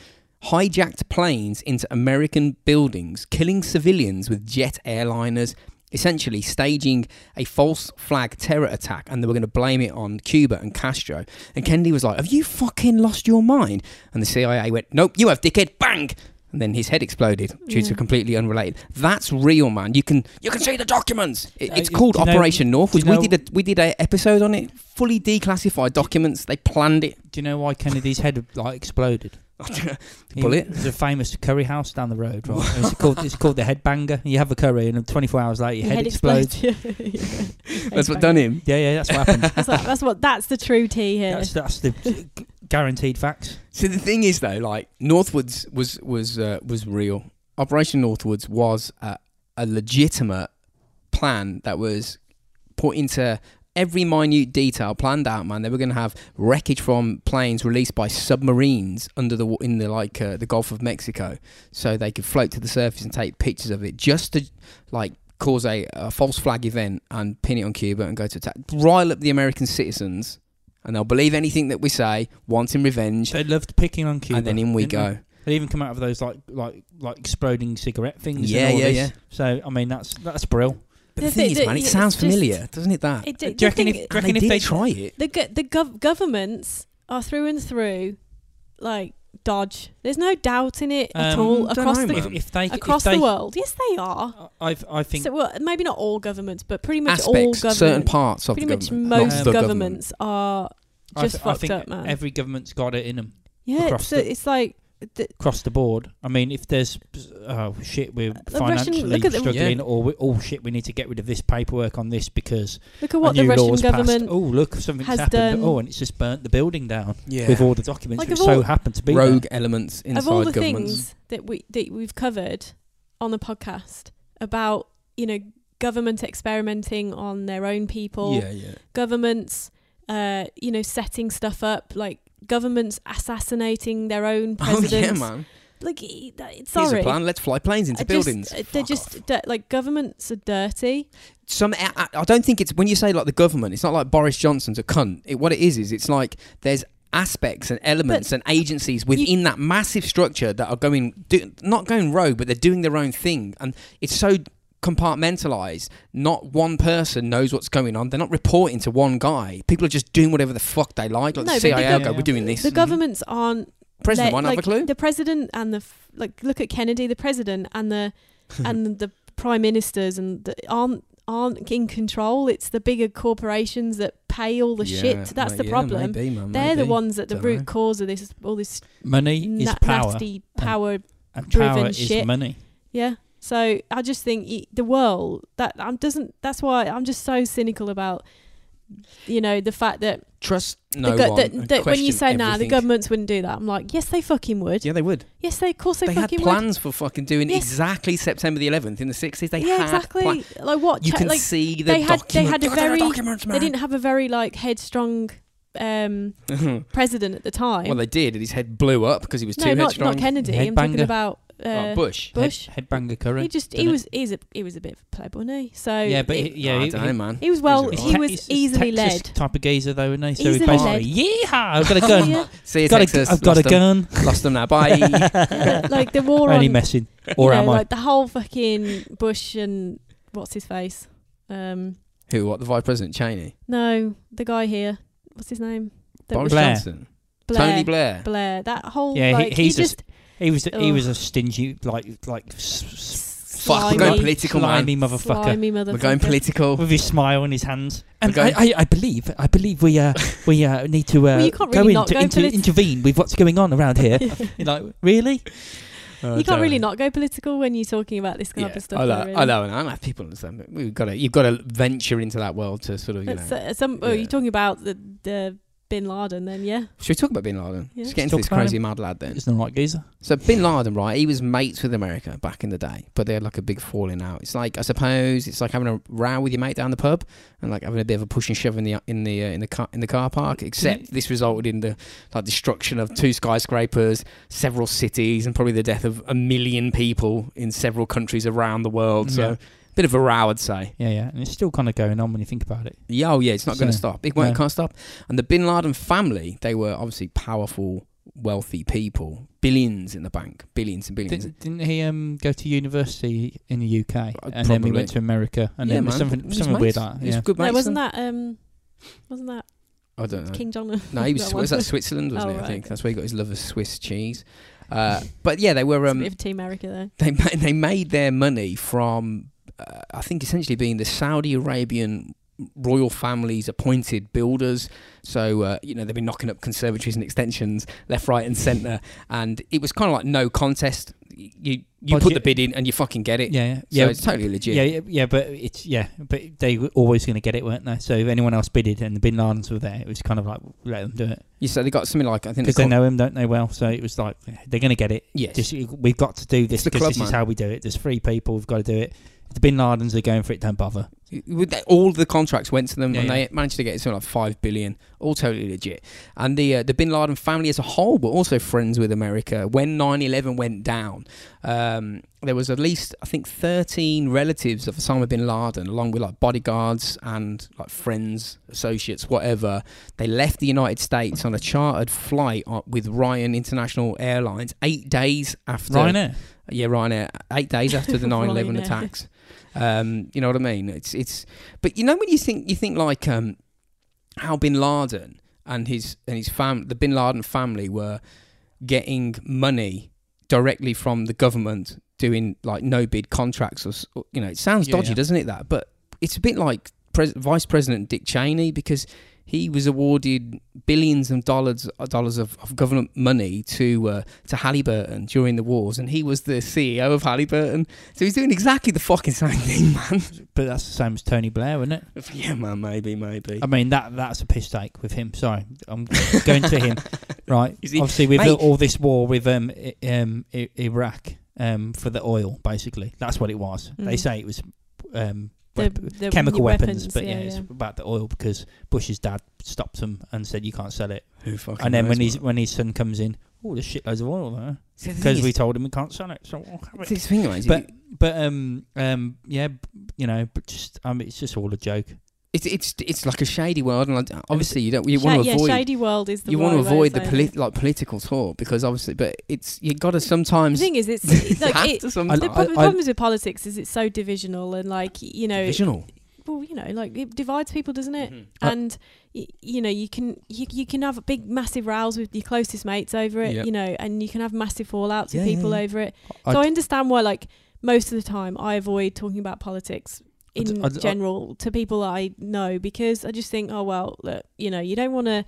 [SPEAKER 1] Hijacked planes into American buildings, killing civilians with jet airliners, essentially staging a false flag terror attack, and they were going to blame it on Cuba and Castro. And Kennedy was like, Have you fucking lost your mind? And the CIA went, Nope, you have, dickhead, bang! And then his head exploded due to
[SPEAKER 3] Yeah.
[SPEAKER 1] completely unrelated. That's real, man. You can you can see the documents. It-
[SPEAKER 2] Uh,
[SPEAKER 1] it's
[SPEAKER 2] you-
[SPEAKER 1] called
[SPEAKER 2] do you know-
[SPEAKER 1] Operation North.
[SPEAKER 2] do
[SPEAKER 1] Which
[SPEAKER 2] you
[SPEAKER 1] we
[SPEAKER 2] know-
[SPEAKER 1] did a we did a episode on it. Fully declassified documents. They planned it.
[SPEAKER 2] Do you know why Kennedy's head like exploded? He-
[SPEAKER 1] Bullet.
[SPEAKER 2] There's a famous curry house down the road, right? And It's called it's called the headbanger. You have a curry, and 24 hours later, your,
[SPEAKER 3] Your
[SPEAKER 2] head, explodes.
[SPEAKER 1] That's what done him.
[SPEAKER 2] Yeah, yeah, that's what happened.
[SPEAKER 3] That's, what, that's what. That's the true tea here.
[SPEAKER 2] that's that's the gu- guaranteed facts.
[SPEAKER 1] So the thing is, though, like Northwoods was was uh, was real. Operation Northwoods was a, a legitimate plan that was put into every minute detail planned out. Man, they were going to have wreckage from planes released by submarines under the wa- in the like uh, the Gulf of Mexico, so they could float to the surface and take pictures of it, just to like cause a, a false flag event and pin it on Cuba and go to attack, rile up the American citizens. And they'll believe anything that we say, wanting revenge,
[SPEAKER 2] They loved picking on Cuba.
[SPEAKER 1] and then in we
[SPEAKER 2] didn't They?
[SPEAKER 1] go.
[SPEAKER 2] They even come out of those like like like exploding cigarette things.
[SPEAKER 1] Yeah,
[SPEAKER 2] and all
[SPEAKER 1] yeah,
[SPEAKER 2] this.
[SPEAKER 1] yeah.
[SPEAKER 2] So I mean, that's that's brill.
[SPEAKER 1] But
[SPEAKER 3] Yeah,
[SPEAKER 1] the thing
[SPEAKER 3] but
[SPEAKER 1] is,
[SPEAKER 3] the-
[SPEAKER 1] man, it
[SPEAKER 3] it's
[SPEAKER 1] sounds
[SPEAKER 3] just-
[SPEAKER 1] familiar, doesn't it? That
[SPEAKER 3] It
[SPEAKER 2] Do
[SPEAKER 3] did-
[SPEAKER 2] you reckon
[SPEAKER 3] the
[SPEAKER 2] if,
[SPEAKER 1] and
[SPEAKER 3] thing-
[SPEAKER 1] they
[SPEAKER 2] if
[SPEAKER 1] did
[SPEAKER 2] they
[SPEAKER 1] try it.
[SPEAKER 3] the go- the gov- governments are through and through like Dodge. There's no doubt in it at
[SPEAKER 2] Um,
[SPEAKER 3] all
[SPEAKER 1] don't
[SPEAKER 3] across
[SPEAKER 1] know,
[SPEAKER 3] the
[SPEAKER 1] man.
[SPEAKER 2] if, if they
[SPEAKER 3] across
[SPEAKER 2] if they,
[SPEAKER 3] the world. Yes, they are.
[SPEAKER 2] I I think
[SPEAKER 3] So well, maybe not all governments, but pretty much all
[SPEAKER 1] Aspects,
[SPEAKER 3] governments.
[SPEAKER 1] certain parts of
[SPEAKER 3] pretty
[SPEAKER 1] the
[SPEAKER 3] much
[SPEAKER 1] government,
[SPEAKER 2] not
[SPEAKER 3] most
[SPEAKER 1] the government.
[SPEAKER 3] governments are
[SPEAKER 2] I
[SPEAKER 3] just
[SPEAKER 2] th- I
[SPEAKER 3] fucked
[SPEAKER 2] think
[SPEAKER 3] up, man.
[SPEAKER 2] every government's got it in them
[SPEAKER 3] yeah.
[SPEAKER 2] across
[SPEAKER 3] It's,
[SPEAKER 2] the-
[SPEAKER 3] it's like the,
[SPEAKER 2] across the board. I mean, if there's oh shit, we're
[SPEAKER 3] The Russian-
[SPEAKER 2] financially
[SPEAKER 3] look at the-
[SPEAKER 2] struggling,
[SPEAKER 1] Yeah.
[SPEAKER 2] or we, oh shit, we need to get rid of this paperwork on this because
[SPEAKER 3] look at
[SPEAKER 2] a
[SPEAKER 3] what the
[SPEAKER 2] new
[SPEAKER 3] Russian
[SPEAKER 2] law's
[SPEAKER 3] government
[SPEAKER 2] Passed. Oh look, something's
[SPEAKER 3] has
[SPEAKER 2] happened.
[SPEAKER 3] done.
[SPEAKER 2] Oh, and it's just burnt the building down
[SPEAKER 1] Yeah,
[SPEAKER 2] with all the documents
[SPEAKER 3] Like,
[SPEAKER 2] which
[SPEAKER 3] of
[SPEAKER 2] so
[SPEAKER 3] all-
[SPEAKER 2] happened to be there.
[SPEAKER 1] rogue elements inside
[SPEAKER 3] of all the
[SPEAKER 1] governments.
[SPEAKER 3] things that we that we've covered on the podcast about you know government experimenting on their own people,
[SPEAKER 1] yeah, yeah.
[SPEAKER 3] governments uh, you know setting stuff up like governments assassinating their own
[SPEAKER 1] Oh
[SPEAKER 3] presidents.
[SPEAKER 1] yeah, man.
[SPEAKER 3] Like e- that- it's
[SPEAKER 1] Here's
[SPEAKER 3] sorry.
[SPEAKER 1] a plan. Let's fly planes into
[SPEAKER 3] I just-
[SPEAKER 1] buildings.
[SPEAKER 3] uh, they're
[SPEAKER 1] Fuck off.
[SPEAKER 3] just di- like governments are dirty.
[SPEAKER 1] some. I, I- I don't think it's when you say like the government. It's not like Boris Johnson's a cunt. It, what it is is it's like there's aspects and elements and agencies within that massive structure that are going do, not going rogue, but they're doing their own thing, and it's so compartmentalized. Not one person knows what's going on. They're not reporting to one guy. People are just doing whatever the fuck they like. Like
[SPEAKER 3] No,
[SPEAKER 1] the
[SPEAKER 3] but
[SPEAKER 1] CIA
[SPEAKER 3] the gov-
[SPEAKER 1] go, we're doing this.
[SPEAKER 3] The governments aren't.
[SPEAKER 1] President
[SPEAKER 3] let-
[SPEAKER 1] won't
[SPEAKER 3] like,
[SPEAKER 1] have a clue.
[SPEAKER 3] The president and the f- like. Look at Kennedy. The president and the and the prime ministers and the, aren't aren't in control. It's the bigger corporations that pay all the shit. That's the problem. They're the ones at the
[SPEAKER 1] Dunno.
[SPEAKER 3] root cause of this. All this
[SPEAKER 2] Money is
[SPEAKER 3] na-
[SPEAKER 2] power,
[SPEAKER 3] nasty power.
[SPEAKER 2] and
[SPEAKER 3] driven
[SPEAKER 2] power is
[SPEAKER 3] shit.
[SPEAKER 2] money.
[SPEAKER 3] Yeah. So I just think y- the world that um, doesn't. That's why I'm just so cynical about. You know the fact that,
[SPEAKER 1] Trust no
[SPEAKER 3] the
[SPEAKER 1] one.
[SPEAKER 3] that,
[SPEAKER 1] and
[SPEAKER 3] that when
[SPEAKER 1] question
[SPEAKER 3] you say nah, the
[SPEAKER 1] everything.
[SPEAKER 3] governments wouldn't do that. I'm like, yes, they fucking would.
[SPEAKER 1] Yeah, they would.
[SPEAKER 3] Yes, they of course they,
[SPEAKER 1] they had
[SPEAKER 3] fucking would.
[SPEAKER 1] plans for fucking doing
[SPEAKER 3] Yes.
[SPEAKER 1] exactly September the 11th in the 60s. They
[SPEAKER 3] yeah,
[SPEAKER 1] had
[SPEAKER 3] exactly.
[SPEAKER 1] pla-
[SPEAKER 3] Like what?
[SPEAKER 1] You
[SPEAKER 3] Cha-
[SPEAKER 1] can
[SPEAKER 3] like
[SPEAKER 1] see the
[SPEAKER 3] they had- they
[SPEAKER 1] document-
[SPEAKER 3] had a
[SPEAKER 1] Look at their
[SPEAKER 3] very-
[SPEAKER 1] documents,
[SPEAKER 3] they
[SPEAKER 1] man.
[SPEAKER 3] didn't have a very like headstrong um, president at the time.
[SPEAKER 1] well, they did, and his head blew up because he was
[SPEAKER 3] no,
[SPEAKER 1] too
[SPEAKER 3] not,
[SPEAKER 1] headstrong.
[SPEAKER 3] not Kennedy. I'm
[SPEAKER 2] Headbanger.
[SPEAKER 3] talking about uh,
[SPEAKER 1] Oh, Bush.
[SPEAKER 3] Bush.
[SPEAKER 2] Head, headbanger
[SPEAKER 3] he
[SPEAKER 2] current.
[SPEAKER 3] just he
[SPEAKER 2] didn't it?
[SPEAKER 3] was he's a he was a bit of a pleb, wasn't he? So
[SPEAKER 2] Yeah, but
[SPEAKER 3] it-
[SPEAKER 2] he- yeah,
[SPEAKER 1] Oh, I
[SPEAKER 2] he-
[SPEAKER 1] don't
[SPEAKER 2] he-
[SPEAKER 1] know, man.
[SPEAKER 3] he was well
[SPEAKER 1] He's
[SPEAKER 3] he
[SPEAKER 1] a
[SPEAKER 3] was,
[SPEAKER 1] right.
[SPEAKER 2] He's- he's
[SPEAKER 3] easily
[SPEAKER 2] Texas
[SPEAKER 3] led.
[SPEAKER 2] type of geezer though, isn't he? So he's
[SPEAKER 3] Easily
[SPEAKER 2] basically, yeehaw, I've got a gun.
[SPEAKER 3] Yeah.
[SPEAKER 1] See you,
[SPEAKER 2] Got a,
[SPEAKER 1] Texas.
[SPEAKER 2] I've got a
[SPEAKER 1] Lost 'em.
[SPEAKER 2] gun.
[SPEAKER 1] Lost them now. Bye.
[SPEAKER 3] Yeah, like the war on
[SPEAKER 2] Only
[SPEAKER 3] you
[SPEAKER 2] messing. Or
[SPEAKER 3] know,
[SPEAKER 2] am I?
[SPEAKER 3] like the whole fucking Bush and what's his face? Um,
[SPEAKER 1] Who? What? The Vice President Cheney?
[SPEAKER 3] no, the guy here. What's his name? That
[SPEAKER 1] Boris
[SPEAKER 3] was
[SPEAKER 2] Blair.
[SPEAKER 1] Johnson.
[SPEAKER 3] Blair.
[SPEAKER 1] Tony Blair.
[SPEAKER 3] Blair. That whole
[SPEAKER 2] Yeah, he-
[SPEAKER 3] like
[SPEAKER 2] he's
[SPEAKER 3] he
[SPEAKER 2] a
[SPEAKER 3] just
[SPEAKER 2] He was he
[SPEAKER 3] Ugh.
[SPEAKER 2] was a stingy like like s-
[SPEAKER 1] Fuck, we're going
[SPEAKER 3] Slimy.
[SPEAKER 1] political, man.
[SPEAKER 2] slimy motherfucker
[SPEAKER 3] slimy motherfucker.
[SPEAKER 1] We're going political.
[SPEAKER 2] with his smile on his hands. And
[SPEAKER 1] We're going-
[SPEAKER 2] I, I, I believe I believe we uh we uh need to uh
[SPEAKER 3] Well, you can't
[SPEAKER 2] go
[SPEAKER 3] really
[SPEAKER 2] in
[SPEAKER 3] not
[SPEAKER 2] to
[SPEAKER 3] go
[SPEAKER 2] inter-
[SPEAKER 3] politi-
[SPEAKER 2] intervene with what's going on around here.
[SPEAKER 3] you
[SPEAKER 2] You're like really? Uh,
[SPEAKER 1] don't
[SPEAKER 3] can't really
[SPEAKER 1] know.
[SPEAKER 3] not go political when you're talking about this kind
[SPEAKER 1] Yeah,
[SPEAKER 3] of stuff.
[SPEAKER 1] I
[SPEAKER 3] though,
[SPEAKER 1] know,
[SPEAKER 3] really.
[SPEAKER 1] I know, and I know people understand. But we've got to, you've got to venture into that world to sort of, you
[SPEAKER 3] That's,
[SPEAKER 1] know.
[SPEAKER 3] uh, some, oh,
[SPEAKER 1] yeah.
[SPEAKER 3] You're talking about the, the Bin Laden, then yeah.
[SPEAKER 1] Should we talk about Bin Laden?
[SPEAKER 3] Yeah.
[SPEAKER 1] Let's get into
[SPEAKER 2] Talk
[SPEAKER 1] this
[SPEAKER 2] about
[SPEAKER 1] crazy mad lad then.
[SPEAKER 2] It's not right, geezer.
[SPEAKER 1] So Bin Laden, right? He was mates with America back in the day, but they had like a big falling out. It's like I suppose it's like having a row with your mate down the pub and like having a bit of a push and shove in the in the uh, in the car in the car park. Except this resulted in the like destruction of two skyscrapers, several cities, and probably the death of a million people in several countries around the world. So
[SPEAKER 2] Yeah.
[SPEAKER 1] bit of a row, I'd say.
[SPEAKER 2] Yeah, yeah. And it's still kind of going on when you think about it.
[SPEAKER 1] Yeah, oh yeah, it's not going to
[SPEAKER 2] So,
[SPEAKER 1] stop. It won't,
[SPEAKER 2] no.
[SPEAKER 1] can't stop. And the Bin Laden family, they were obviously powerful, wealthy people, billions in the bank, billions and billions.
[SPEAKER 2] Did, didn't he um, go to university in the UK and
[SPEAKER 1] Uh,
[SPEAKER 2] then we
[SPEAKER 1] probably.
[SPEAKER 2] went to America and
[SPEAKER 1] yeah,
[SPEAKER 2] then
[SPEAKER 1] man.
[SPEAKER 2] something
[SPEAKER 1] He's
[SPEAKER 2] something
[SPEAKER 1] mates.
[SPEAKER 2] weird like that.
[SPEAKER 1] He's
[SPEAKER 2] Yeah.
[SPEAKER 1] good
[SPEAKER 3] No,
[SPEAKER 1] mates,
[SPEAKER 3] wasn't
[SPEAKER 1] then.
[SPEAKER 3] that um, wasn't that
[SPEAKER 1] I don't know.
[SPEAKER 3] King John?
[SPEAKER 1] no, he was.
[SPEAKER 3] that
[SPEAKER 1] was
[SPEAKER 3] one?
[SPEAKER 1] that Switzerland? Wasn't
[SPEAKER 3] Oh,
[SPEAKER 1] it? I
[SPEAKER 3] right,
[SPEAKER 1] think
[SPEAKER 3] okay.
[SPEAKER 1] that's where he got his love of Swiss cheese. Uh, but yeah, they were.
[SPEAKER 3] It's a
[SPEAKER 1] Um,
[SPEAKER 3] bit of Team America though.
[SPEAKER 1] they ma- they made their money from, uh, I think, essentially being the Saudi Arabian royal family's appointed builders. So uh, you know they've been knocking up conservatories and extensions left, right, and centre, and it was kind of like no contest. You you
[SPEAKER 2] But
[SPEAKER 1] put
[SPEAKER 2] you-
[SPEAKER 1] the bid in and you fucking get it.
[SPEAKER 2] Yeah, yeah,
[SPEAKER 1] So
[SPEAKER 2] yeah.
[SPEAKER 1] it's totally legit.
[SPEAKER 2] Yeah, yeah, yeah, but it's yeah, but they were always going to get it, weren't they? So if anyone else bidded and the Bin Ladens were there, it was kind of like let them do it
[SPEAKER 1] You- So they got something like I think
[SPEAKER 2] because
[SPEAKER 1] it's
[SPEAKER 2] they
[SPEAKER 1] called,
[SPEAKER 2] know him, don't they? Well, so it was like they're going to get it.
[SPEAKER 1] yes.
[SPEAKER 2] Just we've got to do this
[SPEAKER 1] the
[SPEAKER 2] because
[SPEAKER 1] club,
[SPEAKER 2] this is
[SPEAKER 1] man.
[SPEAKER 2] how we do it. There's three people, we've got to do it. If the Bin Ladens are going for it, don't bother.
[SPEAKER 1] with that- all the contracts went to them,
[SPEAKER 2] Yeah,
[SPEAKER 1] and
[SPEAKER 2] yeah.
[SPEAKER 1] they managed to get something like five billion, all totally legit. And the uh, the Bin Laden family as a whole were also friends with America. When 9-11 went down, um, there was at least I think thirteen relatives of Osama bin Laden, along with like bodyguards and like friends, associates, whatever. They left the United States on a chartered flight on, with Ryan International Airlines eight days after
[SPEAKER 2] Ryanair,
[SPEAKER 1] yeah, Ryanair. Eight days after the 9/11
[SPEAKER 3] Ryanair.
[SPEAKER 1] attacks. Um, you know what I mean? It's it's. But you know when you think you think like um, how Bin Laden and his and his fam the Bin Laden family were getting money directly from the government doing like no bid contracts or s- or, you know it sounds
[SPEAKER 2] Yeah,
[SPEAKER 1] dodgy
[SPEAKER 2] yeah.
[SPEAKER 1] doesn't it that but it's a bit like Pres- Vice President Dick Cheney because he was awarded billions of dollars uh, dollars of, of government money to uh, to Halliburton during the wars, and he was the CEO of Halliburton. So he's doing exactly the fucking same thing, man.
[SPEAKER 2] but that's the same as Tony Blair, isn't it?
[SPEAKER 1] yeah, man. Maybe, maybe.
[SPEAKER 2] I mean that that's a piss take with him. Sorry, I'm going to him. Right,
[SPEAKER 1] Is he-
[SPEAKER 2] obviously with
[SPEAKER 1] Mate.
[SPEAKER 2] all this war with um, I- um I- Iraq um for the oil, basically that's what it was. They
[SPEAKER 3] Mm.
[SPEAKER 2] say it was um
[SPEAKER 3] The-
[SPEAKER 2] wep-
[SPEAKER 3] the
[SPEAKER 2] chemical weapons, but yeah,
[SPEAKER 3] yeah,
[SPEAKER 2] it's
[SPEAKER 3] yeah.
[SPEAKER 2] about the oil because Bush's dad stopped him and said you can't sell it.
[SPEAKER 1] Who fucking
[SPEAKER 2] and then
[SPEAKER 1] knows,
[SPEAKER 2] when his
[SPEAKER 1] man?
[SPEAKER 2] when his son comes in, oh, there's shitloads of oil there
[SPEAKER 1] See, the thing
[SPEAKER 2] because
[SPEAKER 1] is-
[SPEAKER 2] we told him we can't sell it, so we'll have it.
[SPEAKER 1] this thing, man, is
[SPEAKER 2] But but um um yeah, b- you know, but just um, it's just all a joke.
[SPEAKER 1] it's it's it's like a shady world, and like, obviously you don't you want
[SPEAKER 3] Sha-
[SPEAKER 1] to
[SPEAKER 3] yeah,
[SPEAKER 1] avoid
[SPEAKER 3] Shady World is the
[SPEAKER 1] you
[SPEAKER 3] want to
[SPEAKER 1] avoid the
[SPEAKER 3] police.
[SPEAKER 1] polit- like political talk because obviously, but it's you got to
[SPEAKER 3] The
[SPEAKER 1] sometimes.
[SPEAKER 3] thing is, it's
[SPEAKER 1] you
[SPEAKER 3] like
[SPEAKER 1] have
[SPEAKER 3] it,
[SPEAKER 1] to
[SPEAKER 2] I-
[SPEAKER 1] sometimes.
[SPEAKER 3] the
[SPEAKER 2] I-
[SPEAKER 3] problem, problem is with politics is it's so divisional and like y- you know, it-
[SPEAKER 1] Divisional.
[SPEAKER 3] well, you know, like it divides people, doesn't it?
[SPEAKER 1] Mhm.
[SPEAKER 2] I-
[SPEAKER 3] And y- you know, you can you, you can have big massive rows with your closest mates over it,
[SPEAKER 1] Yeah.
[SPEAKER 3] you know, and you can have massive fallouts
[SPEAKER 1] Yeah,
[SPEAKER 3] with
[SPEAKER 1] yeah,
[SPEAKER 3] people
[SPEAKER 1] yeah.
[SPEAKER 3] over it.
[SPEAKER 2] I-
[SPEAKER 3] so I understand why, like most of the time, I avoid talking about politics
[SPEAKER 2] I d-
[SPEAKER 3] in
[SPEAKER 2] I d- I-
[SPEAKER 3] general to people that I know because I just think, oh well, look, you know, you don't want to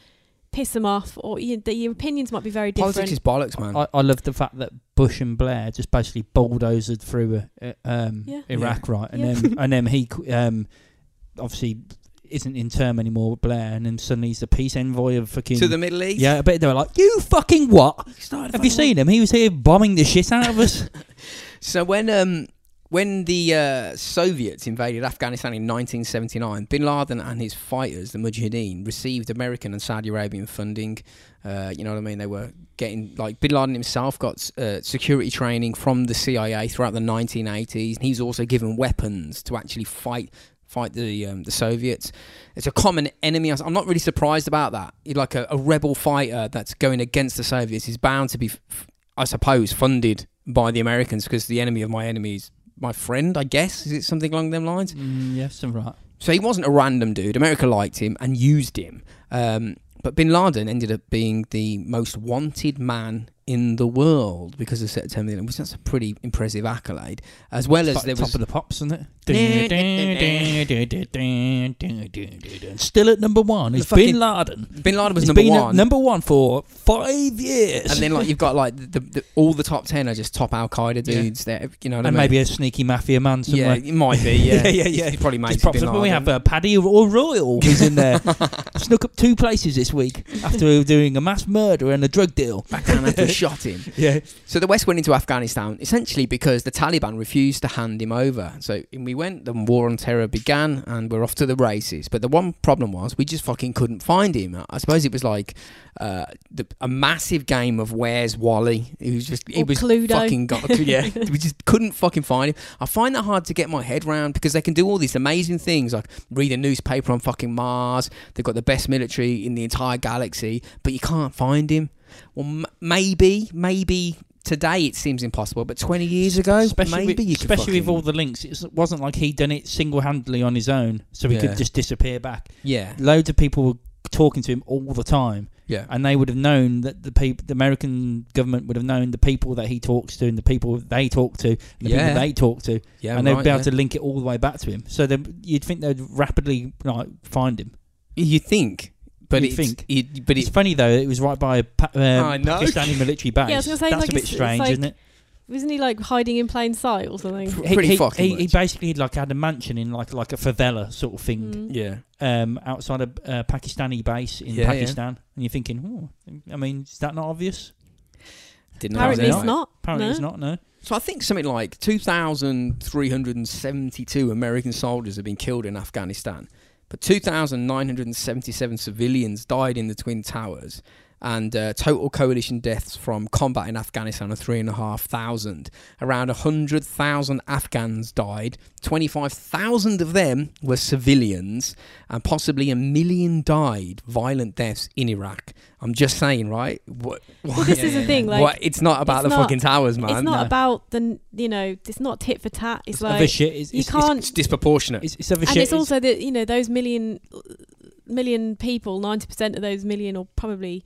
[SPEAKER 3] piss them off, or you, that your opinions might be very different.
[SPEAKER 1] Politics is bollocks, man.
[SPEAKER 2] I, I love the fact that Bush and Blair just basically bulldozed through uh, um,
[SPEAKER 3] Yeah.
[SPEAKER 2] Iraq, right? And
[SPEAKER 3] Yeah.
[SPEAKER 2] then and then he qu- um, obviously isn't in term anymore, Blair, and then suddenly he's the peace envoy of fucking.
[SPEAKER 1] to the Middle East.
[SPEAKER 2] yeah, I bet they were like, "You fucking what? Have you seen him? He was here bombing the shit out of us."
[SPEAKER 1] So when um when the uh, Soviets invaded Afghanistan in 1979, Bin Laden and his fighters, the Mujahideen, received American and Saudi Arabian funding. Uh, you know what I mean? They were getting like Bin Laden himself got uh, security training from the CIA throughout the 1980s, and he was also given weapons to actually fight fight the um, the Soviets. It's a common enemy. I'm not really surprised about that. You're Like a, a rebel fighter that's going against the Soviets is bound to be, f- I suppose, funded by the Americans because the enemy of my enemy is my friend. I guess is it something along them lines.
[SPEAKER 2] mm, yes, I'm right.
[SPEAKER 1] So he wasn't a random dude. America liked him and used him. Um, but Bin Laden ended up being the most wanted man in the world because of September the 11th, which that's a pretty impressive accolade. As well as
[SPEAKER 2] It's like
[SPEAKER 1] there
[SPEAKER 2] top
[SPEAKER 1] was
[SPEAKER 2] of the pops, isn't
[SPEAKER 1] it?
[SPEAKER 2] it? Still at number one
[SPEAKER 1] The
[SPEAKER 2] is
[SPEAKER 1] fucking-
[SPEAKER 2] Bin Laden.
[SPEAKER 1] Bin Laden was
[SPEAKER 2] He's
[SPEAKER 1] number
[SPEAKER 2] been at
[SPEAKER 1] one,
[SPEAKER 2] number one for five years,
[SPEAKER 1] and then like you've got like the, the all the top ten are just top Al Qaeda
[SPEAKER 2] Yeah.
[SPEAKER 1] dudes. There, you know, what
[SPEAKER 2] and
[SPEAKER 1] I mean?
[SPEAKER 2] maybe a sneaky mafia man
[SPEAKER 1] yeah,
[SPEAKER 2] somewhere.
[SPEAKER 1] it might be. Yeah,
[SPEAKER 2] Yeah, yeah,
[SPEAKER 1] It's
[SPEAKER 2] yeah.
[SPEAKER 1] probably maybe
[SPEAKER 2] Just props
[SPEAKER 1] Bin
[SPEAKER 2] up, and we
[SPEAKER 1] Laden.
[SPEAKER 2] have uh, Paddy or Royal who's in there. Snuck up two places this week after doing a mass murder and a drug deal.
[SPEAKER 1] Backhanded and shot him.
[SPEAKER 2] Yeah,
[SPEAKER 1] So the West went into Afghanistan essentially because the Taliban refused to hand him over. So in we went, the war on terror began, and we're off to the races. But the one problem was we just fucking couldn't find him. I suppose it was like uh, the, a massive game of where's Wally? He was just he
[SPEAKER 3] Or
[SPEAKER 1] was
[SPEAKER 3] Cluedo.
[SPEAKER 1] fucking got yeah. we just couldn't fucking find him. I find that hard to get my head round because they can do all these amazing things like read a newspaper on fucking Mars. They've got the best military in the entire galaxy, but you can't find him. Well, m- maybe, maybe today it seems impossible, but 20 years ago,
[SPEAKER 2] especially
[SPEAKER 1] maybe
[SPEAKER 2] with,
[SPEAKER 1] you could.
[SPEAKER 2] especially with
[SPEAKER 1] fucking-
[SPEAKER 2] all the links. It wasn't like he done it single handedly on his own, so he
[SPEAKER 1] Yeah.
[SPEAKER 2] could just disappear back.
[SPEAKER 1] yeah,
[SPEAKER 2] Loads of people were talking to him all the time.
[SPEAKER 1] yeah,
[SPEAKER 2] and they would have known that the people, the American government would have known the people that he talks to and the people they talk to, and the
[SPEAKER 1] Yeah.
[SPEAKER 2] people they talk to,
[SPEAKER 1] yeah.
[SPEAKER 2] and they'd
[SPEAKER 1] Oh, right,
[SPEAKER 2] be able
[SPEAKER 1] yeah.
[SPEAKER 2] to link it all the way back to him. So then you'd think they'd rapidly like find him.
[SPEAKER 1] You think, but
[SPEAKER 2] You'd
[SPEAKER 1] it's,
[SPEAKER 2] think.
[SPEAKER 1] It, but
[SPEAKER 2] it's
[SPEAKER 1] it, Ah,
[SPEAKER 2] funny though; it was right by a pa- uh,
[SPEAKER 1] I know.
[SPEAKER 2] Pakistani military base.
[SPEAKER 3] Yeah, I was gonna say,
[SPEAKER 2] That's
[SPEAKER 3] like,
[SPEAKER 2] a bit
[SPEAKER 3] it's- it's
[SPEAKER 2] strange,
[SPEAKER 3] like-
[SPEAKER 2] isn't it?
[SPEAKER 3] Wasn't he like hiding in plain sight or something?
[SPEAKER 1] Pr-
[SPEAKER 2] He-
[SPEAKER 1] pretty
[SPEAKER 2] he,
[SPEAKER 1] fucking
[SPEAKER 2] he, he
[SPEAKER 1] much.
[SPEAKER 2] basically like had a mansion in like like a favela sort of thing
[SPEAKER 3] Mm.
[SPEAKER 1] yeah,
[SPEAKER 2] um, outside a uh, Pakistani base in
[SPEAKER 1] Yeah, yeah.
[SPEAKER 2] Pakistan, and you're thinking, oh, I mean, is that not obvious?
[SPEAKER 1] didn't
[SPEAKER 3] Apparently
[SPEAKER 1] know.
[SPEAKER 2] No,
[SPEAKER 3] it's not.
[SPEAKER 2] Apparently,
[SPEAKER 3] No.
[SPEAKER 2] it's not. No.
[SPEAKER 1] So I think something like 2,372 American soldiers have been killed in Afghanistan, but 2,977 civilians died in the Twin Towers, and uh, total coalition deaths from combat in Afghanistan are 3,500. Around 100,000 Afghans died, 25,000 of them were civilians, and possibly a million died violent deaths in Iraq. I'm just saying, right? What,
[SPEAKER 3] Well, this
[SPEAKER 2] Yeah,
[SPEAKER 3] is the
[SPEAKER 2] yeah,
[SPEAKER 3] thing.
[SPEAKER 2] yeah.
[SPEAKER 3] Like,
[SPEAKER 1] what, it's not about
[SPEAKER 3] it's
[SPEAKER 1] the
[SPEAKER 3] not-
[SPEAKER 1] fucking towers, man.
[SPEAKER 3] it's not
[SPEAKER 1] No.
[SPEAKER 3] about the n- you know, it's not tit for tat. It's
[SPEAKER 2] other
[SPEAKER 3] like
[SPEAKER 2] shit. It's,
[SPEAKER 3] you
[SPEAKER 2] it's- it's-
[SPEAKER 3] can't.
[SPEAKER 1] It's disproportionate.
[SPEAKER 2] It's, it's other
[SPEAKER 3] and
[SPEAKER 2] shit.
[SPEAKER 3] it's also that you know those million million people, ninety percent of those million, or probably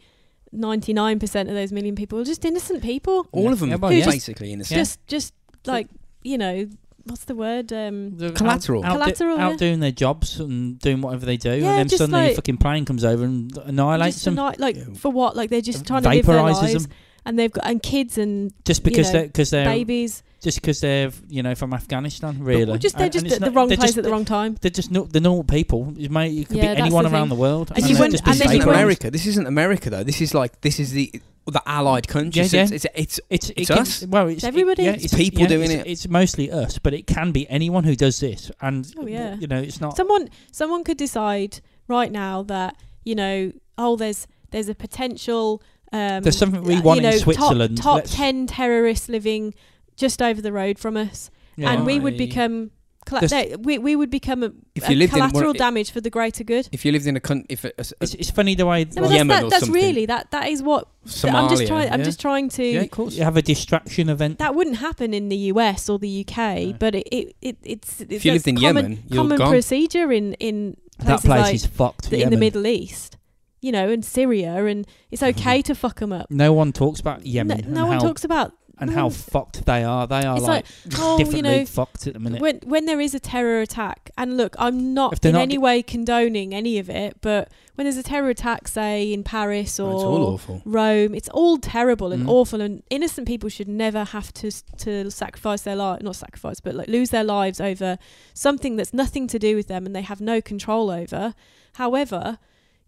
[SPEAKER 3] ninety nine percent of those million people, are just innocent people.
[SPEAKER 1] All
[SPEAKER 2] Yeah.
[SPEAKER 1] of them
[SPEAKER 2] Yeah,
[SPEAKER 1] are
[SPEAKER 2] well, yeah.
[SPEAKER 1] basically innocent.
[SPEAKER 3] Just, just like you know, what's the word? Um,
[SPEAKER 1] collateral.
[SPEAKER 2] Out,
[SPEAKER 3] Collateral, yeah.
[SPEAKER 2] out doing their jobs and doing whatever they do,
[SPEAKER 3] Yeah,
[SPEAKER 2] and then
[SPEAKER 3] just
[SPEAKER 2] suddenly
[SPEAKER 3] like-
[SPEAKER 2] a fucking plane comes over and annihilates
[SPEAKER 3] just
[SPEAKER 2] them,
[SPEAKER 3] like, like
[SPEAKER 1] Yeah.
[SPEAKER 3] for what? Like they're just trying to live their
[SPEAKER 2] vaporizes
[SPEAKER 3] lives,
[SPEAKER 2] them,
[SPEAKER 3] and they've got and kids and
[SPEAKER 2] just because
[SPEAKER 3] know,
[SPEAKER 2] they're because they're
[SPEAKER 3] babies.
[SPEAKER 2] just because they're you know from Afghanistan,
[SPEAKER 3] Or
[SPEAKER 2] really.
[SPEAKER 3] just they're
[SPEAKER 2] And-
[SPEAKER 3] just
[SPEAKER 2] and it's
[SPEAKER 3] at the
[SPEAKER 2] not-
[SPEAKER 3] wrong
[SPEAKER 2] they're
[SPEAKER 3] place
[SPEAKER 2] just-
[SPEAKER 3] at the wrong time.
[SPEAKER 2] They're just no, they're normal people. You may it could
[SPEAKER 3] Yeah, that's
[SPEAKER 2] be
[SPEAKER 3] the
[SPEAKER 2] anyone around
[SPEAKER 3] thing.
[SPEAKER 2] the world,
[SPEAKER 3] And
[SPEAKER 1] you
[SPEAKER 2] they've
[SPEAKER 1] went-
[SPEAKER 2] just
[SPEAKER 3] and
[SPEAKER 2] been
[SPEAKER 1] this
[SPEAKER 3] then
[SPEAKER 1] isn't
[SPEAKER 3] you went-
[SPEAKER 2] vaporized.
[SPEAKER 1] America. This isn't America though. This is like this is the the Allied countries.
[SPEAKER 2] Yeah, yeah.
[SPEAKER 1] It's, it's it's
[SPEAKER 2] It's, it
[SPEAKER 1] It's
[SPEAKER 2] can-
[SPEAKER 1] us.
[SPEAKER 2] Well, it's
[SPEAKER 3] everybody.
[SPEAKER 2] It, yeah,
[SPEAKER 3] It's
[SPEAKER 1] people
[SPEAKER 2] yeah,
[SPEAKER 1] doing
[SPEAKER 2] it's-
[SPEAKER 1] it.
[SPEAKER 2] It's mostly us, but it can be anyone who does this, and
[SPEAKER 3] Oh, yeah.
[SPEAKER 2] you know, it's not.
[SPEAKER 3] Someone someone could decide right now that you know, oh, there's there's a potential. Um,
[SPEAKER 2] There's something we
[SPEAKER 3] uh,
[SPEAKER 2] want
[SPEAKER 3] you know,
[SPEAKER 2] in Switzerland.
[SPEAKER 3] Top, top
[SPEAKER 2] Let's-
[SPEAKER 3] ten terrorists living just over the road from us,
[SPEAKER 2] Yeah.
[SPEAKER 3] and we would
[SPEAKER 1] Right.
[SPEAKER 3] become. Colla-
[SPEAKER 2] There's-
[SPEAKER 3] no, we we would become a,
[SPEAKER 1] If
[SPEAKER 3] a
[SPEAKER 1] you lived in one-
[SPEAKER 3] collateral damage for the greater good.
[SPEAKER 1] if you lived in a country, if a, a, a-
[SPEAKER 2] It's, it's funny the way.
[SPEAKER 3] No, but
[SPEAKER 1] Yemen or
[SPEAKER 3] that's that, that's
[SPEAKER 1] something.
[SPEAKER 3] really that that is what
[SPEAKER 1] Somalia,
[SPEAKER 3] I'm just trying. I'm
[SPEAKER 1] yeah?
[SPEAKER 3] just trying to.
[SPEAKER 2] Yeah, of course. You have a distraction event.
[SPEAKER 3] That wouldn't happen in the US or the UK,
[SPEAKER 2] No.
[SPEAKER 3] but it, it, it it's, it's
[SPEAKER 1] If you lived in
[SPEAKER 3] common,
[SPEAKER 1] Yemen, you're
[SPEAKER 3] common
[SPEAKER 1] gone.
[SPEAKER 3] procedure in in
[SPEAKER 2] that
[SPEAKER 3] places
[SPEAKER 2] place
[SPEAKER 3] like
[SPEAKER 2] is fucked.
[SPEAKER 3] the, in the
[SPEAKER 2] Yemen.
[SPEAKER 3] Middle East, you know, and Syria, and it's okay to fuck them up.
[SPEAKER 2] No one talks about
[SPEAKER 3] No,
[SPEAKER 2] Yemen. and
[SPEAKER 3] no one
[SPEAKER 2] how,
[SPEAKER 3] talks about
[SPEAKER 2] and
[SPEAKER 3] no
[SPEAKER 2] how
[SPEAKER 3] one-
[SPEAKER 2] fucked they are. They are
[SPEAKER 3] Mm. It's
[SPEAKER 2] like,
[SPEAKER 3] oh, you
[SPEAKER 2] differently
[SPEAKER 3] know,
[SPEAKER 2] fucked at the minute.
[SPEAKER 3] when when there is a terror attack. And look, I'm
[SPEAKER 2] If
[SPEAKER 3] not
[SPEAKER 2] they're
[SPEAKER 3] in
[SPEAKER 2] not
[SPEAKER 3] any
[SPEAKER 2] ge-
[SPEAKER 3] way condoning any of it, but when there's a terror attack, say in Paris
[SPEAKER 1] Oh,
[SPEAKER 3] or
[SPEAKER 1] it's all awful.
[SPEAKER 3] Rome. It's all terrible and
[SPEAKER 2] Mm.
[SPEAKER 3] awful, and innocent people should never have to to sacrifice their life, not sacrifice, but like lose their lives over something that's nothing to do with them and they have no control over. However,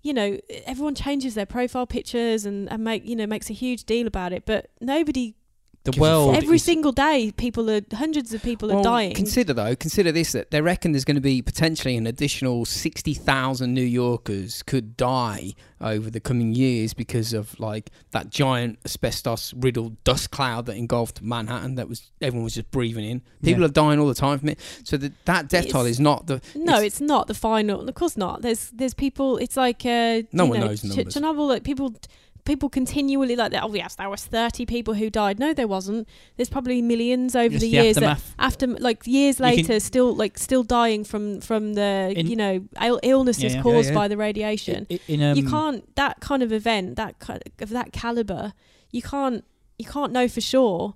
[SPEAKER 3] you know, everyone changes their profile pictures and, and make you know makes a huge deal about it, but nobody.
[SPEAKER 2] The
[SPEAKER 1] Give a
[SPEAKER 2] world.
[SPEAKER 1] fuck.
[SPEAKER 3] every
[SPEAKER 2] is,
[SPEAKER 3] single day, people are hundreds of people are
[SPEAKER 1] Well,
[SPEAKER 3] dying.
[SPEAKER 1] Consider though, consider this: that they reckon there's going to be potentially an additional sixty thousand New Yorkers could die over the coming years because of like that giant asbestos-riddled dust cloud that engulfed Manhattan. That was everyone was just breathing in. People
[SPEAKER 2] Yeah.
[SPEAKER 1] are dying all the time from it. So that that death toll
[SPEAKER 3] It's-
[SPEAKER 1] is not the
[SPEAKER 3] no,
[SPEAKER 1] it's-
[SPEAKER 3] it's, not the final. Of course not. There's there's people. It's like uh,
[SPEAKER 1] No
[SPEAKER 3] you
[SPEAKER 1] one
[SPEAKER 3] know,
[SPEAKER 1] knows the numbers.
[SPEAKER 3] Ch- Chernobyl. Like people people continually like that. Oh yes, there was thirty people who died. No, there wasn't. There's probably millions over
[SPEAKER 2] just
[SPEAKER 3] the,
[SPEAKER 2] the
[SPEAKER 3] years that
[SPEAKER 2] aftermath.
[SPEAKER 3] after like years
[SPEAKER 2] You can-
[SPEAKER 3] later, still like still dying from from the
[SPEAKER 2] In-
[SPEAKER 3] you know Ill- illnesses
[SPEAKER 2] Yeah, yeah. Yeah,
[SPEAKER 3] caused
[SPEAKER 1] yeah.
[SPEAKER 3] by the radiation.
[SPEAKER 2] I- in, um,
[SPEAKER 3] you can't that kind of event that kind of that caliber. You can't you can't know for sure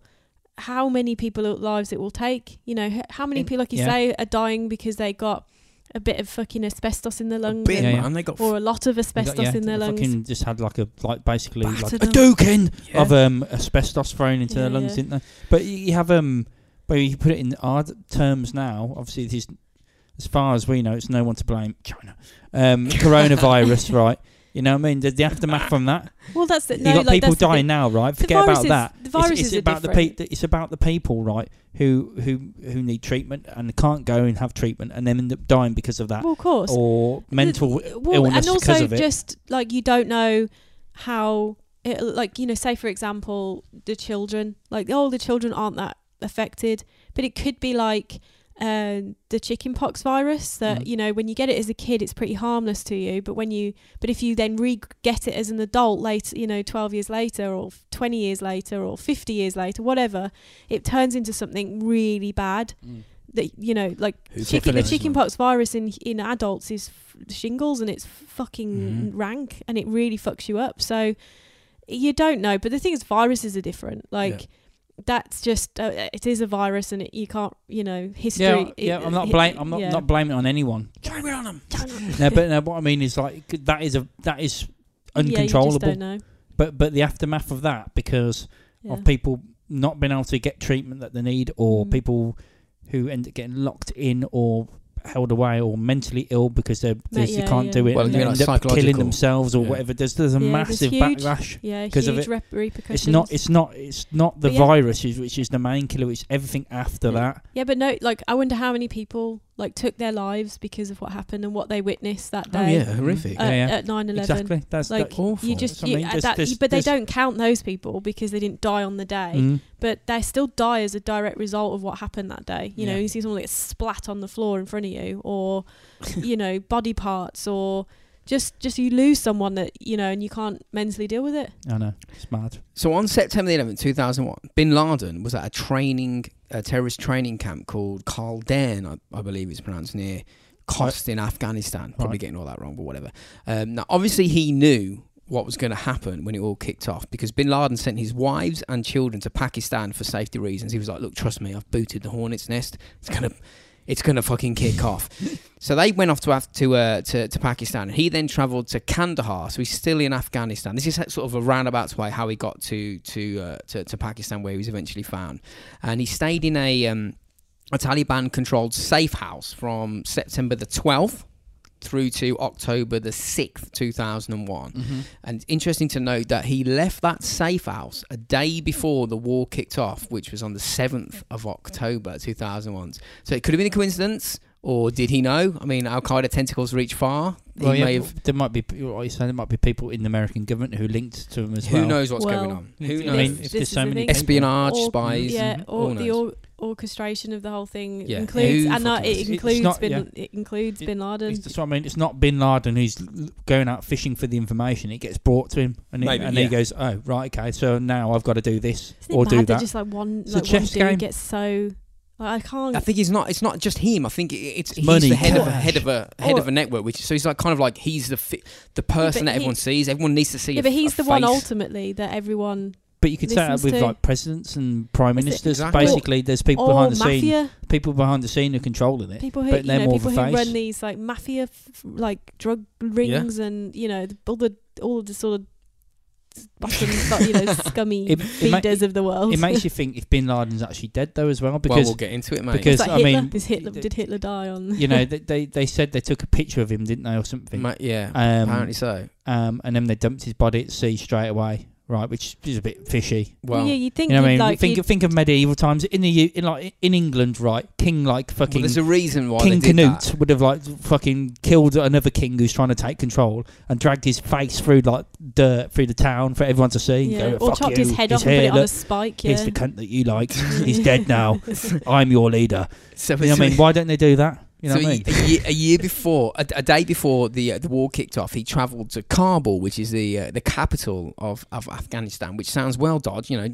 [SPEAKER 3] how many people lives it will take. You know, h- how many
[SPEAKER 2] And-
[SPEAKER 3] people, like you
[SPEAKER 2] yeah.
[SPEAKER 3] say, are dying because they got a bit of fucking asbestos in their lungs,
[SPEAKER 1] Bit,
[SPEAKER 2] Yeah, yeah.
[SPEAKER 1] man. They got
[SPEAKER 3] or a lot of asbestos
[SPEAKER 2] yeah,
[SPEAKER 3] in their lungs.
[SPEAKER 2] Fucking just had like a like basically like
[SPEAKER 3] Battered
[SPEAKER 2] a
[SPEAKER 3] up.
[SPEAKER 2] duking
[SPEAKER 1] Yeah.
[SPEAKER 2] of um asbestos thrown into their
[SPEAKER 3] Yeah,
[SPEAKER 2] lungs,
[SPEAKER 3] yeah.
[SPEAKER 2] didn't they? But you- you have um, but you put it in our d- terms now. Obviously, it is as far as we know, it's no one to blame. China, um, coronavirus, right? You know what I mean? The, the aftermath from that.
[SPEAKER 3] Well, that's it.
[SPEAKER 2] you
[SPEAKER 3] No,
[SPEAKER 2] got
[SPEAKER 3] like,
[SPEAKER 2] people
[SPEAKER 3] that's the
[SPEAKER 2] dying
[SPEAKER 3] thing.
[SPEAKER 2] now, right?
[SPEAKER 3] The
[SPEAKER 2] Forget about
[SPEAKER 3] viruses-
[SPEAKER 2] that.
[SPEAKER 3] The
[SPEAKER 2] It's-
[SPEAKER 3] viruses
[SPEAKER 2] it's,
[SPEAKER 3] are
[SPEAKER 2] about
[SPEAKER 3] different.
[SPEAKER 2] the pe- it's about the people, right? Who who who need treatment and can't go and have treatment and then end up dying because of that,
[SPEAKER 3] Well, of course.
[SPEAKER 2] or mental
[SPEAKER 3] well,
[SPEAKER 2] illness
[SPEAKER 3] and also
[SPEAKER 2] because of it.
[SPEAKER 3] just like you don't know how it like you know say for example the children like oh the children aren't that affected but it could be like um the chickenpox virus that
[SPEAKER 2] Mm.
[SPEAKER 3] you know when you get it as a kid it's pretty harmless to you but when you but if you then re get it as an adult later you know 12 years later or 20 years later or 50 years later whatever it turns into something really bad
[SPEAKER 2] Mm.
[SPEAKER 3] that you know like
[SPEAKER 1] Who's
[SPEAKER 3] chicken, the
[SPEAKER 1] syphilis, man?
[SPEAKER 3] chickenpox virus in in adults is f- shingles and it's fucking
[SPEAKER 1] Mhm.
[SPEAKER 2] Mm-hmm.
[SPEAKER 3] rank and it really fucks you up so you don't know but the thing is viruses are different like that's just uh, it is a virus and it, you can't you know history
[SPEAKER 2] Yeah,
[SPEAKER 3] it-
[SPEAKER 2] yeah. I'm not
[SPEAKER 3] it-
[SPEAKER 2] blame. I'm not,
[SPEAKER 3] yeah.
[SPEAKER 2] not blaming it on anyone.
[SPEAKER 1] Don't wear on them.
[SPEAKER 2] No, but no, what I mean is like c- that is a that is
[SPEAKER 3] yeah, you just
[SPEAKER 2] uncontrollable.
[SPEAKER 3] don't know
[SPEAKER 2] but but the aftermath of that because
[SPEAKER 3] yeah.
[SPEAKER 2] of people not being able to get treatment that they need, or
[SPEAKER 3] Mm.
[SPEAKER 2] people who end up getting locked in or held away or mentally ill because they they just
[SPEAKER 3] yeah,
[SPEAKER 2] can't do
[SPEAKER 3] yeah.
[SPEAKER 2] it
[SPEAKER 1] Well,
[SPEAKER 2] and
[SPEAKER 1] you
[SPEAKER 2] they
[SPEAKER 1] know,
[SPEAKER 2] end up killing
[SPEAKER 1] psychological.
[SPEAKER 2] themselves or
[SPEAKER 1] Yeah.
[SPEAKER 2] whatever. There's there's a
[SPEAKER 3] Yeah, there's
[SPEAKER 2] massive
[SPEAKER 3] huge-
[SPEAKER 2] backlash.
[SPEAKER 3] yeah
[SPEAKER 2] because of
[SPEAKER 3] huge
[SPEAKER 2] it.
[SPEAKER 3] rep- repercussions
[SPEAKER 2] It's not. It's not. It's not the
[SPEAKER 3] But yeah.
[SPEAKER 2] virus, is- which is the main killer. It's everything after
[SPEAKER 3] Yeah.
[SPEAKER 2] that.
[SPEAKER 3] yeah but no like i wonder how many people like took their lives because of what happened and what they witnessed that
[SPEAKER 1] Oh,
[SPEAKER 3] day
[SPEAKER 1] yeah, horrific.
[SPEAKER 2] Uh,
[SPEAKER 3] at,
[SPEAKER 2] Yeah, yeah.
[SPEAKER 3] at 9-11
[SPEAKER 2] Exactly. That's
[SPEAKER 3] Like,
[SPEAKER 2] that-
[SPEAKER 1] Awful.
[SPEAKER 3] you just
[SPEAKER 2] I
[SPEAKER 3] you,
[SPEAKER 2] mean,
[SPEAKER 3] uh,
[SPEAKER 2] there's-
[SPEAKER 3] that,
[SPEAKER 2] there's-
[SPEAKER 3] but they
[SPEAKER 2] there's-
[SPEAKER 3] don't count those people because they didn't die on the day
[SPEAKER 2] Mm.
[SPEAKER 3] but they still die as a direct result of what happened that day you know
[SPEAKER 2] Yeah.
[SPEAKER 3] you see someone get splat on the floor in front of you or you know body parts or just just you lose someone that you know and you can't mentally deal with it
[SPEAKER 2] I know. It's mad.
[SPEAKER 1] So on September the 11th, 2001, Bin Laden was at a training, a terrorist training camp called Khaldun, I, I believe it's pronounced near Khost in Afghanistan. Probably
[SPEAKER 2] Right.
[SPEAKER 1] getting all that wrong, but whatever. Um, now, obviously, he knew what was going to happen when it all kicked off because Bin Laden sent his wives and children to Pakistan for safety reasons. He was like, "Look, trust me, I've booted the hornet's nest. It's gonna, it's gonna fucking kick off." So they went off to Af- to, uh, to to Pakistan. He then travelled to Kandahar, so he's still in Afghanistan. This is uh, sort of a roundabout way how he got to to uh, to, to Pakistan, where he was eventually found. And he stayed in a um, a Taliban-controlled safe house from September the 12th through to October the 6th, 2001.
[SPEAKER 2] Mm-hmm.
[SPEAKER 1] And interesting to note that he left that safe house a day before the war kicked off, which was on the 7th of October 2001. So it could have been a coincidence, or did he know? I mean, Al Qaeda tentacles reach far. He
[SPEAKER 2] Well,
[SPEAKER 1] may
[SPEAKER 2] yeah,
[SPEAKER 1] have,
[SPEAKER 2] but there might be, p- like you say, there might be people in the American government who linked to him as
[SPEAKER 1] who
[SPEAKER 2] well.
[SPEAKER 1] knows what's
[SPEAKER 3] Well,
[SPEAKER 1] going on? Who
[SPEAKER 2] I
[SPEAKER 1] knows?
[SPEAKER 2] mean,
[SPEAKER 3] This-
[SPEAKER 2] if
[SPEAKER 3] this
[SPEAKER 2] there's
[SPEAKER 3] is the
[SPEAKER 2] so many
[SPEAKER 3] thing.
[SPEAKER 2] people-
[SPEAKER 1] Espionage,
[SPEAKER 3] Or-
[SPEAKER 1] spies.
[SPEAKER 3] yeah
[SPEAKER 1] all
[SPEAKER 3] or the
[SPEAKER 1] knows.
[SPEAKER 3] or- orchestration of the whole thing
[SPEAKER 1] Yeah.
[SPEAKER 3] includes
[SPEAKER 1] Who
[SPEAKER 3] and that
[SPEAKER 1] fucking knows?
[SPEAKER 3] it
[SPEAKER 2] It's
[SPEAKER 3] includes
[SPEAKER 2] not-
[SPEAKER 3] bin,
[SPEAKER 2] yeah.
[SPEAKER 3] it includes
[SPEAKER 2] It-
[SPEAKER 3] bin laden
[SPEAKER 2] It's, that's what I mean. It's not Bin Laden who's l- going out fishing for the information. It gets brought to him, and, he-
[SPEAKER 1] Maybe,
[SPEAKER 2] and
[SPEAKER 1] yeah.
[SPEAKER 2] he goes, "Oh, right, okay. So now I've got to do this
[SPEAKER 3] Isn't it
[SPEAKER 2] or
[SPEAKER 3] bad
[SPEAKER 2] do
[SPEAKER 3] that,
[SPEAKER 2] that."
[SPEAKER 3] just like one
[SPEAKER 2] It's a
[SPEAKER 3] like one
[SPEAKER 2] chess
[SPEAKER 3] dude
[SPEAKER 2] game.
[SPEAKER 3] gets so like, I can't
[SPEAKER 1] I think he's not. It's not just him. I think it- it's, he's
[SPEAKER 2] money,
[SPEAKER 1] the head of a
[SPEAKER 2] cash.
[SPEAKER 1] head of a head
[SPEAKER 3] Or-
[SPEAKER 1] of a network. Which so he's like kind of like he's the fi- the
[SPEAKER 3] but
[SPEAKER 1] person that
[SPEAKER 3] he-
[SPEAKER 1] everyone sees. Everyone needs to see.
[SPEAKER 3] yeah
[SPEAKER 1] a,
[SPEAKER 3] but he's
[SPEAKER 1] a
[SPEAKER 3] the one
[SPEAKER 1] face.
[SPEAKER 3] ultimately that everyone
[SPEAKER 2] But you could say that
[SPEAKER 3] listens
[SPEAKER 2] with
[SPEAKER 3] to-
[SPEAKER 2] like presidents and prime
[SPEAKER 3] Is it-
[SPEAKER 2] ministers.
[SPEAKER 1] Exactly.
[SPEAKER 2] Basically, there's people
[SPEAKER 3] or
[SPEAKER 2] behind the scene,
[SPEAKER 3] mafia
[SPEAKER 2] people behind the scene who are controlling it.
[SPEAKER 3] people who
[SPEAKER 2] but
[SPEAKER 3] you
[SPEAKER 2] they're
[SPEAKER 3] know
[SPEAKER 2] more of
[SPEAKER 3] people
[SPEAKER 2] a
[SPEAKER 3] who
[SPEAKER 2] face.
[SPEAKER 3] run these like mafia f- f- like drug rings and you know the, all the all the sort of bottom sort- you know scummy
[SPEAKER 2] It- it ma-
[SPEAKER 3] feeders of the world.
[SPEAKER 2] It makes you think if Bin Laden's actually dead though, as well,
[SPEAKER 1] well,
[SPEAKER 2] because
[SPEAKER 1] we'll get into it, mate.
[SPEAKER 2] because
[SPEAKER 3] It's like
[SPEAKER 2] I
[SPEAKER 3] Hitler.
[SPEAKER 2] mean,
[SPEAKER 3] Is Hitler,
[SPEAKER 2] th-
[SPEAKER 3] did Hitler die on?
[SPEAKER 2] you know, they, they they said they took a picture of him, didn't they, or something?
[SPEAKER 1] Ma- yeah,
[SPEAKER 2] Um,
[SPEAKER 1] apparently so.
[SPEAKER 2] um, and then they dumped his body at sea straight away, right? Which is a bit fishy.
[SPEAKER 1] Well,
[SPEAKER 3] yeah, you think
[SPEAKER 2] You know what I
[SPEAKER 3] you'd
[SPEAKER 2] mean?
[SPEAKER 3] like
[SPEAKER 2] think
[SPEAKER 3] you'd-
[SPEAKER 2] think of medieval times in the U- in like in England, right? King like
[SPEAKER 1] well,
[SPEAKER 2] fucking
[SPEAKER 1] there's a reason why
[SPEAKER 2] King
[SPEAKER 1] they did
[SPEAKER 2] Canute
[SPEAKER 1] that.
[SPEAKER 2] would have like fucking killed another king who's trying to take control and dragged his face through like dirt through the town for everyone to see. And
[SPEAKER 3] yeah,
[SPEAKER 2] go,
[SPEAKER 3] or
[SPEAKER 2] "Fuck
[SPEAKER 3] chopped
[SPEAKER 2] you,
[SPEAKER 3] his head off
[SPEAKER 2] hair,
[SPEAKER 3] and put it on a
[SPEAKER 2] look,
[SPEAKER 3] spike.
[SPEAKER 2] Here's
[SPEAKER 3] Yeah.
[SPEAKER 2] the cunt that you like. He's dead now. I'm your leader.
[SPEAKER 1] So,
[SPEAKER 2] You know what I mean? Why don't they do that? You know
[SPEAKER 1] so
[SPEAKER 2] what I
[SPEAKER 1] a,
[SPEAKER 2] mean?
[SPEAKER 1] a year, a year before, a, a day before the uh, the war kicked off, he travelled to Kabul, which is the uh, the capital of, of Afghanistan, which sounds well dodged, you know.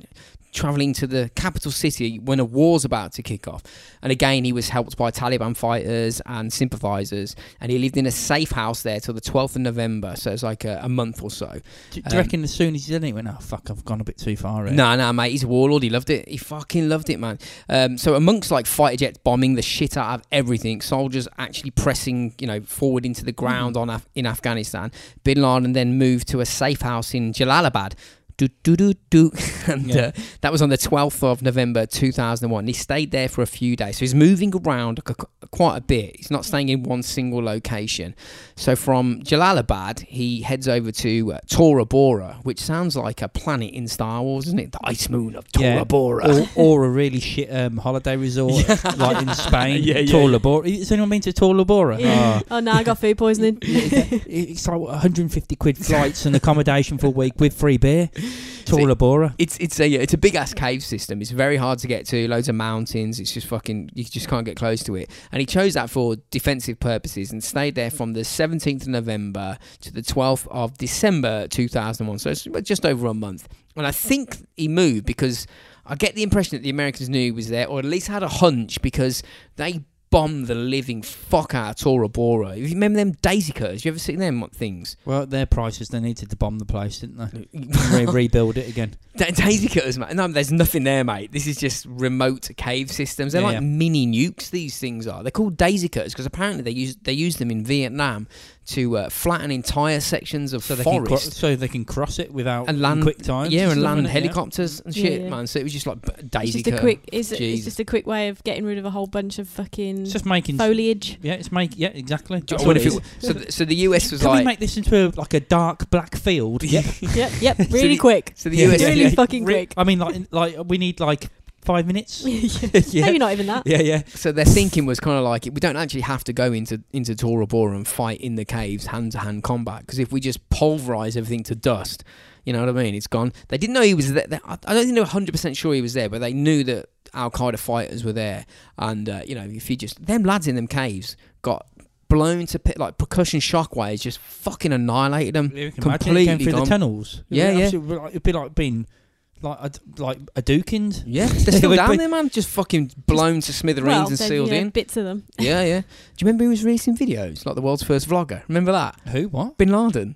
[SPEAKER 1] traveling to the capital city when a war's about to kick off. And again, he was helped by Taliban fighters and sympathizers. And he lived in a safe house there till the 12th of November. So it's like a, a month or so.
[SPEAKER 2] Do, do you
[SPEAKER 1] Um,
[SPEAKER 2] reckon as soon as he done it, he went, oh, fuck, I've gone a bit too far here.
[SPEAKER 1] No, no, mate. He's a warlord. He loved it. He fucking loved it, man. Um, so amongst like fighter jets bombing the shit out of everything, soldiers actually pressing, you know, forward into the ground on Af- in Afghanistan. Bin Laden then moved to a safe house in Jalalabad. Do, do, do, do. And
[SPEAKER 2] Yeah.
[SPEAKER 1] uh, that was on the 12th of November 2001. And he stayed there for a few days. So he's moving around c- c- quite a bit. He's not staying in one single location. So from Jalalabad, he heads over to uh, Tora Bora, which sounds like a planet in Star Wars, isn't it? The ice moon of Tora
[SPEAKER 2] Yeah.
[SPEAKER 1] Bora.
[SPEAKER 2] Or, or a really shit um, holiday resort, like in Spain,
[SPEAKER 1] Yeah, yeah,
[SPEAKER 2] Torla Bora. Has anyone been to Ah. Torla Bora?
[SPEAKER 3] Yeah. Oh, no, I got food poisoning.
[SPEAKER 2] it's like what, 150 quid flights and accommodation for a week with free beer. Torla Bora.
[SPEAKER 1] It's it's a yeah, it's a big ass cave system. It's very hard to get to. Loads of mountains. It's just fucking you just can't get close to it. And he chose that for defensive purposes and stayed there from the 17th of November to the 12th of December 2001. So it's just over a month. And I think he moved because I get the impression that the Americans knew he was there, or at least had a hunch because they bombed the living fuck out of Tora Bora. You remember them daisy cutters? You ever seen them things?
[SPEAKER 2] Well, their prices, they needed to bomb the place, didn't they? Re- rebuild it again.
[SPEAKER 1] Da- Daisy cutters, mate. No, there's nothing there, mate. This is just remote cave systems. They're
[SPEAKER 2] Yeah,
[SPEAKER 1] like
[SPEAKER 2] yeah.
[SPEAKER 1] mini nukes. These things are. They're called daisy cutters because apparently they use they use them in Vietnam to uh, flatten entire sections of
[SPEAKER 2] So they, can cro-
[SPEAKER 1] forest.
[SPEAKER 2] so they can cross it without
[SPEAKER 1] And land-
[SPEAKER 2] quick times.
[SPEAKER 1] yeah, and
[SPEAKER 2] stuff,
[SPEAKER 1] land
[SPEAKER 2] innit? Yeah.
[SPEAKER 1] helicopters and shit,
[SPEAKER 3] Yeah.
[SPEAKER 1] man. So it was just like b- daisy
[SPEAKER 3] It's just
[SPEAKER 1] cutter.
[SPEAKER 3] a quick. It's,
[SPEAKER 1] Jesus.
[SPEAKER 3] it's just a quick way of getting rid of a whole bunch of fucking
[SPEAKER 2] It's just making.
[SPEAKER 3] foliage.
[SPEAKER 2] yeah, it's make. Yeah, exactly.
[SPEAKER 1] Do you
[SPEAKER 2] That's
[SPEAKER 1] know what
[SPEAKER 2] what
[SPEAKER 1] if
[SPEAKER 2] it
[SPEAKER 1] it- so, th- so the US was
[SPEAKER 2] Can
[SPEAKER 1] like
[SPEAKER 2] we make this into a, like a dark black field? Yeah.
[SPEAKER 3] yep, yep.
[SPEAKER 1] So
[SPEAKER 3] Really
[SPEAKER 1] the-
[SPEAKER 3] quick.
[SPEAKER 1] so the
[SPEAKER 2] Yeah.
[SPEAKER 1] US
[SPEAKER 3] Really fucking
[SPEAKER 2] Re-
[SPEAKER 3] quick.
[SPEAKER 2] I mean, like, like we need like five minutes.
[SPEAKER 3] yeah. Maybe not even that.
[SPEAKER 2] Yeah, yeah.
[SPEAKER 1] So their thinking was kind of like we don't actually have to go into into Tora Bora and fight in the caves hand to hand combat because if we just pulverize everything to dust, you know what I mean? It's gone. They didn't know he was there. They- I I don't think they were hundred percent sure he was there, but they knew that Al Qaeda fighters were there, and uh, you know if you just them lads in them caves got blown to pit like percussion shockwaves just fucking annihilated them.
[SPEAKER 2] Completely
[SPEAKER 1] Completely
[SPEAKER 2] came through
[SPEAKER 1] gone.
[SPEAKER 2] the tunnels. It'd be
[SPEAKER 1] Yeah, yeah.
[SPEAKER 2] absolute- It'd be like being like a, like a Dukind.
[SPEAKER 1] Yeah, they're still
[SPEAKER 2] They-
[SPEAKER 1] down
[SPEAKER 2] they-
[SPEAKER 1] there, man. Just fucking blown to smithereens
[SPEAKER 3] Well,
[SPEAKER 1] and
[SPEAKER 3] then,
[SPEAKER 1] sealed
[SPEAKER 3] you know,
[SPEAKER 1] in.
[SPEAKER 3] bits of them.
[SPEAKER 1] Yeah, yeah. Do you remember who was releasing videos like the world's first vlogger? Remember that?
[SPEAKER 2] Who? What?
[SPEAKER 1] Bin Laden.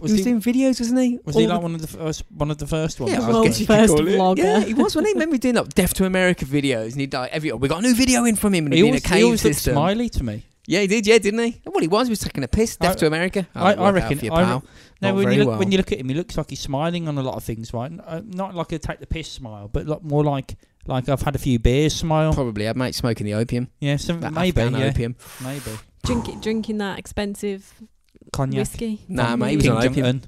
[SPEAKER 2] Was
[SPEAKER 1] he
[SPEAKER 2] he,
[SPEAKER 1] was doing videos, wasn't he?
[SPEAKER 2] was
[SPEAKER 1] All
[SPEAKER 2] he
[SPEAKER 1] the-
[SPEAKER 2] like one of the first one of the first ones?
[SPEAKER 1] Yeah, I
[SPEAKER 3] The world's
[SPEAKER 1] guess you could
[SPEAKER 3] first
[SPEAKER 1] call it.
[SPEAKER 3] vlogger.
[SPEAKER 1] Yeah, he was, wasn't he? Remember doing like Deaf to America videos and he'd like every we got a new video in from him and
[SPEAKER 2] He
[SPEAKER 1] he'd be in a
[SPEAKER 2] always, he
[SPEAKER 1] cave
[SPEAKER 2] always looked
[SPEAKER 1] system.
[SPEAKER 2] smiley to me.
[SPEAKER 1] Yeah, he did, yeah, didn't he? Well he was, he was taking a piss, Deaf
[SPEAKER 2] I-
[SPEAKER 1] to America. Oh,
[SPEAKER 2] I,
[SPEAKER 1] it worked
[SPEAKER 2] I
[SPEAKER 1] out
[SPEAKER 2] reckon.
[SPEAKER 1] for your
[SPEAKER 2] I re-
[SPEAKER 1] pal.
[SPEAKER 2] no,
[SPEAKER 1] Not
[SPEAKER 2] when
[SPEAKER 1] very
[SPEAKER 2] you look
[SPEAKER 1] well.
[SPEAKER 2] when you look at him, he looks like he's smiling on a lot of things, right? Uh, not like a take the piss smile, but like, more like like I've had a few beers smile.
[SPEAKER 1] Probably I'd make smoking the opium.
[SPEAKER 2] Yeah, some,
[SPEAKER 1] That
[SPEAKER 2] maybe.
[SPEAKER 1] Afghan
[SPEAKER 2] yeah,
[SPEAKER 1] opium.
[SPEAKER 2] maybe.
[SPEAKER 3] Drink, drinking that expensive
[SPEAKER 2] Cognac.
[SPEAKER 3] whiskey.
[SPEAKER 1] Nah,
[SPEAKER 3] From
[SPEAKER 1] mate, he was
[SPEAKER 3] the-
[SPEAKER 1] on
[SPEAKER 2] Pink
[SPEAKER 1] opium.
[SPEAKER 2] Jumpman.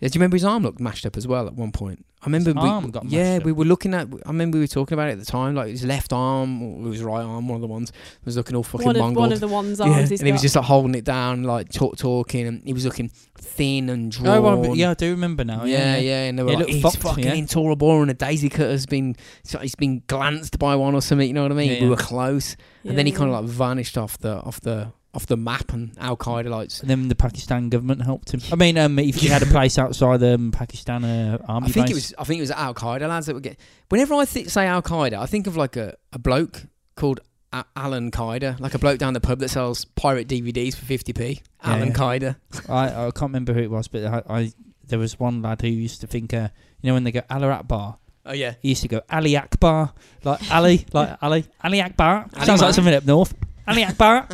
[SPEAKER 1] Yeah, do you remember his arm looked mashed up as well at one point? I remember we,
[SPEAKER 2] arm got
[SPEAKER 1] yeah,
[SPEAKER 2] mashed up.
[SPEAKER 1] we were looking at. I remember we were talking about it at the time, like his left arm or his right arm, one of the ones was looking all fucking
[SPEAKER 3] one of,
[SPEAKER 1] mongled.
[SPEAKER 3] one of the ones
[SPEAKER 1] Yeah,
[SPEAKER 3] arms
[SPEAKER 1] and he was just like holding it down, like talk, talking, and he was looking thin and drawn.
[SPEAKER 2] Oh, well, yeah, I do remember now.
[SPEAKER 1] yeah,
[SPEAKER 2] yeah.
[SPEAKER 1] yeah, and they were
[SPEAKER 2] He
[SPEAKER 1] like,
[SPEAKER 2] looked
[SPEAKER 1] he's
[SPEAKER 2] fucked,
[SPEAKER 1] fucking
[SPEAKER 2] yeah.
[SPEAKER 1] in Tora Bora and a daisy cutter's been, so he's been glanced by one or something. You know what I mean?
[SPEAKER 2] Yeah,
[SPEAKER 1] We
[SPEAKER 2] yeah.
[SPEAKER 1] were close, and then he kind of like vanished off the off the off the map, and Al Qaeda like. s-
[SPEAKER 2] And then the Pakistan government helped him. I mean, um, if he had a place outside um, Pakistan uh, army
[SPEAKER 1] I think
[SPEAKER 2] base.
[SPEAKER 1] it was I think it was Al Qaeda lads that were getting. Whenever I th- say Al Qaeda, I think of like a, a bloke called a- Alan Qaeda, like a bloke down the pub that sells pirate DVDs for fifty p.
[SPEAKER 2] Yeah,
[SPEAKER 1] Alan
[SPEAKER 2] yeah.
[SPEAKER 1] Qaeda.
[SPEAKER 2] I, I can't remember who it was, but I, I there was one lad who used to think, uh, you know, when they go Allah Akbar,
[SPEAKER 1] Oh yeah.
[SPEAKER 2] he used to go Ali Akbar, like Ali, like Ali, Ali Akbar.
[SPEAKER 1] Ali
[SPEAKER 2] Sounds
[SPEAKER 1] Akbar.
[SPEAKER 2] like something up north. Ali Akbar.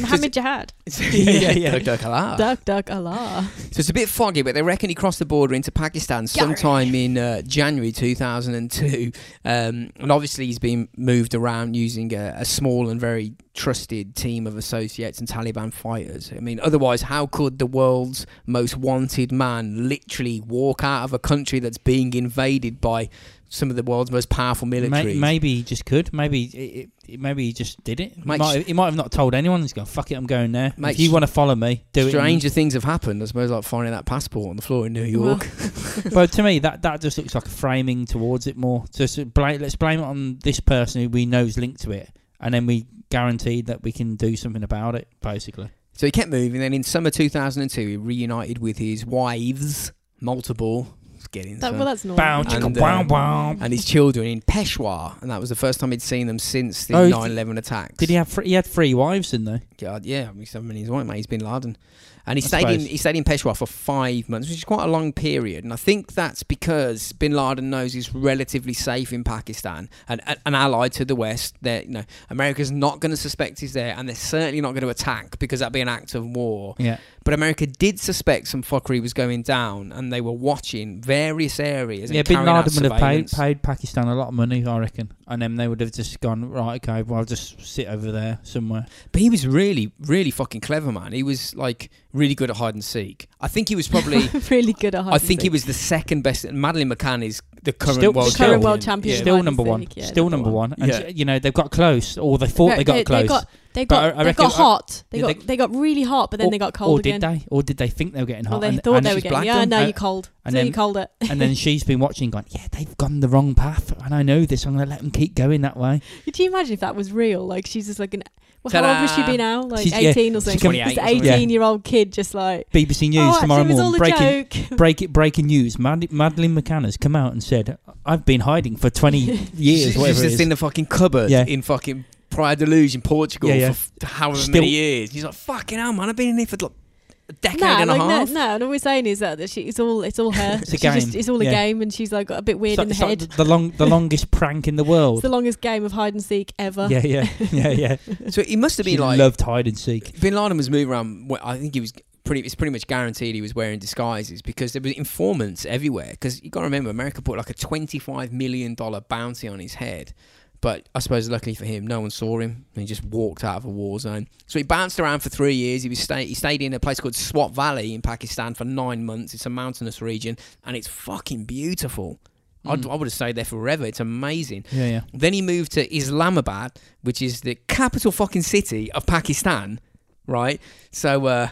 [SPEAKER 3] Mohammed Jihad.
[SPEAKER 2] Yeah, yeah.
[SPEAKER 1] Duck, duck, alarm.
[SPEAKER 3] Duck, duck, Allah.
[SPEAKER 1] So it's a bit foggy, but they reckon he crossed the border into Pakistan sometime in uh, January 2002. Um, and obviously, he's been moved around using a, a small and very trusted team of associates and Taliban fighters. I mean, otherwise, how could the world's most wanted man literally walk out of a country that's being invaded by some of the world's most powerful
[SPEAKER 2] May,
[SPEAKER 1] militaries?
[SPEAKER 2] maybe he just could. Maybe it, it, maybe he just did it. He
[SPEAKER 1] Mate,
[SPEAKER 2] might, he might have not told anyone. He's gone. Fuck it, I'm going there.
[SPEAKER 1] Mate,
[SPEAKER 2] if you want to follow me, do
[SPEAKER 1] Stranger things have happened, I suppose, like finding that passport on the floor in New
[SPEAKER 3] Well,
[SPEAKER 1] York.
[SPEAKER 2] it. Well, to me, that, that just looks like a framing towards it more. Just uh, bla let's blame it on this person who we know is linked to it, and then we guaranteed that we can do something about it. Basically,
[SPEAKER 1] So he kept moving. Then in summer 2002, he reunited with his wives, multiple. getting.
[SPEAKER 3] That,
[SPEAKER 1] so-
[SPEAKER 3] well, that's normal.
[SPEAKER 2] Bow,
[SPEAKER 1] chicka,
[SPEAKER 3] um,
[SPEAKER 1] And,
[SPEAKER 2] chicka, wow,
[SPEAKER 1] uh,
[SPEAKER 2] wow.
[SPEAKER 1] and his children in Peshawar, and that was the first time he'd seen them since the
[SPEAKER 2] Oh, he-
[SPEAKER 1] 9/11 attacks.
[SPEAKER 2] Did he have? Three, he had three wives, didn't they?
[SPEAKER 1] God, yeah, I mean, so many he's white mate. He's been Laden, and he
[SPEAKER 2] I
[SPEAKER 1] stayed in
[SPEAKER 2] suppose.
[SPEAKER 1] he stayed in Peshawar for five months, which is quite a long period. And I think that's because Bin Laden knows he's relatively safe in Pakistan and and- and allied to the West. That you know, America's not going to suspect he's there, and they're certainly not going to attack because that'd be an act of war.
[SPEAKER 2] Yeah.
[SPEAKER 1] But America did suspect some fuckery was going down, and they were watching various areas.
[SPEAKER 2] Yeah,
[SPEAKER 1] and
[SPEAKER 2] Bin
[SPEAKER 1] carrying out
[SPEAKER 2] Laden would have paid,
[SPEAKER 1] surveillance.
[SPEAKER 2] paid Pakistan a lot of money, I reckon, and then they would have just gone right. Okay, well, I'll just sit over there somewhere.
[SPEAKER 1] But he was really, really fucking clever, man. He was like really good at hide and seek. I think he was probably.
[SPEAKER 3] really good at hiding
[SPEAKER 1] I think he
[SPEAKER 3] things.
[SPEAKER 1] was the second best. Madeline McCann is the current
[SPEAKER 2] Still-
[SPEAKER 1] world
[SPEAKER 2] the current
[SPEAKER 1] champion.
[SPEAKER 3] world champion.
[SPEAKER 1] Yeah.
[SPEAKER 3] Hide
[SPEAKER 2] Still
[SPEAKER 3] and
[SPEAKER 2] number one.
[SPEAKER 3] seek, yeah,
[SPEAKER 2] Still number
[SPEAKER 3] number
[SPEAKER 2] one. And
[SPEAKER 1] Yeah.
[SPEAKER 2] you know they've got close, or they thought they got
[SPEAKER 3] they,
[SPEAKER 2] close.
[SPEAKER 3] They got, they
[SPEAKER 2] But I- I
[SPEAKER 3] got, they
[SPEAKER 2] reckon-
[SPEAKER 3] got hot. They
[SPEAKER 2] Yeah,
[SPEAKER 3] got,
[SPEAKER 2] they-
[SPEAKER 3] they, got really hot, but then
[SPEAKER 2] or-
[SPEAKER 3] they got cold
[SPEAKER 2] or did
[SPEAKER 3] again.
[SPEAKER 2] they? Or did they think they were getting hot?
[SPEAKER 3] Or they
[SPEAKER 2] and,
[SPEAKER 3] thought
[SPEAKER 2] and
[SPEAKER 3] they were
[SPEAKER 1] she's
[SPEAKER 3] getting,
[SPEAKER 1] black
[SPEAKER 3] yeah,
[SPEAKER 1] then?
[SPEAKER 3] no,
[SPEAKER 2] Uh,
[SPEAKER 3] you're cold.
[SPEAKER 2] and
[SPEAKER 3] so
[SPEAKER 2] then-
[SPEAKER 3] you called it.
[SPEAKER 2] and then she's been watching, going, "Yeah, they've gone the wrong path, and I know this. I'm going to let them keep going that way."
[SPEAKER 3] Could you imagine if that was real? Like she's just like an. Well, how old would she
[SPEAKER 1] Ta-da.
[SPEAKER 3] be now? Like
[SPEAKER 2] She's- yeah,
[SPEAKER 3] 18 or
[SPEAKER 1] she's
[SPEAKER 3] something.
[SPEAKER 1] 28
[SPEAKER 3] This
[SPEAKER 1] or something.
[SPEAKER 3] 18 year old kid just like.
[SPEAKER 2] BBC News
[SPEAKER 3] oh,
[SPEAKER 2] tomorrow
[SPEAKER 3] actually,
[SPEAKER 2] morning.
[SPEAKER 3] it was all a
[SPEAKER 2] Breaking,
[SPEAKER 3] joke.
[SPEAKER 2] break it, breaking news. Mad- Madeline McCann has come out and said, "I've been hiding for 20 years,
[SPEAKER 1] She's
[SPEAKER 2] whatever
[SPEAKER 1] just
[SPEAKER 2] it is."
[SPEAKER 1] in the fucking cupboard
[SPEAKER 2] Yeah.
[SPEAKER 1] in fucking Praia de Luz in Portugal
[SPEAKER 2] Yeah,
[SPEAKER 1] for
[SPEAKER 2] yeah.
[SPEAKER 1] f- however
[SPEAKER 2] Still-
[SPEAKER 1] many years. She's like, fucking hell, man. I've been in here for like a decade and a
[SPEAKER 3] like,
[SPEAKER 1] half.
[SPEAKER 3] No, no, and all we're saying is that that she, it's all it's all her.
[SPEAKER 2] It's a
[SPEAKER 3] She just-
[SPEAKER 2] game,
[SPEAKER 3] it's all a
[SPEAKER 2] yeah.
[SPEAKER 3] game, and she's like got a bit weird
[SPEAKER 2] It's like-
[SPEAKER 3] in the
[SPEAKER 2] it's like
[SPEAKER 3] head.
[SPEAKER 2] the long, the longest prank in the
[SPEAKER 3] it's
[SPEAKER 2] world.
[SPEAKER 3] the longest game of hide and seek ever.
[SPEAKER 2] yeah, yeah, yeah, yeah.
[SPEAKER 1] So it must have
[SPEAKER 2] She
[SPEAKER 1] been like
[SPEAKER 2] loved hide and seek.
[SPEAKER 1] Bin Laden was moving around. well, I think he was pretty. It's pretty much guaranteed he was wearing disguises because there was informants everywhere. Because you got to remember, America put like a twenty-five million dollar bounty on his head. But I suppose luckily for him, no one saw him. And he just walked out of a war zone. So he bounced around for three years. He was stay- he stayed in a place called Swat Valley in Pakistan for nine months. It's a mountainous region and it's fucking beautiful. I'd,
[SPEAKER 2] Mm.
[SPEAKER 1] I would have stayed there forever. It's amazing.
[SPEAKER 2] Yeah, yeah.
[SPEAKER 1] Then he moved to Islamabad, which is the capital fucking city of Pakistan, right? So, uh,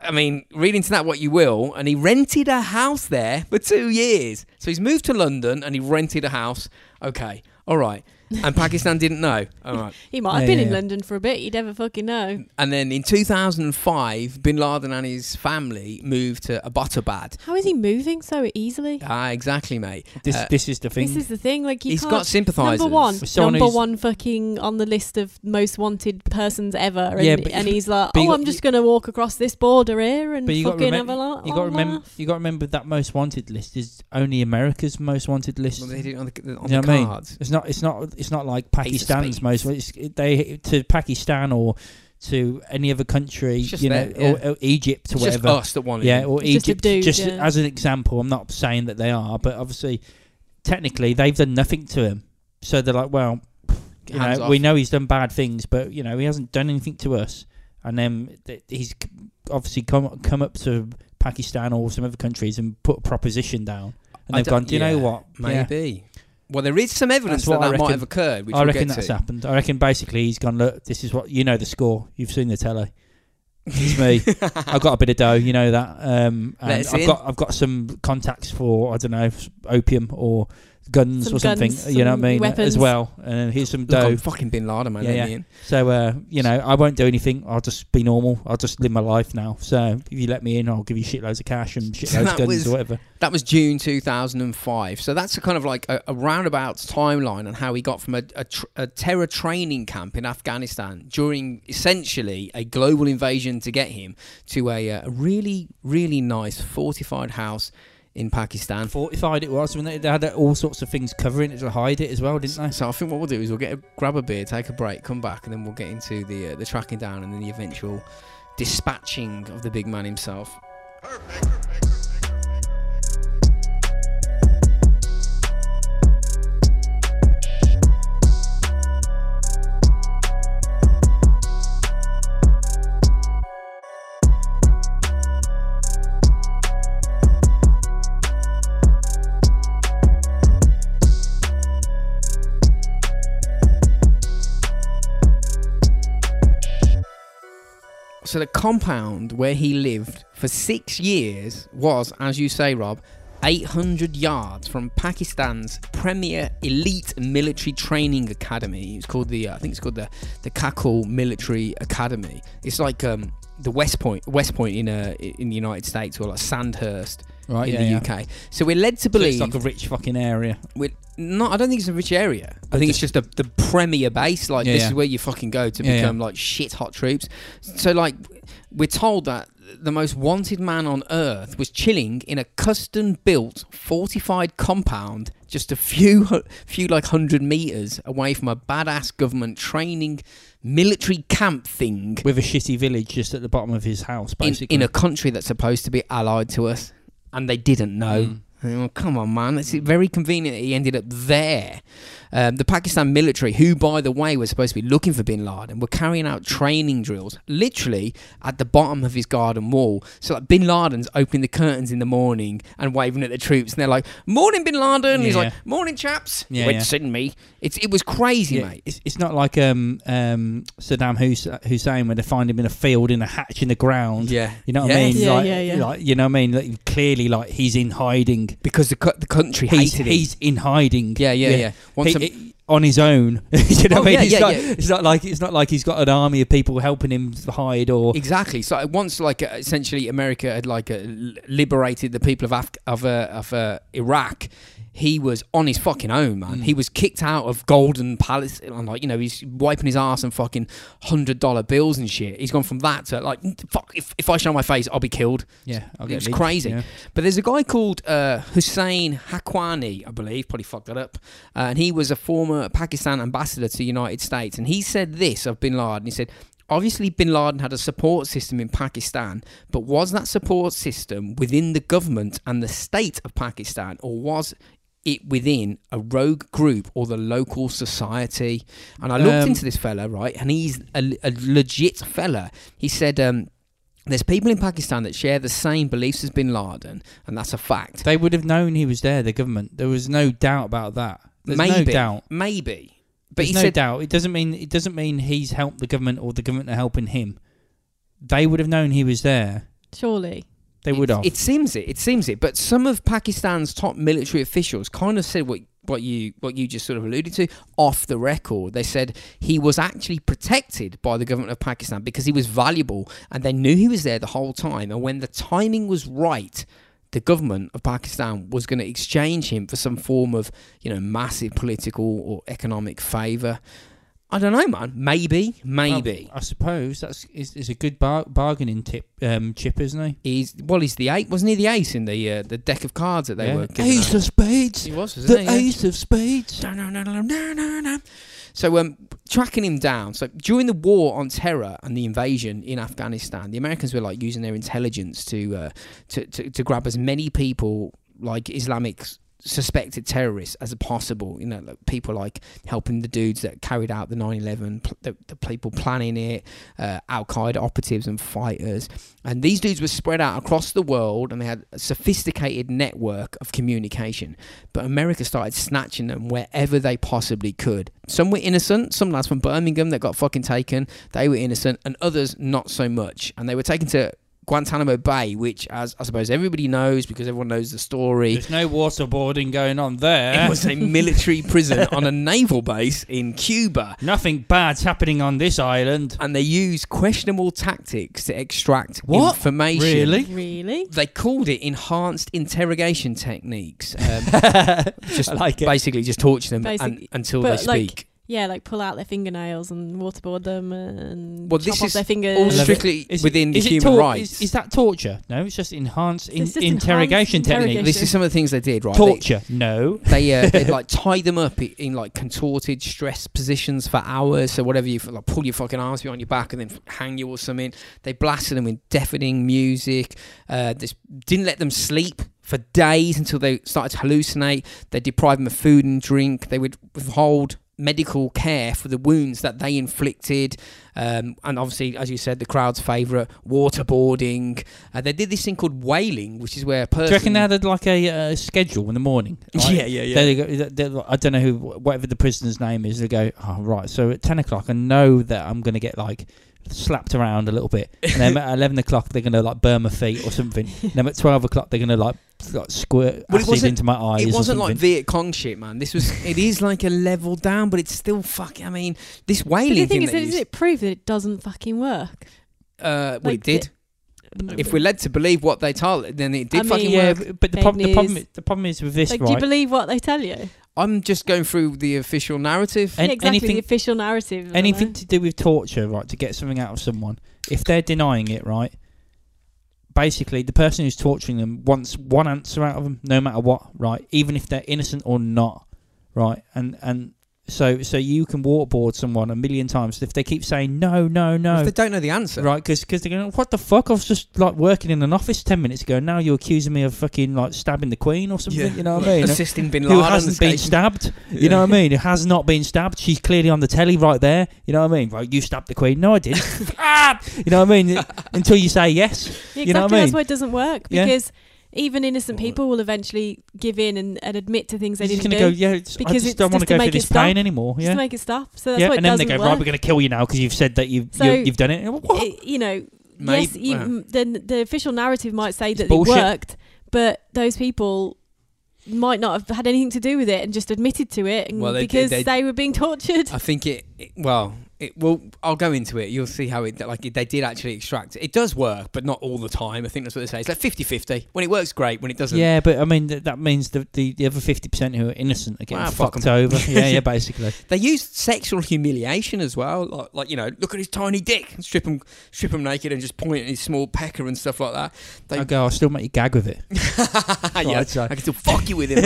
[SPEAKER 1] I mean, read into that what you will. And he rented a house there for two years. So he's moved to London and he rented a house. Okay, all right. And Pakistan didn't know. All right.
[SPEAKER 3] He might have
[SPEAKER 2] Yeah,
[SPEAKER 3] been
[SPEAKER 2] yeah, Mm.
[SPEAKER 3] in
[SPEAKER 2] yeah.
[SPEAKER 3] London for a bit. You'd never fucking know.
[SPEAKER 1] And then in 2005, Bin Laden and his family moved to Abbottabad.
[SPEAKER 3] How is he moving so easily?
[SPEAKER 1] Ah, exactly, mate.
[SPEAKER 2] This,
[SPEAKER 1] Uh,
[SPEAKER 2] this is the thing.
[SPEAKER 3] This is the thing. Like you
[SPEAKER 1] He's
[SPEAKER 3] can't.
[SPEAKER 1] got sympathisers.
[SPEAKER 3] number one,
[SPEAKER 2] For someone
[SPEAKER 3] number
[SPEAKER 2] who's-
[SPEAKER 3] one, fucking on the list of most wanted persons ever, and,
[SPEAKER 2] Yeah, but-
[SPEAKER 3] and he's like,
[SPEAKER 2] but you
[SPEAKER 3] "Oh,
[SPEAKER 2] got-
[SPEAKER 3] I'm just gonna walk across this border here and
[SPEAKER 2] But you got
[SPEAKER 3] fucking
[SPEAKER 2] remem-
[SPEAKER 3] have a Oh, lot."
[SPEAKER 2] you got to remember. You got to remember that most wanted list is only America's most wanted list.
[SPEAKER 1] Well, they did it on the, on
[SPEAKER 2] You know
[SPEAKER 1] the
[SPEAKER 2] what I mean?
[SPEAKER 1] cards.
[SPEAKER 2] It's not. It's not. It's not like
[SPEAKER 1] of
[SPEAKER 2] Pakistan's
[SPEAKER 1] Spain.
[SPEAKER 2] most. It's, they to Pakistan or to any other country,
[SPEAKER 1] It's just
[SPEAKER 2] you know,
[SPEAKER 1] that, yeah.
[SPEAKER 2] or, or Egypt or
[SPEAKER 1] It's just
[SPEAKER 2] whatever.
[SPEAKER 1] us that wanted
[SPEAKER 2] yeah,
[SPEAKER 1] him.
[SPEAKER 2] or
[SPEAKER 3] It's just a
[SPEAKER 2] Egypt.
[SPEAKER 3] dude,
[SPEAKER 2] just
[SPEAKER 3] yeah.
[SPEAKER 2] as an example, I'm not saying that they are, but obviously, technically, they've done nothing to him. So they're like, well, you
[SPEAKER 1] Hands
[SPEAKER 2] know,
[SPEAKER 1] off.
[SPEAKER 2] we know he's done bad things, but you know, he hasn't done anything to us. And then th- he's c- obviously come come up to Pakistan or some other countries and put a proposition down, and
[SPEAKER 1] I
[SPEAKER 2] they've
[SPEAKER 1] don't-
[SPEAKER 2] gone, do you
[SPEAKER 1] yeah,
[SPEAKER 2] know what? Yeah.
[SPEAKER 1] Maybe. Well, there is some evidence
[SPEAKER 2] That's what
[SPEAKER 1] that that
[SPEAKER 2] I
[SPEAKER 1] might
[SPEAKER 2] reckon.
[SPEAKER 1] have occurred, which
[SPEAKER 2] I
[SPEAKER 1] we'll
[SPEAKER 2] reckon
[SPEAKER 1] get
[SPEAKER 2] that's
[SPEAKER 1] to.
[SPEAKER 2] happened. I reckon basically he's gone, look, this is what you know the score. You've seen the telly. It's me. I've got a bit of dough, you know that. Um,
[SPEAKER 1] Let
[SPEAKER 2] and
[SPEAKER 1] us
[SPEAKER 2] I've
[SPEAKER 1] in.
[SPEAKER 2] got I've got some contacts for I don't know opium or guns
[SPEAKER 3] Some
[SPEAKER 2] or something.
[SPEAKER 3] guns,
[SPEAKER 2] you know what I
[SPEAKER 3] some
[SPEAKER 2] mean?
[SPEAKER 3] weapons.
[SPEAKER 2] As well. And here's some
[SPEAKER 1] Look,
[SPEAKER 2] dough.
[SPEAKER 1] I'm fucking Bin Laden, man.
[SPEAKER 2] Yeah,
[SPEAKER 1] let
[SPEAKER 2] yeah.
[SPEAKER 1] me in.
[SPEAKER 2] so uh, you know, I won't do anything. I'll just be normal. I'll just live my life now. So if you let me in, I'll give you shitloads of cash and
[SPEAKER 1] So
[SPEAKER 2] shitloads
[SPEAKER 1] that
[SPEAKER 2] of guns
[SPEAKER 1] was-
[SPEAKER 2] or whatever.
[SPEAKER 1] That was June 2005. So that's a kind of like a, a roundabout timeline on how he got from a, a, tr- a terror training camp in Afghanistan during essentially a global invasion to get him to a, uh, a really, really nice fortified house in Pakistan.
[SPEAKER 2] Fortified it was. When they, they had all sorts of things covering it to hide it as well, didn't they?
[SPEAKER 1] So I think what we'll do is we'll get a, grab a beer, take a break, come back, and then we'll get into the uh, the tracking down and then the eventual dispatching of the big man himself. So the compound where he lived for six years was, as you say, Rob, 800 yards from Pakistan's premier elite military training academy. It's called the, uh, I think it's called the the Kakul Military Academy. It's like um, the West Point, West Point in uh, in the United States, or like Sandhurst
[SPEAKER 2] Right,
[SPEAKER 1] in
[SPEAKER 2] Oh, yeah,
[SPEAKER 1] the
[SPEAKER 2] yeah.
[SPEAKER 1] UK. So we're led to
[SPEAKER 2] So it's
[SPEAKER 1] believe
[SPEAKER 2] like a rich fucking area.
[SPEAKER 1] we're, no, I don't think it's a rich area. I think it's just a, the premier base. Like
[SPEAKER 2] Yeah,
[SPEAKER 1] this
[SPEAKER 2] yeah.
[SPEAKER 1] is where you fucking go to
[SPEAKER 2] Yeah, yeah.
[SPEAKER 1] become like shit hot troops. So like we're told that the most wanted man on earth was chilling in a custom built fortified compound just a few hu- few like 100 meters away from a badass government training military camp thing
[SPEAKER 2] With a shitty village just at the bottom of his house,
[SPEAKER 1] in,
[SPEAKER 2] basically.
[SPEAKER 1] in a country that's supposed to be allied to us and they didn't know.
[SPEAKER 2] Mm.
[SPEAKER 1] Oh, come on, man. It's very convenient that he ended up there. Um, the Pakistan military, who, by the way, was supposed to be looking for bin Laden, were carrying out training drills literally at the bottom of his garden wall. So, like, bin Laden's opening the curtains in the morning and waving at the troops, and they're like, Morning, bin Laden. And He's
[SPEAKER 2] Yeah.
[SPEAKER 1] like, Morning, chaps.
[SPEAKER 2] Yeah,
[SPEAKER 1] Wait,
[SPEAKER 2] yeah.
[SPEAKER 1] send me. It's, it was crazy,
[SPEAKER 2] Yeah,
[SPEAKER 1] mate.
[SPEAKER 2] It's, it's not like um, um, Saddam Hus- Hussein where they find him in a field in a hatch in the ground.
[SPEAKER 1] Yeah.
[SPEAKER 2] You know what
[SPEAKER 1] Yeah.
[SPEAKER 2] I mean?
[SPEAKER 3] Yeah,
[SPEAKER 2] like,
[SPEAKER 3] yeah, yeah.
[SPEAKER 2] like, you know what I mean? Like, clearly, like he's in hiding.
[SPEAKER 1] Because the, co- the country
[SPEAKER 2] He's,
[SPEAKER 1] hated him.
[SPEAKER 2] he's in hiding.
[SPEAKER 1] Yeah, yeah, yeah. Once
[SPEAKER 2] He-
[SPEAKER 1] a-
[SPEAKER 2] he- on his own. you know
[SPEAKER 1] Oh,
[SPEAKER 2] what I mean?
[SPEAKER 1] yeah,
[SPEAKER 2] it's,
[SPEAKER 1] yeah,
[SPEAKER 2] not,
[SPEAKER 1] yeah.
[SPEAKER 2] it's not like it's not like he's got an army of people helping him hide or
[SPEAKER 1] Exactly. So once, like, uh, essentially, America had like uh, li- liberated the people of Af- of uh, of uh, Iraq. He was on his fucking own, man.
[SPEAKER 2] Mm.
[SPEAKER 1] He was kicked out of Golden Palace, and like you know, he's wiping his ass on fucking hundred dollar bills and shit. He's gone from that to like, fuck. If, if I show my face, I'll be killed.
[SPEAKER 2] yeah. I'll
[SPEAKER 1] It's
[SPEAKER 2] linked,
[SPEAKER 1] crazy.
[SPEAKER 2] yeah.
[SPEAKER 1] But there's a guy called uh, Hussein Haqqani, I believe, probably fucked that up. Uh, and he was a former Pakistan ambassador to the United States. And he said this of bin Laden. He said, obviously, bin Laden had a support system in Pakistan, but was that support system within the government and the state of Pakistan, or was it within a rogue group or the local society? And I looked
[SPEAKER 2] Um,
[SPEAKER 1] into this fella, right? And he's a, a legit fella. He said, um, there's people in Pakistan that share the same beliefs as bin Laden, and that's a fact.
[SPEAKER 2] They would have known he was there. The government. There was no doubt about that. There's
[SPEAKER 1] Maybe.
[SPEAKER 2] no doubt.
[SPEAKER 1] Maybe. But
[SPEAKER 2] But
[SPEAKER 1] he
[SPEAKER 2] no
[SPEAKER 1] said
[SPEAKER 2] doubt. It doesn't mean it doesn't mean he's helped the government or the government are helping him. They would have known he was there.
[SPEAKER 3] Surely.
[SPEAKER 2] They would
[SPEAKER 1] it,
[SPEAKER 2] have.
[SPEAKER 1] It seems it. It seems it. But some of Pakistan's top military officials kind of said what what you what you just sort of alluded to off the record. They said he was actually protected by the government of Pakistan because he was valuable, and they knew he was there the whole time. And when the timing was right. The government of Pakistan was going to exchange him for some form of, you know, massive political or economic favor. I don't know, man. Maybe, maybe.
[SPEAKER 2] I, I suppose that's is, is a good bar- bargaining tip um, chip, isn't he?
[SPEAKER 1] He's well. He's the eight, wasn't he? The ace in the uh, the deck of cards that they uh,
[SPEAKER 2] Yeah.
[SPEAKER 1] were. giving out.
[SPEAKER 2] of spades.
[SPEAKER 1] He was,
[SPEAKER 2] The
[SPEAKER 1] wasn't he?
[SPEAKER 2] ace of spades.
[SPEAKER 1] Yeah. No, no, no, no, no, no, no. So, um, tracking him down. So, during the war on terror and the invasion in Afghanistan, the Americans were like using their intelligence to uh, to, to to grab as many people like Islamic s- suspected terrorists as possible. You know, like people like helping the dudes that carried out the 9/11, pl- the, the people planning it, uh, Al Qaeda operatives and fighters. And these dudes were spread out across the world, and they had a sophisticated network of communication but America started snatching them wherever they possibly could. Some were innocent, some lads from Birmingham that got fucking taken, they were innocent, and others not so much. And they were taken to Guantanamo Bay, which, as I suppose everybody knows because everyone knows the story,
[SPEAKER 2] There's no waterboarding going on there.
[SPEAKER 1] it was a military prison on a naval base in Cuba.
[SPEAKER 2] Nothing bad's happening on this island.
[SPEAKER 1] And they used questionable tactics to extract
[SPEAKER 2] What?
[SPEAKER 1] information.
[SPEAKER 2] Really?
[SPEAKER 3] Really?
[SPEAKER 1] They called it enhanced interrogation techniques. Um,
[SPEAKER 2] just
[SPEAKER 1] just
[SPEAKER 2] like it.
[SPEAKER 1] basically just torture them and-
[SPEAKER 3] Basic-
[SPEAKER 1] until they
[SPEAKER 3] but, like,
[SPEAKER 1] speak.
[SPEAKER 3] Yeah, like pull out their fingernails and waterboard them and
[SPEAKER 1] Well,
[SPEAKER 3] chop
[SPEAKER 1] this
[SPEAKER 3] off
[SPEAKER 1] is
[SPEAKER 3] their fingers.
[SPEAKER 1] all
[SPEAKER 2] love it.
[SPEAKER 1] strictly
[SPEAKER 2] uh, Is it-
[SPEAKER 1] within the
[SPEAKER 2] is it
[SPEAKER 1] human
[SPEAKER 2] tor-
[SPEAKER 1] rights.
[SPEAKER 2] Is, is that torture? No, it's just enhanced in,
[SPEAKER 3] It's just enhanced
[SPEAKER 2] interrogation technique.
[SPEAKER 3] interrogation.
[SPEAKER 1] this is some of the things they did, right?
[SPEAKER 2] Torture? No.
[SPEAKER 1] They, they uh, they'd like tie them up i- in like contorted, stressed positions for hours. So whatever you like, pull your fucking arms behind your back and then f- hang you or something. They blasted them with deafening music. Uh, this didn't let them sleep for days until they started to hallucinate. They deprived them of food and drink. They would withhold medical care for the wounds that they inflicted. Um, and obviously, as you said, the crowd's favourite waterboarding. Uh, they did this thing called whaling, which is where a
[SPEAKER 2] Do
[SPEAKER 1] person.
[SPEAKER 2] you reckon they had like a uh, schedule in the morning? Like,
[SPEAKER 1] yeah, yeah, yeah.
[SPEAKER 2] They go, they- they- I don't know who, whatever the prisoner's name is. They go, oh, right. So at ten o'clock, I know that I'm going to get like slapped around a little bit. And then at eleven o'clock, they're going to like burn my feet or something. and then at twelve o'clock, they're going to like, like squirt
[SPEAKER 1] Well, it
[SPEAKER 2] acid
[SPEAKER 1] wasn't-
[SPEAKER 2] into my eyes.
[SPEAKER 1] It
[SPEAKER 2] or
[SPEAKER 1] wasn't like
[SPEAKER 2] something.
[SPEAKER 1] Viet Cong shit, man. This was. It is like a level down, but it's still fucking. I mean, this
[SPEAKER 3] But
[SPEAKER 1] whaling
[SPEAKER 3] the thing
[SPEAKER 1] thing.
[SPEAKER 3] is,
[SPEAKER 1] that
[SPEAKER 3] is
[SPEAKER 1] you-
[SPEAKER 3] it prove that it doesn't fucking work?
[SPEAKER 1] uh, well,
[SPEAKER 3] like
[SPEAKER 1] it did. If we're led to believe what they told, then it did
[SPEAKER 3] I
[SPEAKER 1] fucking
[SPEAKER 3] mean-
[SPEAKER 2] yeah,
[SPEAKER 1] work.
[SPEAKER 2] b- but the
[SPEAKER 3] fake
[SPEAKER 2] problem, the problem,
[SPEAKER 3] news.
[SPEAKER 2] i- the problem is with this,
[SPEAKER 3] Like, do you
[SPEAKER 2] right?
[SPEAKER 3] believe what they tell you?
[SPEAKER 1] I'm just going through the official narrative.
[SPEAKER 2] An-
[SPEAKER 3] yeah, exactly.
[SPEAKER 2] anything-
[SPEAKER 3] the official narrative.
[SPEAKER 1] Mm-hmm.
[SPEAKER 3] I don't
[SPEAKER 2] Anything
[SPEAKER 3] know.
[SPEAKER 2] to do with torture, right? To get something out of someone, if they're denying it, right? Basically, the person who's torturing them wants one answer out of them, no matter what, right? Even if they're innocent or not, right? And and so so you can waterboard someone a million times if they keep saying no, no, no.
[SPEAKER 1] If they don't know the answer,
[SPEAKER 2] Right, because they're going, what the fuck? I was just like working in an office ten minutes ago. Now you're accusing me of fucking like stabbing the queen or something.
[SPEAKER 1] Yeah.
[SPEAKER 2] You know what I mean?
[SPEAKER 1] assisting Bin Laden,
[SPEAKER 2] Who hasn't been
[SPEAKER 1] escaping-
[SPEAKER 2] stabbed? You
[SPEAKER 1] Yeah.
[SPEAKER 2] know what I mean? Who has not been stabbed? She's clearly on the telly right there. You know what I mean? Right, you stabbed the queen. No, I didn't. ah! You know what I mean? Until you say yes.
[SPEAKER 3] Yeah, exactly.
[SPEAKER 2] you know what I mean?
[SPEAKER 3] That's why it doesn't work
[SPEAKER 2] Yeah.
[SPEAKER 3] because even innocent
[SPEAKER 1] Well,
[SPEAKER 3] people will eventually give in and, and admit to things they
[SPEAKER 2] They're just
[SPEAKER 3] didn't
[SPEAKER 2] going to
[SPEAKER 3] do.
[SPEAKER 2] go, yeah, it's- I
[SPEAKER 3] Because
[SPEAKER 2] just
[SPEAKER 3] it's
[SPEAKER 2] don't want
[SPEAKER 3] just
[SPEAKER 2] to
[SPEAKER 3] to
[SPEAKER 2] go through
[SPEAKER 3] make it
[SPEAKER 2] this
[SPEAKER 3] stop.
[SPEAKER 2] pain anymore.
[SPEAKER 3] Just
[SPEAKER 2] Yeah.
[SPEAKER 3] to make it stop. So that's
[SPEAKER 2] yeah,
[SPEAKER 3] why it
[SPEAKER 2] and then they
[SPEAKER 3] doesn't
[SPEAKER 2] go,
[SPEAKER 3] work.
[SPEAKER 2] right, we're going to kill you now because you've said that you've,
[SPEAKER 3] So-
[SPEAKER 2] you've, you've done it. What?
[SPEAKER 3] it- you know,
[SPEAKER 1] Maybe-
[SPEAKER 3] yes, you,
[SPEAKER 1] wow.
[SPEAKER 3] m- the the official narrative might say
[SPEAKER 2] It's
[SPEAKER 3] that
[SPEAKER 2] bullshit.
[SPEAKER 3] it worked, but those people might not have had anything to do with it and just admitted to it and
[SPEAKER 1] Well, they-
[SPEAKER 3] because
[SPEAKER 1] they- Uh,
[SPEAKER 3] they, were being tortured.
[SPEAKER 1] I think it, it- Well, it. Well, I'll go into it. You'll see how it. Like it, they did actually extract. It It does work, but not all the time. I think that's what they say. It's like 50-50. When it works, great. When it doesn't,
[SPEAKER 2] Yeah, but I mean th- that means the, the, the other fifty percent who are innocent are getting
[SPEAKER 1] Ah, fuck
[SPEAKER 2] fucked
[SPEAKER 1] 'em.
[SPEAKER 2] over. yeah, yeah, basically.
[SPEAKER 1] They used sexual humiliation as well, like, like you know, look at his tiny dick, and strip him, strip him naked, and just point at his small pecker and stuff like that. They,
[SPEAKER 2] I go, I'll still make you gag with it.
[SPEAKER 1] yeah,
[SPEAKER 2] I'd say.
[SPEAKER 1] I can still fuck you with him,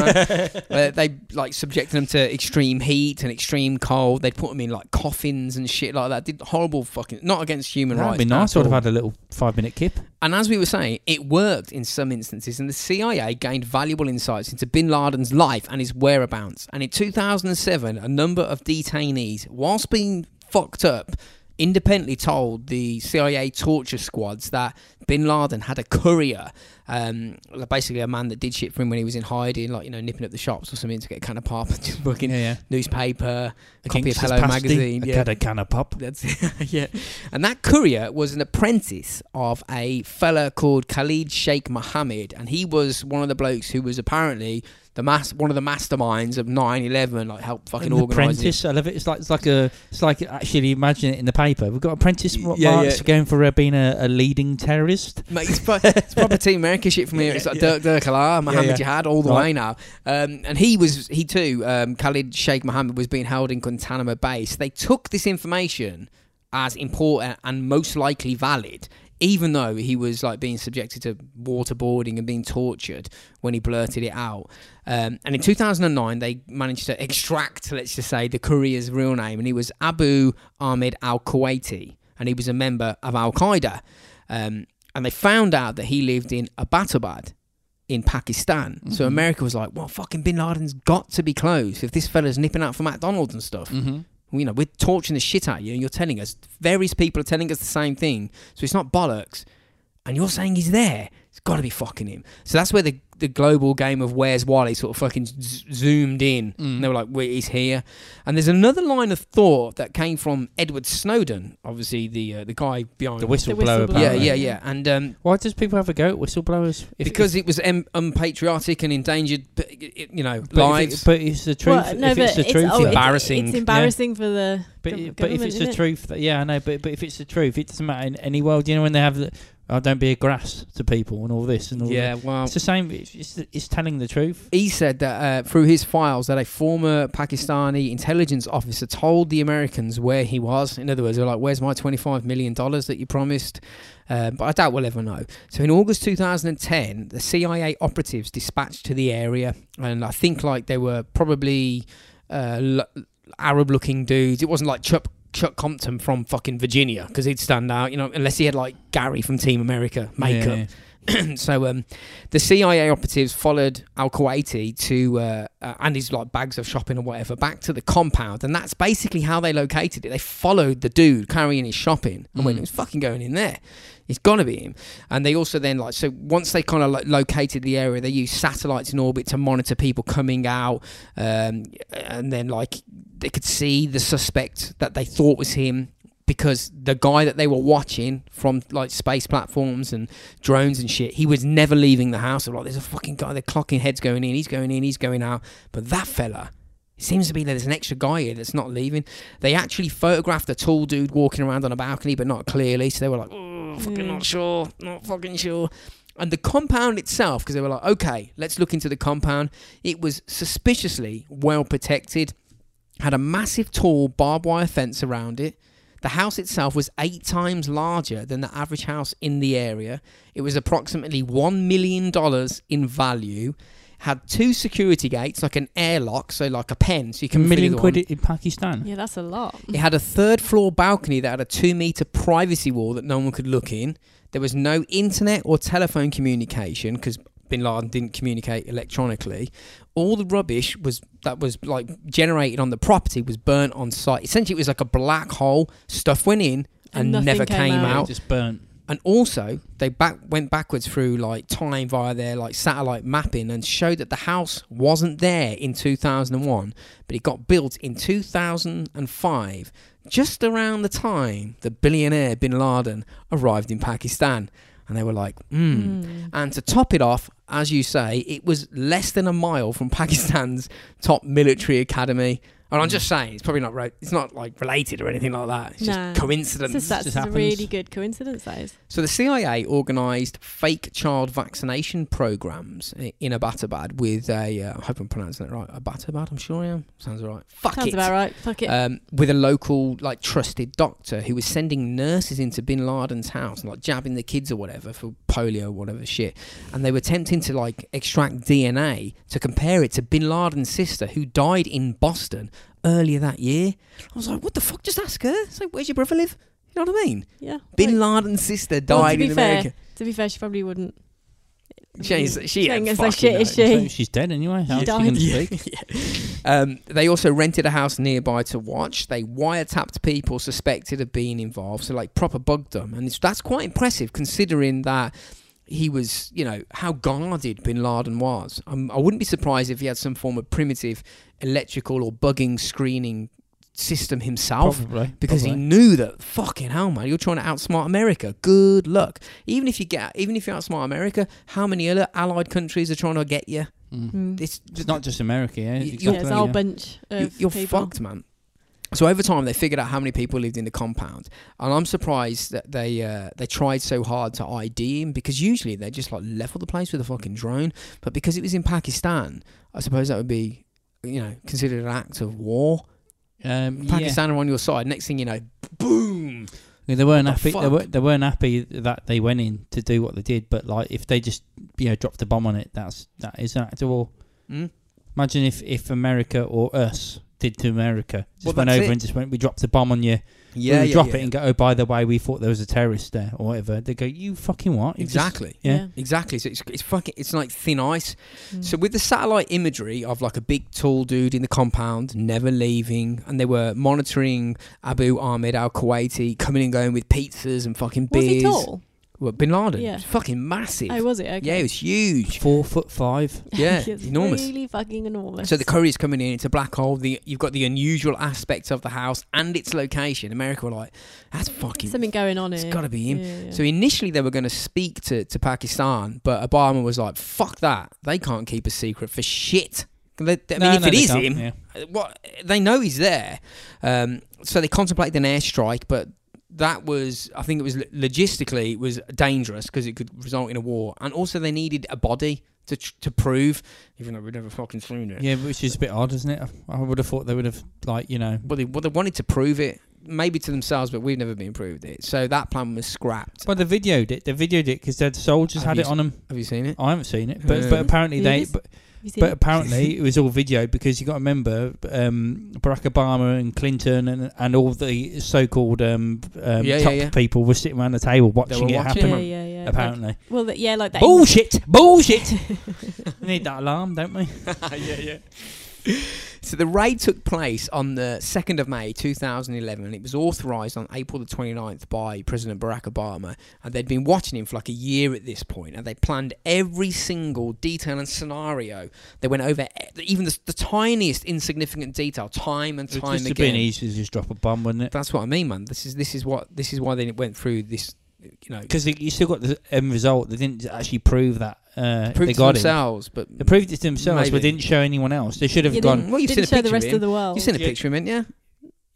[SPEAKER 1] man. uh, they like subjected him to extreme heat and extreme cold. They'd put him in like coffins and shit like that. Did horrible fucking not against human
[SPEAKER 2] That'd
[SPEAKER 1] rights.
[SPEAKER 2] be nice.
[SPEAKER 1] at
[SPEAKER 2] I'd have
[SPEAKER 1] all.
[SPEAKER 2] had a little five minute kip.
[SPEAKER 1] And as we were saying, it worked in some instances, and the CIA gained valuable insights into bin Laden's life and his whereabouts. And in 2007, a number of detainees, whilst being fucked up, independently told the CIA torture squads that bin Laden had a courier, um, like basically a man that did shit for him when he was in hiding, like, you know, nipping up the shops or something to get a can of pop, just fucking
[SPEAKER 2] yeah, yeah.
[SPEAKER 1] newspaper, a copy of
[SPEAKER 2] Gangster's
[SPEAKER 1] Hello
[SPEAKER 2] pasty,
[SPEAKER 1] Magazine.
[SPEAKER 2] A
[SPEAKER 1] yeah.
[SPEAKER 2] can of can of pop.
[SPEAKER 1] That's yeah. And that courier was an apprentice of a fella called Khalid Sheikh Mohammed, and he was one of the blokes who was apparently the mas- one of the masterminds of 9/11, like helped fucking
[SPEAKER 2] An
[SPEAKER 1] organise it.
[SPEAKER 2] apprentice. I love it. It's like it's like a it's like actually imagine it in the paper. We've got apprentice
[SPEAKER 1] Y-
[SPEAKER 2] marks
[SPEAKER 1] yeah,
[SPEAKER 2] going for uh, being a, a leading terrorist.
[SPEAKER 1] Mate, it's, pro- it's proper Team America shit from here. It's like Dirk Dirk Alar, Mohammed
[SPEAKER 2] yeah.
[SPEAKER 1] Jihad, all the
[SPEAKER 2] Right.
[SPEAKER 1] way now. Um, and he was, he too, um, Khalid Sheikh Mohammed was being held in Guantanamo Bay. So they took this information as important and most likely valid, even though he was like being subjected to waterboarding and being tortured when he blurted it out. Um, and in 2009, they managed to extract, let's just say, the courier's real name, and he was Abu Ahmed Al Kuwaiti, and he was a member of Al Qaeda. Um, and they found out that he lived in Abbottabad in Pakistan. So
[SPEAKER 2] Mhm.
[SPEAKER 1] America was like, well, fucking Bin Laden's got to be close if this fella's nipping out for McDonald's and stuff.
[SPEAKER 2] Mm-hmm.
[SPEAKER 1] You know, we're torching the shit out of you and you're telling us, various people are telling us the same thing. So it's not bollocks. And you're saying he's there. It's got to be fucking him. So that's where the, the global game of Where's Wally sort of fucking z- zoomed in. And they were like, well, he's here. And there's another line of thought that came from Edward Snowden, obviously the uh, the guy behind
[SPEAKER 2] "Oh, The whistleblower.
[SPEAKER 3] whistleblower.
[SPEAKER 2] apparently.
[SPEAKER 1] Yeah,
[SPEAKER 3] Barry.
[SPEAKER 1] yeah, yeah. And um,
[SPEAKER 2] Why does people have a go at whistleblowers? If-
[SPEAKER 1] because it was um, unpatriotic and endangered, but it- it- you know,
[SPEAKER 2] if- but if,
[SPEAKER 1] lives.
[SPEAKER 2] it- but it's the truth.
[SPEAKER 3] Well, no,
[SPEAKER 2] if
[SPEAKER 3] but
[SPEAKER 2] it's the truth,
[SPEAKER 3] oh,
[SPEAKER 1] it's
[SPEAKER 2] yeah.
[SPEAKER 1] Embarrassing.
[SPEAKER 3] It's
[SPEAKER 1] Yeah.
[SPEAKER 3] embarrassing for the.
[SPEAKER 2] But,
[SPEAKER 3] gov-
[SPEAKER 2] but if it's
[SPEAKER 3] government,
[SPEAKER 2] the
[SPEAKER 3] innit?
[SPEAKER 2] truth, that, yeah, I know. But but if it's the truth, it doesn't matter in any world. You know when they have, the, oh, don't be a grass to people and all this and all.
[SPEAKER 1] Yeah, well,
[SPEAKER 2] that. it's the same. It's, it's it's telling the truth.
[SPEAKER 1] he said that uh, through his files that a former Pakistani intelligence officer told the Americans where he was. In other words, they're like, "Where's my twenty-five million dollars that you promised?" Uh, but I doubt we'll ever know. So in August 2010, the CIA operatives dispatched to the area, and I think like they were probably uh, l- Arab-looking dudes. It wasn't like Chuck. Chuck Compton from fucking Virginia because he'd stand out, you know, unless he had like Gary from Team America makeup.
[SPEAKER 2] Yeah.
[SPEAKER 1] so um, the CIA operatives followed Al Kuwaiti to uh, uh, and his like bags of shopping or whatever back to the compound, and that's basically how they located it. They followed the dude carrying his shopping and went,
[SPEAKER 2] Mm.
[SPEAKER 1] "It was fucking going in there. It's gonna be him." And they also then like so once they kind of like, located the area, they used satellites in orbit to monitor people coming out, um, and then like they could see the suspect that they thought was him because the guy that they were watching from like space platforms and drones and shit, he was never leaving the house. They're like, there's a fucking guy, they're clocking heads going in, he's going in, he's going out. But that fella, it seems to be that there's an extra guy here that's not leaving. They actually photographed a tall dude walking around on a balcony, but not clearly. So they were like, "Ugh." oh, fucking
[SPEAKER 3] Mm.
[SPEAKER 1] not sure, not fucking sure. And the compound itself, because they were like, okay, let's look into the compound. It was suspiciously well protected, had a massive tall barbed wire fence around it. The house itself was eight times larger than the average house in the area. It was approximately $1 million in value. Had two security gates, like an airlock, so like a pen, so you
[SPEAKER 2] A
[SPEAKER 1] can
[SPEAKER 2] million
[SPEAKER 1] feel the
[SPEAKER 2] quid
[SPEAKER 1] one.
[SPEAKER 2] in Pakistan.
[SPEAKER 3] Yeah, that's a lot.
[SPEAKER 1] It had a third floor balcony that had a two meter privacy wall that no one could look in. There was no internet or telephone communication because Bin Laden didn't communicate electronically. All the rubbish was that was like generated on the property was burnt on site. Essentially, it was like a black hole. Stuff went in and,
[SPEAKER 3] And nothing
[SPEAKER 1] never
[SPEAKER 3] came
[SPEAKER 1] came
[SPEAKER 3] out.
[SPEAKER 1] out.
[SPEAKER 2] Just burnt.
[SPEAKER 1] And also, they back went backwards through like time via their like satellite mapping and showed that the house wasn't there in 2001, but it got built in 2005, just around the time that billionaire Bin Laden arrived in Pakistan. And they were like, hmm.
[SPEAKER 3] Mm.
[SPEAKER 1] And to top it off, as you say, it was less than a mile from Pakistan's top military academy. And
[SPEAKER 3] Hmm.
[SPEAKER 1] I'm just saying, it's probably not ro- it's not like related or anything like that. It's
[SPEAKER 3] Nah.
[SPEAKER 1] just coincidence.
[SPEAKER 3] It's just, that's
[SPEAKER 2] just
[SPEAKER 3] a
[SPEAKER 2] happens.
[SPEAKER 3] really good coincidence, that is.
[SPEAKER 1] So the CIA organised fake child vaccination programs i- in Abbottabad with a. Uh, I hope I'm pronouncing it right. Abbottabad, I'm sure I am. Sounds all right. Fuck
[SPEAKER 3] Sounds
[SPEAKER 1] it.
[SPEAKER 3] about right. Fuck it.
[SPEAKER 1] Um, with a local, like, trusted doctor who was sending nurses into Bin Laden's house and like jabbing the kids or whatever for polio, or whatever shit. And they were attempting to like extract DNA to compare it to Bin Laden's sister who died in Boston earlier that year. I was like, what the fuck? Just ask her. It's like, where's your brother live? You know what I mean?
[SPEAKER 3] yeah.
[SPEAKER 1] Bin Laden's sister died
[SPEAKER 3] Well, to be
[SPEAKER 1] in
[SPEAKER 3] fair,
[SPEAKER 1] America.
[SPEAKER 3] To be fair, she probably wouldn't.
[SPEAKER 1] She's, she ain't
[SPEAKER 3] Saying it's
[SPEAKER 1] fucking
[SPEAKER 3] like shit, is
[SPEAKER 1] knows.
[SPEAKER 2] So
[SPEAKER 3] she?
[SPEAKER 2] she's dead anyway. How's she
[SPEAKER 3] died.
[SPEAKER 2] going to
[SPEAKER 1] Yeah.
[SPEAKER 2] speak?
[SPEAKER 1] Um, they also rented a house nearby to watch. They wiretapped people suspected of being involved, so like proper bugged them, and it's, that's quite impressive considering that he was, you know, how guarded Bin Laden was. Um, I wouldn't be surprised if he had some form of primitive electrical or bugging screening system himself
[SPEAKER 2] Probably.
[SPEAKER 1] because he knew that fucking hell, man, you're trying to outsmart America. Good luck. Even if you get, even if you outsmart America, how many other allied countries are trying to get you?
[SPEAKER 2] he. Mm.
[SPEAKER 3] Mm.
[SPEAKER 1] It's,
[SPEAKER 2] It's not just America. Yeah,
[SPEAKER 1] You-
[SPEAKER 3] Yeah,
[SPEAKER 1] you're-
[SPEAKER 2] exactly,
[SPEAKER 3] it's a whole
[SPEAKER 2] yeah.
[SPEAKER 3] bunch
[SPEAKER 1] you,
[SPEAKER 3] of
[SPEAKER 1] you're
[SPEAKER 3] people.
[SPEAKER 1] fucked, man. So over time, they figured out how many people lived in the compound, and I'm surprised that they uh, they tried so hard to ID him because usually they just like level the place with a fucking drone, but because it was in Pakistan, I suppose that would be you know considered an act of war.
[SPEAKER 2] Um, yeah.
[SPEAKER 1] Pakistan are on your side. Next thing you know, boom.
[SPEAKER 2] Yeah, They weren't
[SPEAKER 1] the
[SPEAKER 2] happy. They,
[SPEAKER 1] fuck?
[SPEAKER 2] were, they weren't happy that they went in to do what they did. But like, if they just you know dropped a bomb on it, that's that is an act of war.
[SPEAKER 1] Mm?
[SPEAKER 2] Imagine if if America or us did to America, just
[SPEAKER 1] Well,
[SPEAKER 2] went
[SPEAKER 1] that's
[SPEAKER 2] over
[SPEAKER 1] it.
[SPEAKER 2] and just went, we dropped a bomb on you.
[SPEAKER 1] Yeah,
[SPEAKER 2] we
[SPEAKER 1] yeah,
[SPEAKER 2] drop
[SPEAKER 1] yeah.
[SPEAKER 2] it and go. Oh, by the way, we thought there was a terrorist there or whatever. They go, you fucking what? You just-
[SPEAKER 1] exactly.
[SPEAKER 2] yeah.
[SPEAKER 1] Exactly. So it's, it's fucking it's like thin ice.
[SPEAKER 3] Mm.
[SPEAKER 1] So with the satellite imagery of like a big tall dude in the compound, never leaving, and they were monitoring Abu Ahmed al Kuwaiti coming and going with pizzas and fucking
[SPEAKER 3] was
[SPEAKER 1] beers.
[SPEAKER 3] he tall?
[SPEAKER 1] Well, Bin Laden.
[SPEAKER 3] Yeah.
[SPEAKER 1] was fucking massive.
[SPEAKER 3] Oh, was it? Okay.
[SPEAKER 1] Yeah, it was huge.
[SPEAKER 2] four foot five.
[SPEAKER 1] Yeah,
[SPEAKER 3] It's
[SPEAKER 1] enormous.
[SPEAKER 3] Really fucking enormous.
[SPEAKER 1] So the courier's coming in. It's a black hole. The you've got the unusual aspects of the house and its location. America were like, that's fucking.
[SPEAKER 3] something going on
[SPEAKER 1] it's
[SPEAKER 3] here.
[SPEAKER 1] got to be him.
[SPEAKER 3] Yeah, yeah.
[SPEAKER 1] So initially they were going to speak to, to Pakistan, but Obama was like, "Fuck that! They can't keep a secret for shit." They- they- I mean, if it is him, uh,
[SPEAKER 2] yeah.
[SPEAKER 1] what they know he's there. Um, so they contemplated an airstrike, but that was, I think, it was lo- logistically it was dangerous because it could result in a war, and also they needed a body to tr- to prove, even though we've never fucking seen it.
[SPEAKER 2] yeah, which is a bit odd, isn't it? I- I would have thought they would have like you know
[SPEAKER 1] Well, they, well, they wanted to prove it, maybe to themselves, but we've never been proved it. So that plan was scrapped.
[SPEAKER 2] But they videoed it. They videoed it because their soldiers
[SPEAKER 1] Have
[SPEAKER 2] had
[SPEAKER 1] you
[SPEAKER 2] it on them.
[SPEAKER 1] Have you seen it?
[SPEAKER 2] I haven't seen it, but
[SPEAKER 1] Yeah.
[SPEAKER 2] but apparently they
[SPEAKER 3] Yes.
[SPEAKER 2] but,
[SPEAKER 3] You see-
[SPEAKER 2] but apparently it was all videoed because you got to remember um, Barack Obama and Clinton and and all the so-called um,
[SPEAKER 1] Yeah,
[SPEAKER 2] um,
[SPEAKER 1] yeah,
[SPEAKER 2] top
[SPEAKER 1] yeah.
[SPEAKER 2] people were sitting around the table
[SPEAKER 1] They were
[SPEAKER 2] watching it
[SPEAKER 1] watching
[SPEAKER 2] happen.
[SPEAKER 3] yeah, yeah, yeah.
[SPEAKER 2] Apparently,
[SPEAKER 3] Like, well, that- yeah, like that.
[SPEAKER 2] bullshit, bullshit. we need that alarm, don't we?
[SPEAKER 1] yeah, yeah. So the raid took place on the 2nd of May 2011 and it was authorised on April the 29th by President Barack Obama and they'd been watching him for like a year at this point and they planned every single detail and scenario. They went over e- even the, the tiniest insignificant detail time and
[SPEAKER 2] It would
[SPEAKER 1] time
[SPEAKER 2] just have
[SPEAKER 1] again.
[SPEAKER 2] been easy to just drop a bomb, wouldn't it?
[SPEAKER 1] That's what I mean, man. This is this is what this is why they went through this, you know,
[SPEAKER 2] Because you still got the end result. They didn't actually prove that uh,
[SPEAKER 1] proved
[SPEAKER 2] they
[SPEAKER 1] to
[SPEAKER 2] got it.
[SPEAKER 1] themselves. But
[SPEAKER 2] They proved it to themselves, but
[SPEAKER 1] Maybe.
[SPEAKER 2] didn't show anyone else. They should have
[SPEAKER 3] You
[SPEAKER 2] gone.
[SPEAKER 1] Well, you've
[SPEAKER 3] didn't
[SPEAKER 1] seen a
[SPEAKER 3] show the
[SPEAKER 1] picture
[SPEAKER 3] rest
[SPEAKER 1] of him.
[SPEAKER 3] of the world.
[SPEAKER 1] you've seen a
[SPEAKER 2] Yeah.
[SPEAKER 1] picture of him, yeah?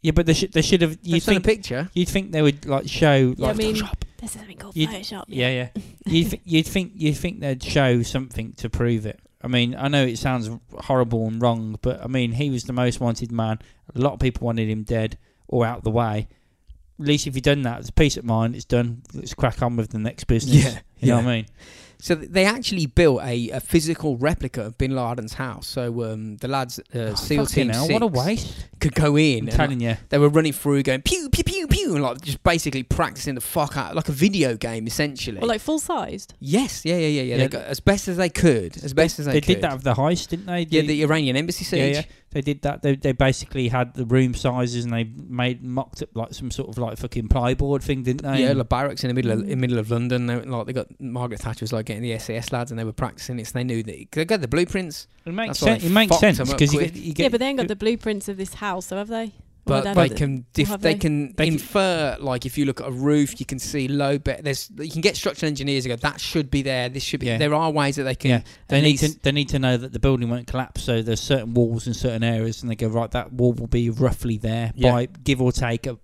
[SPEAKER 2] Yeah, but they should. They should have. You
[SPEAKER 1] You've seen a
[SPEAKER 2] think
[SPEAKER 1] picture.
[SPEAKER 2] You'd think they would like show
[SPEAKER 3] Yeah, I
[SPEAKER 2] like
[SPEAKER 3] mean-
[SPEAKER 2] drop,
[SPEAKER 3] There's something called
[SPEAKER 2] You'd-
[SPEAKER 3] Photoshop.
[SPEAKER 2] Yeah, yeah. You'd th- you'd think you'd think they'd show something to prove it. I mean, I know it sounds horrible and wrong, but I mean, he was the most wanted man. A lot of people wanted him dead or out the way. At least if you've done that, it's peace of mind. It's done. Let's crack on with the next business.
[SPEAKER 1] Yeah,
[SPEAKER 2] you
[SPEAKER 1] yeah.
[SPEAKER 2] know what I mean.
[SPEAKER 1] So th- they actually built a, a physical replica of Bin Laden's house. So um, the lads, at, uh, SEAL
[SPEAKER 2] Oh, Fucking
[SPEAKER 1] Team
[SPEAKER 2] hell,
[SPEAKER 1] Six,
[SPEAKER 2] what a waste!
[SPEAKER 1] could go in.
[SPEAKER 2] I'm
[SPEAKER 1] and,
[SPEAKER 2] telling you.
[SPEAKER 1] like, they were running through, going pew pew pew pew, and like just basically practicing the fuck out, like a video game essentially.
[SPEAKER 3] Or like full sized.
[SPEAKER 1] yes, yeah, yeah, yeah, yeah.
[SPEAKER 2] Yeah.
[SPEAKER 1] They got, as best as they could, as best as they,
[SPEAKER 2] They
[SPEAKER 1] could.
[SPEAKER 2] did that with the heist, didn't they?
[SPEAKER 1] Yeah,
[SPEAKER 2] The-
[SPEAKER 1] the Iranian embassy siege.
[SPEAKER 2] Yeah, yeah. They did that. They, they basically had the room sizes and they made mocked up like some sort of like fucking plyboard thing, didn't they?
[SPEAKER 1] Yeah,
[SPEAKER 2] And-
[SPEAKER 1] like barracks in the middle of in
[SPEAKER 3] Mm.
[SPEAKER 1] the middle of London. They, were- like they got Margaret Thatcher was like getting the SAS lads, and they were practicing it. So they knew that 'cause they got the blueprints.
[SPEAKER 2] it makes
[SPEAKER 1] that's why
[SPEAKER 2] sense.
[SPEAKER 1] they
[SPEAKER 2] It makes
[SPEAKER 1] fucked
[SPEAKER 2] sense
[SPEAKER 1] 'em up
[SPEAKER 2] because you
[SPEAKER 1] quick.
[SPEAKER 2] get, you get
[SPEAKER 3] Yeah, but they ain't got the blueprints of this house, so have they? Well,
[SPEAKER 1] But
[SPEAKER 3] they've
[SPEAKER 1] they
[SPEAKER 3] got-
[SPEAKER 1] can, dif-
[SPEAKER 3] have
[SPEAKER 1] they
[SPEAKER 3] they?
[SPEAKER 1] can
[SPEAKER 2] They can-
[SPEAKER 1] infer like if you look at a roof, you can see low. Be- there's you can get structural engineers who go that should be there. This should be.
[SPEAKER 2] Yeah.
[SPEAKER 1] There are ways that they can.
[SPEAKER 2] Yeah. They
[SPEAKER 1] at
[SPEAKER 2] need to
[SPEAKER 1] least-
[SPEAKER 2] they need to know that the building won't collapse. So there's certain walls in certain areas, and they go right. That wall will be roughly there
[SPEAKER 1] Yeah.
[SPEAKER 2] by give or take a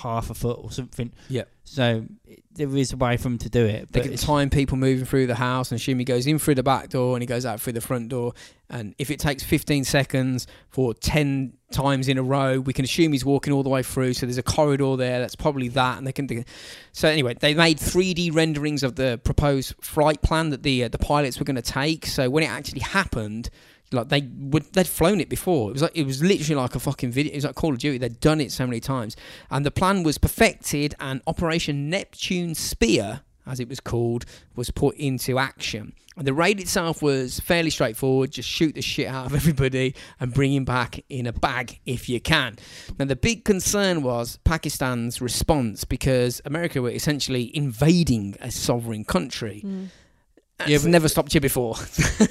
[SPEAKER 2] half a foot or something.
[SPEAKER 1] Yeah.
[SPEAKER 2] So it, there is a way for them to do it.
[SPEAKER 1] They
[SPEAKER 2] but
[SPEAKER 1] can
[SPEAKER 2] it's-
[SPEAKER 1] time people moving through the house and assume he goes in through the back door and he goes out through the front door. And if it takes 15 seconds for 10 times in a row, we can assume he's walking all the way through. So there's a corridor there that's probably that. And they can. think- So anyway, they made 3D renderings of the proposed flight plan that the uh, the pilots were going to take. So when it actually happened. Like they would, they'd flown it before. It was like it was literally like a fucking video. It was like Call of Duty. They'd done it so many times and the plan was perfected and operation neptune spear as it was called was put into action and the raid itself was fairly straightforward just shoot the shit out of everybody and bring him back in a bag if you can now the big concern was pakistan's response because america were essentially invading a sovereign country
[SPEAKER 3] Mm.
[SPEAKER 1] That's
[SPEAKER 2] Yeah, but-
[SPEAKER 1] never stopped you before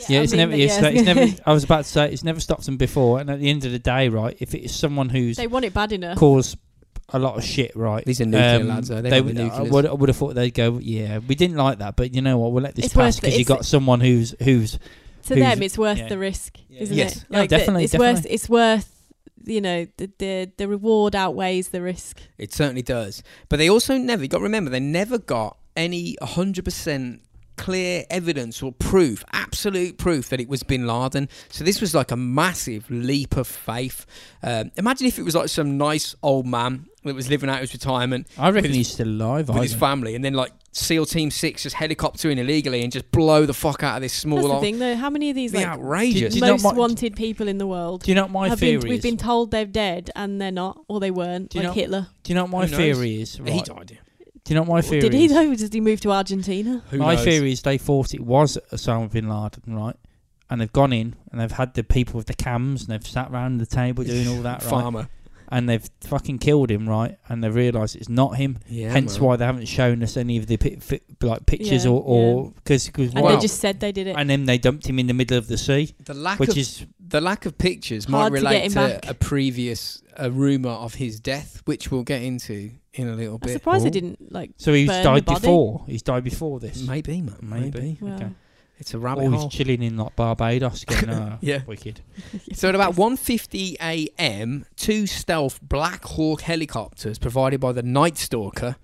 [SPEAKER 2] Yeah,
[SPEAKER 3] I
[SPEAKER 2] it's
[SPEAKER 3] mean,
[SPEAKER 2] never.
[SPEAKER 3] but
[SPEAKER 2] It's,
[SPEAKER 3] yeah.
[SPEAKER 2] it's never. I was about to say it's never stopped them before. And at the end of the day, right, if it is someone who's
[SPEAKER 3] They want it bad enough.
[SPEAKER 2] caused a lot of shit, right?
[SPEAKER 1] these are nuclear
[SPEAKER 2] um,
[SPEAKER 1] lads though. they,
[SPEAKER 2] they
[SPEAKER 1] want
[SPEAKER 2] would,
[SPEAKER 1] the
[SPEAKER 2] I
[SPEAKER 1] nuclears.
[SPEAKER 2] would, I would have thought they'd go, yeah, we didn't like that, but you know what? We'll let this
[SPEAKER 3] It's
[SPEAKER 2] pass
[SPEAKER 3] worth it.
[SPEAKER 2] because you
[SPEAKER 3] It's-
[SPEAKER 2] got someone who's who's
[SPEAKER 3] To
[SPEAKER 2] who's-
[SPEAKER 3] them, it's worth
[SPEAKER 2] yeah.
[SPEAKER 3] the risk,
[SPEAKER 2] Yeah.
[SPEAKER 3] isn't
[SPEAKER 1] Yes.
[SPEAKER 3] it?
[SPEAKER 2] No,
[SPEAKER 3] that
[SPEAKER 2] definitely,
[SPEAKER 3] It's worth.
[SPEAKER 2] definitely.
[SPEAKER 3] It's worth. You know, the, the the reward outweighs the risk.
[SPEAKER 1] It certainly does. But they also never, you got to remember, they never got any 100% clear evidence or proof, absolute proof that it was bin Laden. So this was like a massive leap of faith. Um, imagine if it was like some nice old man that was living out his retirement
[SPEAKER 2] I reckon
[SPEAKER 1] his-
[SPEAKER 2] he's still alive.
[SPEAKER 1] with
[SPEAKER 2] I
[SPEAKER 1] his
[SPEAKER 2] don't-
[SPEAKER 1] family and then like SEAL Team 6 just helicopter in illegally and just blow the fuck out of this small
[SPEAKER 3] That's the
[SPEAKER 1] old.
[SPEAKER 3] thing, though. How many of these
[SPEAKER 1] Be
[SPEAKER 3] like
[SPEAKER 1] outrageous.
[SPEAKER 2] Do you know
[SPEAKER 3] most
[SPEAKER 2] what-
[SPEAKER 3] wanted people in the world
[SPEAKER 2] Do you know what my
[SPEAKER 3] have
[SPEAKER 2] theory
[SPEAKER 3] been, we've
[SPEAKER 2] is?
[SPEAKER 3] been told they're dead and they're not, or they weren't,
[SPEAKER 2] Do you
[SPEAKER 3] like
[SPEAKER 2] know-
[SPEAKER 3] Hitler.
[SPEAKER 2] Do you know what my
[SPEAKER 1] Who knows?
[SPEAKER 2] theory is?
[SPEAKER 1] He
[SPEAKER 2] Right.
[SPEAKER 1] died.
[SPEAKER 2] Do you know what my theory
[SPEAKER 3] Did he
[SPEAKER 2] is?
[SPEAKER 3] though? Or Did he move to Argentina?
[SPEAKER 1] Who
[SPEAKER 2] my
[SPEAKER 1] knows?
[SPEAKER 2] theory is they thought it was Osama bin Laden, right? And they've gone in and they've had the people with the cams and they've sat round the table doing all that, right?
[SPEAKER 1] Farmer.
[SPEAKER 2] And they've fucking killed him, right? And they've realised it's not him.
[SPEAKER 1] Yeah,
[SPEAKER 2] Hence
[SPEAKER 1] man.
[SPEAKER 2] why they haven't shown us any of the pi- fi- like pictures
[SPEAKER 3] Yeah,
[SPEAKER 2] or or because because
[SPEAKER 3] And
[SPEAKER 1] Wow.
[SPEAKER 3] they just said they did it.
[SPEAKER 2] and then they dumped him in the middle of the sea,
[SPEAKER 1] the lack
[SPEAKER 2] which
[SPEAKER 1] of
[SPEAKER 2] is
[SPEAKER 1] The lack of pictures
[SPEAKER 3] Hard
[SPEAKER 1] might
[SPEAKER 3] to get
[SPEAKER 1] relate
[SPEAKER 3] him
[SPEAKER 1] to,
[SPEAKER 3] back.
[SPEAKER 1] a previous a rumor of his death, which we'll get into in a little
[SPEAKER 3] I'm
[SPEAKER 1] bit.
[SPEAKER 3] surprised they
[SPEAKER 1] Oh.
[SPEAKER 3] didn't like.
[SPEAKER 2] so he's
[SPEAKER 3] burn the
[SPEAKER 2] died
[SPEAKER 3] body?
[SPEAKER 2] before. He's died before this.
[SPEAKER 1] Maybe, man. Maybe.
[SPEAKER 2] Maybe.
[SPEAKER 3] Well,
[SPEAKER 2] Okay.
[SPEAKER 1] It's a rabbit
[SPEAKER 2] Or
[SPEAKER 1] hole.
[SPEAKER 2] he's chilling in like Barbados. Going, oh,
[SPEAKER 1] Yeah.
[SPEAKER 2] wicked.
[SPEAKER 1] So at about 1:50 a.m., two stealth Black Hawk helicopters provided by the Night Stalker,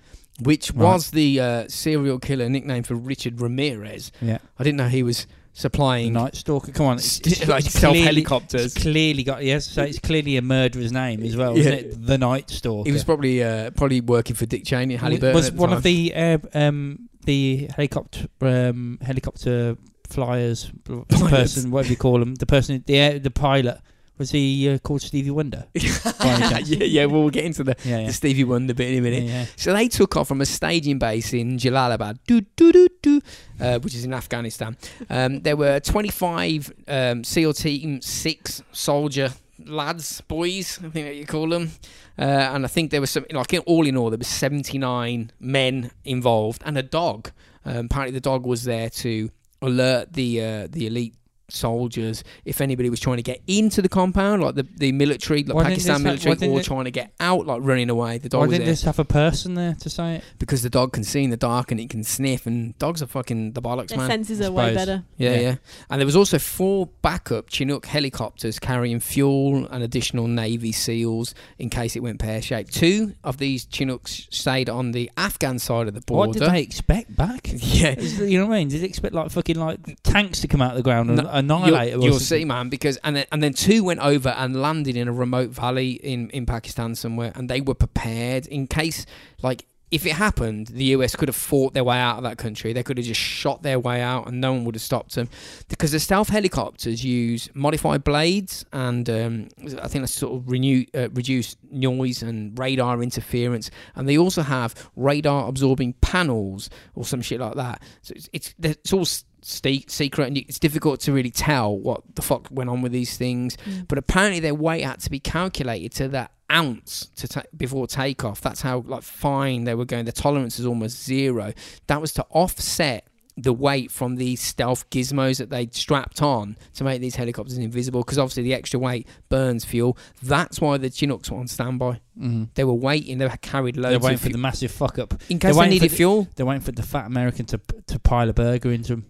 [SPEAKER 1] which
[SPEAKER 2] Right.
[SPEAKER 1] was the uh, serial killer nickname for Richard Ramirez.
[SPEAKER 2] Yeah,
[SPEAKER 1] I didn't know he was
[SPEAKER 2] The
[SPEAKER 1] supplying
[SPEAKER 2] Night Stalker. Come on, it's, it's,
[SPEAKER 1] like
[SPEAKER 2] it's
[SPEAKER 1] stealth
[SPEAKER 2] clearly-
[SPEAKER 1] helicopters.
[SPEAKER 2] It's clearly got yes, so it's clearly a murderer's name as well,
[SPEAKER 1] Yeah.
[SPEAKER 2] isn't it? The Night Stalker.
[SPEAKER 1] He was probably uh, probably working for Dick Cheney, Halliburton.
[SPEAKER 2] was
[SPEAKER 1] at the
[SPEAKER 2] one
[SPEAKER 1] time.
[SPEAKER 2] of the uh, um the helicopter um helicopter flyers b-
[SPEAKER 1] Pilots.
[SPEAKER 2] person, whatever you call them, the person the air, the pilot was he uh, called Stevie Wonder?
[SPEAKER 1] yeah, yeah. We'll get into the,
[SPEAKER 2] Yeah, yeah.
[SPEAKER 1] the Stevie Wonder bit in a minute.
[SPEAKER 2] yeah.
[SPEAKER 1] So they took off from a staging base in Jalalabad, doo, doo, doo, doo, uh, which is in Afghanistan. Um, there were 25 um, SEAL Team 6 soldier lads, boys, I think that you call them. Uh, and I think there was something like all in all, there was 79 men involved and a dog. Um, apparently, the dog was there to alert the uh, the elite soldiers, if anybody was trying to get into the compound, like the, the military, like
[SPEAKER 2] Why didn't
[SPEAKER 1] Pakistan
[SPEAKER 2] this ha- why
[SPEAKER 1] military,
[SPEAKER 2] didn't
[SPEAKER 1] or
[SPEAKER 2] it-
[SPEAKER 1] trying to get out, like running away. The dog
[SPEAKER 2] Why
[SPEAKER 1] was
[SPEAKER 2] didn't
[SPEAKER 1] there
[SPEAKER 2] this have a person there to say it?
[SPEAKER 1] because the dog can see in the dark and it can sniff, and dogs are fucking the bollocks,
[SPEAKER 3] Their
[SPEAKER 1] man.
[SPEAKER 3] senses
[SPEAKER 2] I
[SPEAKER 3] are way
[SPEAKER 2] suppose.
[SPEAKER 3] better.
[SPEAKER 1] Yeah, yeah,
[SPEAKER 2] Yeah.
[SPEAKER 1] And there was also four backup Chinook helicopters carrying fuel and additional Navy SEALs in case it went pear shaped. Two of these Chinooks stayed on the Afghan side of the border.
[SPEAKER 2] What did they expect back?
[SPEAKER 1] yeah.
[SPEAKER 2] Is- you know what I mean? Did they expect like fucking like tanks to come out of the ground and
[SPEAKER 1] No,
[SPEAKER 2] annihilate it?
[SPEAKER 1] you'll,
[SPEAKER 2] or
[SPEAKER 1] you'll
[SPEAKER 2] something?
[SPEAKER 1] see, man, because and then, and then two went over and landed in a remote valley in in Pakistan somewhere, and they were prepared in case, like, if it happened, the US could have fought their way out of that country. They could have just shot their way out, and no one would have stopped them, because the stealth helicopters use modified blades, and um, I think that's sort of renew, uh, reduce noise and radar interference, and they also have radar absorbing panels or some shit like that. So it's it's, it's all s- ste- secret and it's difficult to really tell what the fuck went on with these things.
[SPEAKER 3] Mm.
[SPEAKER 1] But apparently their weight had to be calculated to the ounce to ta- before takeoff. That's how like fine they were going. The tolerance is almost zero. That was to offset the weight from these stealth gizmos that they strapped on to make these helicopters invisible because obviously the extra weight burns fuel that's why the chinooks were on standby
[SPEAKER 2] Mm.
[SPEAKER 1] they were waiting they carried
[SPEAKER 2] They're
[SPEAKER 1] loads
[SPEAKER 2] waiting
[SPEAKER 1] of
[SPEAKER 2] for
[SPEAKER 1] fuel
[SPEAKER 2] the massive fuck up.
[SPEAKER 1] in case they
[SPEAKER 2] waiting for
[SPEAKER 1] needed
[SPEAKER 2] the-
[SPEAKER 1] fuel
[SPEAKER 2] They're waiting for the fat American to to pile a burger into them